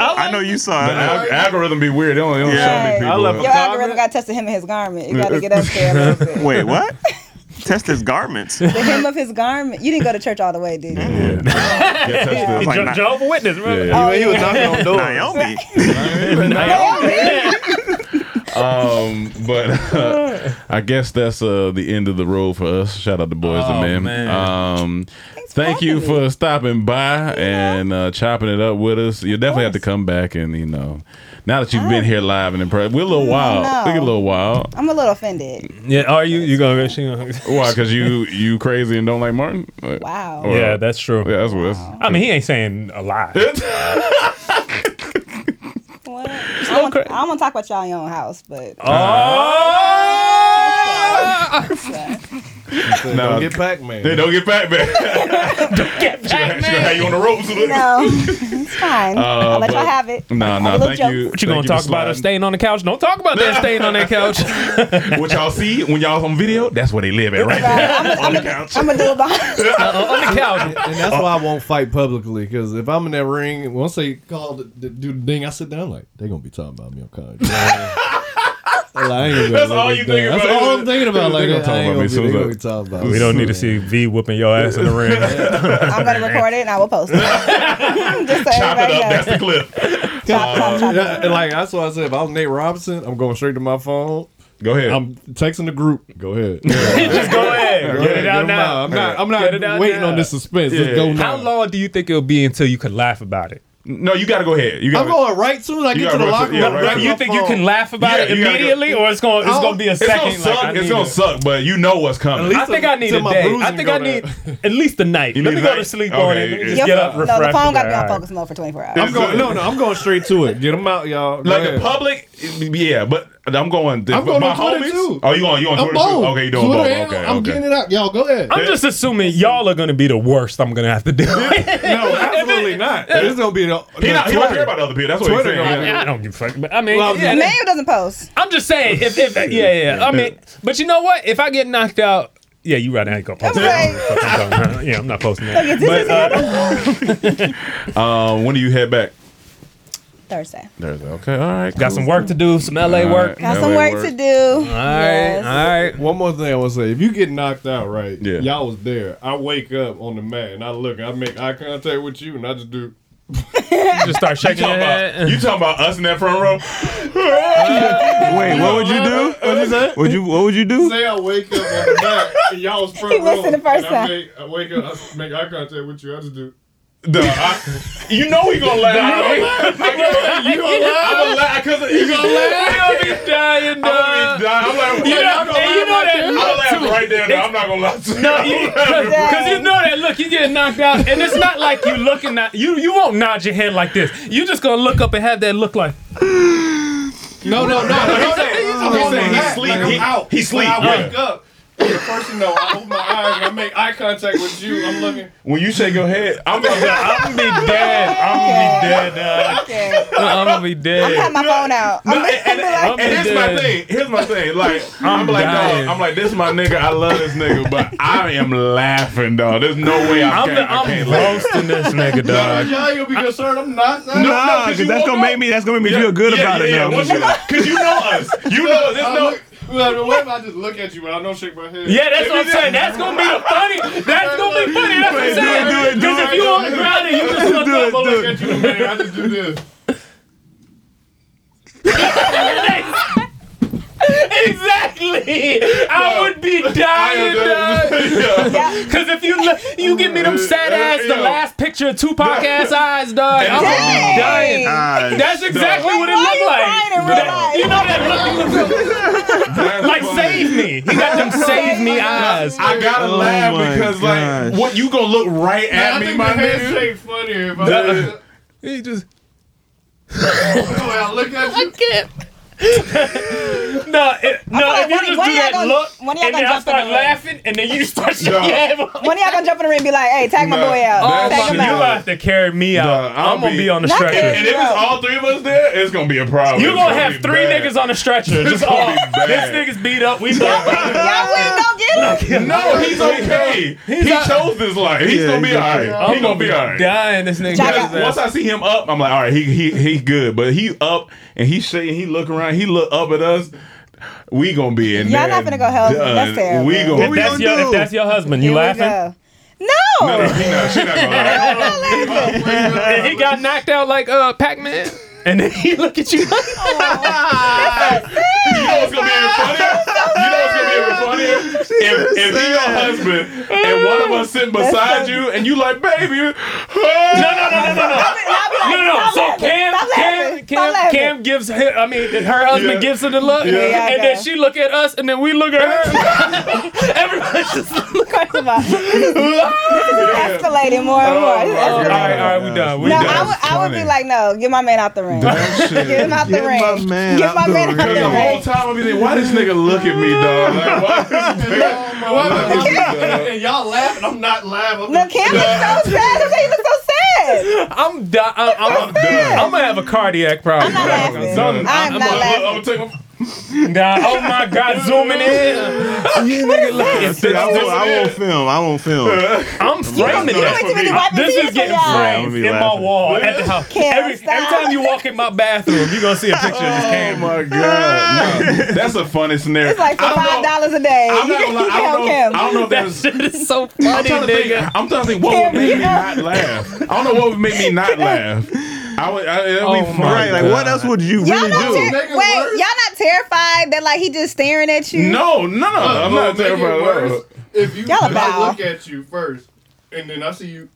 Speaker 8: algorithm,
Speaker 9: I know you saw
Speaker 6: The
Speaker 9: it.
Speaker 6: alg- algorithm be weird. They only, they only show
Speaker 8: Yeah.
Speaker 6: me people.
Speaker 2: I love
Speaker 8: your algorithm got tested him in his garment. You got to get up there a little bit.
Speaker 9: Wait, what? Test his garments.
Speaker 8: The hem of his garment. You didn't go to church all the way, did you?
Speaker 6: Yeah. Yeah, touch
Speaker 4: Jo-
Speaker 6: this.
Speaker 9: like not-
Speaker 4: Jehovah Witness,
Speaker 6: Yeah,
Speaker 4: bro.
Speaker 6: yeah.
Speaker 8: Uh,
Speaker 2: He was knocking on doors.
Speaker 9: Naomi.
Speaker 6: Um, but uh, I guess that's uh, the end of the road for us. Shout out to Boys
Speaker 4: Oh,
Speaker 6: and Men.
Speaker 4: man.
Speaker 6: Um,
Speaker 8: Thanks for
Speaker 6: thank you
Speaker 8: having
Speaker 6: for stopping by and uh, chopping it up with us. You definitely have to come back and you know. Now that you've been here live and in person, we're a little wild.
Speaker 8: know.
Speaker 6: We get a little wild.
Speaker 8: I'm a little offended.
Speaker 4: Yeah, are you? You gonna? She gonna
Speaker 6: Why? Because you you crazy and don't like Martin? Like,
Speaker 8: Wow.
Speaker 6: or-
Speaker 4: yeah, that's true.
Speaker 6: yeah, that's what. That's,
Speaker 4: I mean, he ain't saying a lie.
Speaker 8: What? I don't want- I want to talk about y'all in your own house, but
Speaker 9: Uh,
Speaker 4: Oh!
Speaker 6: No.
Speaker 2: Don't get back, man.
Speaker 6: They don't get back, man. you on the ropes.
Speaker 8: no, it's fine. I'll let y'all
Speaker 6: Uh, but-
Speaker 8: have it.
Speaker 6: Nah,
Speaker 8: All the
Speaker 6: nah,
Speaker 8: little
Speaker 6: thank
Speaker 8: jokes.
Speaker 6: you.
Speaker 4: What you gonna talk about? Her staying on the couch? Don't talk about that staying on that couch.
Speaker 6: What y'all see when y'all on video? That's where they live at, right?
Speaker 8: Right, I'm gonna- I'm gonna- I'm gonna do it behind.
Speaker 4: on the couch.
Speaker 2: And that's why I won't fight publicly because if I'm in that ring, once they call the, the, do the thing, I sit down like they gonna be talking about me on college.
Speaker 6: That's all you think
Speaker 2: That's
Speaker 6: about.
Speaker 2: all I'm thinking about.
Speaker 6: They
Speaker 2: Like,
Speaker 6: gonna
Speaker 2: I
Speaker 6: talk
Speaker 2: ain't
Speaker 6: about
Speaker 2: gonna
Speaker 6: me soon
Speaker 2: be-
Speaker 6: as
Speaker 2: they
Speaker 6: I-
Speaker 2: gonna be talking about me.
Speaker 4: We don't need to see V whooping your ass in the ring.
Speaker 8: I'm gonna record it and I will post it. Just so
Speaker 6: Chop it
Speaker 8: everybody
Speaker 6: up.
Speaker 8: knows.
Speaker 6: That's the clip.
Speaker 4: Uh,
Speaker 8: Chop, chop, chop.
Speaker 2: Yeah, and like that's why I said if I'm Nate Robinson, I'm going straight to my phone.
Speaker 6: Go ahead.
Speaker 2: I'm texting the group. Go ahead.
Speaker 4: Just go ahead. Get it
Speaker 2: Get
Speaker 4: out
Speaker 2: 'em
Speaker 4: now.
Speaker 2: I'm not. I'm not
Speaker 4: Get it out
Speaker 2: waiting
Speaker 4: now.
Speaker 2: on this suspense. Just go now.
Speaker 4: How long do you think it'll be until you can laugh about it?
Speaker 6: no, you gotta go ahead. You
Speaker 2: I'm
Speaker 6: gotta.
Speaker 2: going right soon. as I
Speaker 6: You
Speaker 2: get to
Speaker 6: gotta
Speaker 2: the
Speaker 6: go to-
Speaker 2: locker room.
Speaker 6: yeah,
Speaker 2: I'm
Speaker 6: right
Speaker 2: grabbing
Speaker 6: to-
Speaker 4: You
Speaker 2: my
Speaker 4: think you
Speaker 2: phone.
Speaker 4: can laugh about
Speaker 6: Yeah,
Speaker 4: it
Speaker 6: you gotta go- Oh.
Speaker 4: immediately, or it's gonna it's
Speaker 2: I'll-
Speaker 4: gonna be a
Speaker 6: it's gonna
Speaker 4: second?
Speaker 6: suck.
Speaker 4: I
Speaker 6: it's
Speaker 4: need
Speaker 6: gonna
Speaker 4: to-
Speaker 6: suck, but you know what's coming.
Speaker 4: I think I need
Speaker 2: till
Speaker 4: a
Speaker 2: my
Speaker 4: day.
Speaker 2: bruising
Speaker 4: I think I
Speaker 2: go
Speaker 4: need at least a night.
Speaker 6: You
Speaker 4: Let me
Speaker 6: need
Speaker 4: go
Speaker 6: a night?
Speaker 4: to sleep
Speaker 6: Okay,
Speaker 4: on it. Let me
Speaker 6: yeah.
Speaker 4: just
Speaker 8: Your-
Speaker 4: get up.
Speaker 8: no, the
Speaker 4: refreshed.
Speaker 8: phone gotta be
Speaker 4: All
Speaker 8: on
Speaker 4: right.
Speaker 8: focus mode for 24 hours.
Speaker 2: I'm going. No, no. I'm going straight to it. Get them out, y'all. Go
Speaker 6: Like
Speaker 2: ahead.
Speaker 6: the public, yeah, but I'm going.
Speaker 2: I'm going
Speaker 6: my
Speaker 2: on Twitter,
Speaker 6: homies.
Speaker 2: too.
Speaker 6: Oh, you on you on
Speaker 2: I'm
Speaker 6: Twitter?
Speaker 2: bold.
Speaker 6: Too? Okay, you doing
Speaker 2: Twitter
Speaker 6: both?
Speaker 2: handle,
Speaker 6: Okay,
Speaker 2: I'm
Speaker 6: okay.
Speaker 2: getting it out. Y'all go ahead.
Speaker 4: I'm just assuming y'all are gonna be the worst. I'm gonna have to deal with.
Speaker 2: No, absolutely not. This is gonna be the.
Speaker 6: He,
Speaker 2: the
Speaker 6: not, he don't
Speaker 2: Twitter.
Speaker 6: care about other people. That's what
Speaker 2: Twitter
Speaker 6: he's saying.
Speaker 2: gonna
Speaker 4: I don't give a fuck. But I mean,
Speaker 2: Well,
Speaker 4: yeah,
Speaker 8: Mayo doesn't post.
Speaker 4: I'm just saying. If, if yeah, yeah. I mean, but you know what? If I get knocked out, yeah, you right. I ain't gonna post
Speaker 8: Right.
Speaker 4: that. yeah, I'm not posting that.
Speaker 8: Is this
Speaker 4: But,
Speaker 8: is
Speaker 6: Um, when do you head back?
Speaker 8: Thursday.
Speaker 6: Thursday. Okay, all right.
Speaker 4: Got some work to do. Some LA work.
Speaker 8: Got some work to do.
Speaker 4: All right, all right.
Speaker 2: One more thing I want to say: if you get knocked out, right?
Speaker 6: Yeah.
Speaker 2: Y'all was there. I wake up on the mat and I look. I make eye contact with you, and I just do.
Speaker 4: Just start
Speaker 6: You
Speaker 4: shaking your
Speaker 6: talking, about,
Speaker 4: head.
Speaker 6: you talking about us in that front row?
Speaker 9: Wait, what would you do?
Speaker 2: What is that?
Speaker 9: Would you? What would you do?
Speaker 2: Say I wake up on the mat and y'all was front
Speaker 8: He
Speaker 2: row.
Speaker 8: listened the first
Speaker 2: and I
Speaker 8: time.
Speaker 2: make- I wake up. I make eye contact with you. I just do.
Speaker 6: No, I, you know he gonna laugh.
Speaker 4: Nah,
Speaker 6: You gonna laugh. You gonna laugh. I'm gonna laugh because you gonna laugh.
Speaker 4: I'll be dying, dog.
Speaker 6: I'm gonna be dying. I'm like,
Speaker 4: You
Speaker 6: you
Speaker 4: know-
Speaker 6: know, gonna
Speaker 4: and you
Speaker 6: laugh
Speaker 4: know that look,
Speaker 6: right there? I'm gonna laugh right there. though. I'm not gonna lie to you.
Speaker 4: No,
Speaker 6: I'm
Speaker 4: you,
Speaker 6: gonna laugh
Speaker 4: cause,
Speaker 6: right
Speaker 4: 'cause you know that look, you get knocked out, and it's not like you looking at you. You won't nod your head like this. You just gonna look up and have that look like.
Speaker 2: No, no, no, no.
Speaker 6: I'm saying he's sleep. He- he sleep,
Speaker 2: When I wake
Speaker 6: yeah.
Speaker 2: up, the first thing you know, I open my eyes and I make eye contact with you. I'm looking.
Speaker 6: When you shake your head, I'm gonna, be- I'm gonna be dead. I'm gonna be dead, dog.
Speaker 8: Okay.
Speaker 6: I'm gonna be dead.
Speaker 8: I'm gonna have my phone out. I'm gonna
Speaker 6: and, and- and here's my thing. Here's my thing. Like I'm, like, dog. I'm like, this is my nigga. I love this nigga, but I am laughing, dog. There's no way I
Speaker 4: I'm
Speaker 6: can't.
Speaker 4: the-
Speaker 6: I
Speaker 4: I'm
Speaker 6: can't laugh.
Speaker 4: roasting this nigga,
Speaker 2: No,
Speaker 4: dog.
Speaker 2: y'all, you'll be concerned. I'm not.
Speaker 9: Nah, cause, that's gonna make me. That's gonna make me feel good about it now.
Speaker 6: Once you- Cause you know us. You know us. There's no.
Speaker 2: Well, what if I just look at you and I don't shake my head?
Speaker 4: Yeah, that's what I'm saying. That's gonna be the funny. That's gonna be funny. That's what I'm
Speaker 9: Do it, do it,
Speaker 4: saying.
Speaker 9: do
Speaker 4: Because if
Speaker 9: it.
Speaker 4: you on the ground and you just look
Speaker 9: Do
Speaker 4: up,
Speaker 9: it,
Speaker 4: I'm
Speaker 9: do
Speaker 4: like,
Speaker 9: it.
Speaker 2: Look at you, man. I just do this.
Speaker 4: exactly. I would be
Speaker 2: I am
Speaker 4: dying, dog.
Speaker 2: done. Yeah.
Speaker 4: Because if you look, you give me them sad ass, the
Speaker 6: Yeah.
Speaker 4: last picture of Tupac ass eyes, dog. I'm gonna be
Speaker 8: Dang.
Speaker 4: dying.
Speaker 9: Nah,
Speaker 4: That's exactly what it
Speaker 8: why
Speaker 4: looked
Speaker 8: you
Speaker 4: like.
Speaker 8: crying in real
Speaker 4: That-
Speaker 8: life?
Speaker 4: You know that look.
Speaker 6: That's
Speaker 4: Like
Speaker 6: funny.
Speaker 4: save me. He got them save me eyes.
Speaker 6: I gotta
Speaker 9: Oh my
Speaker 6: laugh because
Speaker 9: gosh.
Speaker 6: like, what you gonna look right
Speaker 2: Man,
Speaker 6: at
Speaker 2: I
Speaker 6: me,
Speaker 2: think
Speaker 6: my
Speaker 2: my
Speaker 6: nigga?
Speaker 2: handshake funnier if I did it.
Speaker 4: He just
Speaker 2: The way I look at you.
Speaker 4: no, it, no.
Speaker 8: like
Speaker 4: If you
Speaker 8: one-
Speaker 4: just do
Speaker 8: one of y'all
Speaker 4: that
Speaker 8: gonna-
Speaker 4: look, and then
Speaker 8: one of y'all gonna
Speaker 4: I
Speaker 8: jump in
Speaker 4: start
Speaker 8: the ring.
Speaker 4: laughing, and then you start shaking
Speaker 6: No.
Speaker 4: your head. up.
Speaker 8: When y'all gonna jump in the ring and be like, "Hey, tag my
Speaker 6: Nah,
Speaker 8: boy out.
Speaker 6: that
Speaker 8: Tag
Speaker 6: shit-
Speaker 8: him
Speaker 4: You
Speaker 8: out."
Speaker 4: about to carry me out.
Speaker 6: Nah, I'll
Speaker 4: I'm gonna
Speaker 6: be-
Speaker 4: be on the
Speaker 8: Nothing.
Speaker 4: stretcher.
Speaker 6: And if it's all three of us there, it's gonna be a problem.
Speaker 4: You're
Speaker 6: It's
Speaker 4: gonna have
Speaker 6: be
Speaker 4: three
Speaker 6: bad.
Speaker 4: niggas on the stretcher.
Speaker 6: It's
Speaker 4: Just
Speaker 6: gonna
Speaker 4: all
Speaker 6: be bad.
Speaker 4: this nigga's beat up. We done.
Speaker 8: Y'all win. Don't get him.
Speaker 6: No, he's okay. he chose this life. He's
Speaker 9: Yeah,
Speaker 6: gonna be
Speaker 9: exactly.
Speaker 6: alright. He's gonna be alright.
Speaker 4: dying. This nigga.
Speaker 8: Jack
Speaker 6: Because once I see him up, I'm like, all right, he he he good. But he up and he shaking, he look around, he look up at us. We gonna be in
Speaker 8: Y'all
Speaker 6: there.
Speaker 8: not finna go help him. That's
Speaker 6: done.
Speaker 8: terrible.
Speaker 6: We gonna.
Speaker 9: What
Speaker 4: If
Speaker 9: we
Speaker 4: that's
Speaker 9: gonna
Speaker 4: your, if
Speaker 9: do?
Speaker 4: that's your husband, you
Speaker 8: Here we
Speaker 4: laughing?
Speaker 8: go. No.
Speaker 6: No, no, she not. She not gonna. laugh.
Speaker 4: And he got knocked out like uh Pac-Man. And then he look at you.
Speaker 6: You know what's gonna be even funnier? You know what's gonna be even funnier? If, if he your husband and one of us sitting beside you and you like, baby, no, no, no, no, no, no.
Speaker 4: No, no. So Cam,
Speaker 8: Stop
Speaker 4: Cam,
Speaker 8: laughing. Stop
Speaker 4: Cam,
Speaker 8: laughing.
Speaker 4: Cam gives her. I mean, her husband
Speaker 6: Yeah.
Speaker 4: gives her the look,
Speaker 8: Yeah.
Speaker 4: and then she look at us, and then we look at her. Everybody's just
Speaker 8: First of all, this is escalating more and more. This is
Speaker 6: all
Speaker 8: escalating.
Speaker 4: right, all right, we done. We
Speaker 8: No,
Speaker 4: done.
Speaker 8: I would, I would be like, no, get my man out the ring. Get him out the
Speaker 9: Get
Speaker 8: ring.
Speaker 9: my man
Speaker 8: get
Speaker 9: out
Speaker 8: my
Speaker 9: the
Speaker 8: man
Speaker 9: ring.
Speaker 8: out
Speaker 6: Because the
Speaker 8: the
Speaker 6: whole
Speaker 8: ring.
Speaker 6: time I'll be like, why this nigga look at me, dog? Like, why this nigga?
Speaker 2: Why am I laughing? "Oh, And y'all laughing. I'm not laughing. I'm
Speaker 8: Look, Cam looks so sad. Look, he looks so sad.
Speaker 4: I'm done. I'm, I'm, I'm,
Speaker 6: done.
Speaker 4: gonna have a cardiac problem.
Speaker 8: I'm not laughing.
Speaker 4: Some-
Speaker 8: I'm
Speaker 6: I'm
Speaker 8: not
Speaker 6: gonna-
Speaker 8: laughing.
Speaker 6: I'm gonna take my-
Speaker 4: Nah, oh my God, zooming in.
Speaker 9: That's it. I won't, I won't film. I won't film.
Speaker 4: I'm framing
Speaker 8: You
Speaker 4: it.
Speaker 8: went to me to wipe his
Speaker 4: This
Speaker 8: tears
Speaker 4: is
Speaker 8: for
Speaker 4: getting
Speaker 8: y'all.
Speaker 9: I'm gonna
Speaker 4: framed
Speaker 9: be
Speaker 4: in my
Speaker 9: laughing.
Speaker 4: wall at the house.
Speaker 8: Cam,
Speaker 4: Every, every
Speaker 8: stop.
Speaker 4: time you walk in my bathroom, you're gonna see a picture of this
Speaker 6: Oh
Speaker 4: camera.
Speaker 6: my god, No, that's a funny scenario.
Speaker 8: It's like for
Speaker 6: I don't know-
Speaker 8: five dollars a day.
Speaker 6: I'm not
Speaker 8: You
Speaker 6: gonna lie. I
Speaker 8: help
Speaker 6: don't
Speaker 8: him.
Speaker 6: know. I don't know if
Speaker 4: That
Speaker 6: there's.
Speaker 4: shit is so funny,
Speaker 6: I'm trying, to
Speaker 4: nigga.
Speaker 6: think, I'm trying to think what would make me not laugh. I don't know what would make me not laugh. I would. I, that'd
Speaker 4: Oh
Speaker 6: be funny.
Speaker 4: my
Speaker 9: Right? Like, what else would you
Speaker 8: Y'all
Speaker 9: really
Speaker 8: not
Speaker 9: do?
Speaker 8: ter-
Speaker 2: Nigga,
Speaker 8: wait,
Speaker 2: worse.
Speaker 8: y'all not terrified that like he just staring at you?
Speaker 4: Uh,
Speaker 6: No, no, no. I'm
Speaker 2: Well,
Speaker 6: not
Speaker 2: make it
Speaker 6: terrified.
Speaker 2: worse
Speaker 6: of that.
Speaker 2: If you
Speaker 8: Y'all a
Speaker 2: if I
Speaker 8: bow.
Speaker 2: look at you first, and then I see you.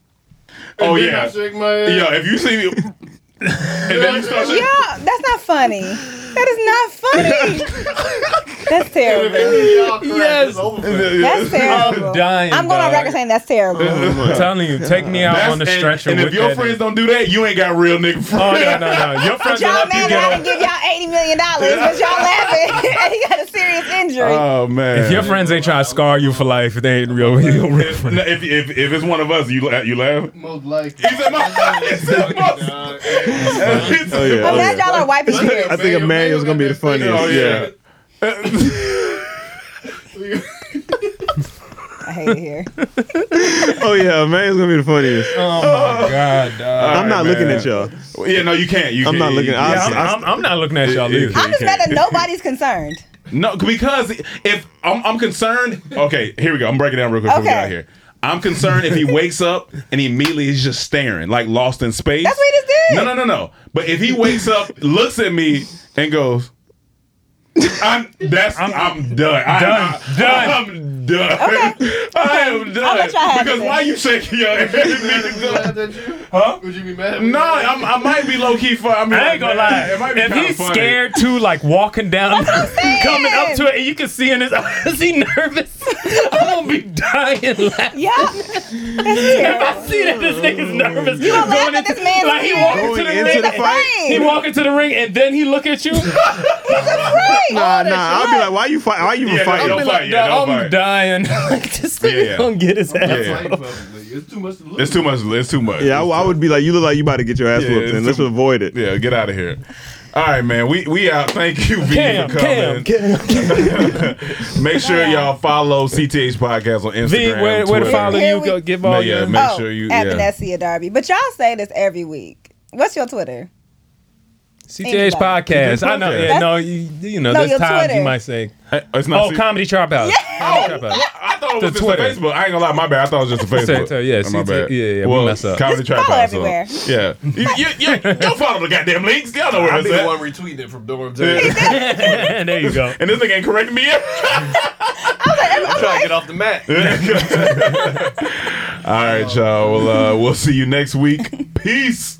Speaker 2: And
Speaker 6: Oh
Speaker 2: then
Speaker 6: yeah,
Speaker 2: I shake my head.
Speaker 6: yeah. If you see me, and then you start. shaking-
Speaker 8: Y'all, that's not funny. That is not funny. that's
Speaker 2: And if
Speaker 8: terrible.
Speaker 2: you y'all crack,
Speaker 4: Yes.
Speaker 2: it's over. for you.
Speaker 8: That's
Speaker 6: Uh,
Speaker 8: terrible.
Speaker 4: I'm dying,
Speaker 8: I'm going on
Speaker 4: dog.
Speaker 8: record saying that's terrible.
Speaker 4: I'm telling you, take me out
Speaker 6: That's-
Speaker 4: on the
Speaker 6: and-
Speaker 4: stretcher
Speaker 6: And, if
Speaker 4: with
Speaker 6: your
Speaker 4: that
Speaker 6: friends
Speaker 4: nigga.
Speaker 6: don't do that, you ain't got real nigga friends.
Speaker 4: Oh no, no, no! Your friends will
Speaker 8: Y'all
Speaker 4: help
Speaker 8: mad
Speaker 4: you
Speaker 8: that I done
Speaker 4: get
Speaker 8: give y'all eighty million dollars, but y'all laughing and he got a serious injury.
Speaker 6: Oh man.
Speaker 4: If your friends ain't trying to scar you for life, they ain't real, real, real
Speaker 6: If, no, if, if, if it's one of us, you la- you laugh.
Speaker 2: Most likely.
Speaker 6: He said, "My- he said, "My-" He said,
Speaker 9: Oh yeah.
Speaker 8: I'm
Speaker 9: Oh,
Speaker 8: glad
Speaker 9: yeah.
Speaker 8: y'all are wiping tears.
Speaker 9: I think Emmanuel's gonna be the funniest.
Speaker 6: Oh yeah.
Speaker 8: I hate it here.
Speaker 9: Oh yeah, Emmanuel's gonna be the funniest.
Speaker 4: God, dog.
Speaker 9: I'm not
Speaker 6: man.
Speaker 9: looking at y'all.
Speaker 6: Well, yeah, no, you can't. You
Speaker 9: I'm
Speaker 6: can't.
Speaker 9: not looking-
Speaker 6: You-
Speaker 9: I-
Speaker 4: Yeah, I'm, I'm, I'm not looking at y'all either.
Speaker 8: I'm just glad that nobody's concerned.
Speaker 6: No, because if I'm, I'm concerned. Okay, here we go. I'm breaking down real quick. before we get
Speaker 8: Okay.
Speaker 6: out of here. I'm concerned if he wakes up and immediately he's just staring, like lost in space.
Speaker 8: That's what he just did.
Speaker 6: No, no, no, no. But if he wakes up, looks at me, and goes, I'm, that's, I'm, done.
Speaker 4: Done.
Speaker 6: I'm, done. I'm done. I am done.
Speaker 4: I'll let y'all have
Speaker 6: because
Speaker 4: it.
Speaker 6: why you shaking your head? Mad at you? Huh? Would you be mad
Speaker 4: at me?
Speaker 6: No, I'm, I might be low key for. I, mean,
Speaker 4: I ain't gonna lie.
Speaker 6: It might be
Speaker 4: if
Speaker 6: kinda
Speaker 4: he's
Speaker 6: funny.
Speaker 4: scared to like walking down, coming up to it, and you can see in his eyes, he nervous. I'm gonna be dying laughing.
Speaker 8: Yeah.
Speaker 4: if I see that this nigga's nervous,
Speaker 8: You gonna laugh
Speaker 4: going
Speaker 8: at
Speaker 4: into-
Speaker 8: this man's
Speaker 4: Like he
Speaker 8: face?
Speaker 4: walking
Speaker 8: Going
Speaker 4: to the
Speaker 8: into
Speaker 4: ring,
Speaker 8: the fight?
Speaker 4: he walk into the ring, and then he look at you.
Speaker 9: Nah, nah. I'll be like, why you fight? Why you even
Speaker 4: Yeah,
Speaker 9: fighting?
Speaker 4: I'll be like, "Nah, I'm dying. like this nigga
Speaker 9: yeah.
Speaker 4: gonna get his ass.
Speaker 6: Yeah. It's too much. It's too much.
Speaker 9: Yeah, I, I would be like, you look like you about to get your ass
Speaker 6: Yeah,
Speaker 9: whooped,
Speaker 6: it's
Speaker 9: and let's avoid it.
Speaker 6: Yeah, get out of here. All right, man. We we out. Thank you, V,
Speaker 4: Cam,
Speaker 6: for coming. make sure y'all follow CTH Podcast on Instagram.
Speaker 4: V, where- where to
Speaker 6: Twitter.
Speaker 4: follow
Speaker 8: Here you? we- Go
Speaker 4: give
Speaker 6: No,
Speaker 4: all
Speaker 6: yeah,
Speaker 4: your-
Speaker 6: make
Speaker 8: oh,
Speaker 6: sure you.
Speaker 8: at
Speaker 6: Yeah.
Speaker 8: Vanessa Darby. But y'all say this every week. What's your Twitter?
Speaker 4: CTH podcast. I know. Yeah,
Speaker 8: That's-
Speaker 4: no, you, you know,
Speaker 8: No,
Speaker 4: there's
Speaker 8: your
Speaker 4: times
Speaker 8: Twitter.
Speaker 4: you might say,
Speaker 6: it's not
Speaker 4: "Oh,
Speaker 6: C-
Speaker 4: comedy trap house."
Speaker 6: Oh, I thought it was
Speaker 4: The
Speaker 6: just
Speaker 4: Twitter.
Speaker 6: a Facebook. I ain't gonna lie, my bad. I thought it was just a
Speaker 4: Say
Speaker 6: Facebook.
Speaker 4: it, yeah,
Speaker 6: Uh, my
Speaker 4: CT
Speaker 6: bad.
Speaker 4: yeah, yeah, we
Speaker 6: Well,
Speaker 4: mess up.
Speaker 6: Comedy
Speaker 4: Just
Speaker 6: trap
Speaker 4: follow
Speaker 6: house. so-
Speaker 4: everywhere.
Speaker 6: Yeah, you, you, you, don't follow the goddamn links. Y'all know where
Speaker 2: I'll
Speaker 6: it's
Speaker 2: be the
Speaker 6: at.
Speaker 2: one retweeting it from dorm
Speaker 4: Yeah. there you go.
Speaker 6: And this nigga ain't correcting me yet.
Speaker 2: I'm trying to get off the mat.
Speaker 6: All right, y'all. Well, uh, we'll see you next week. Peace.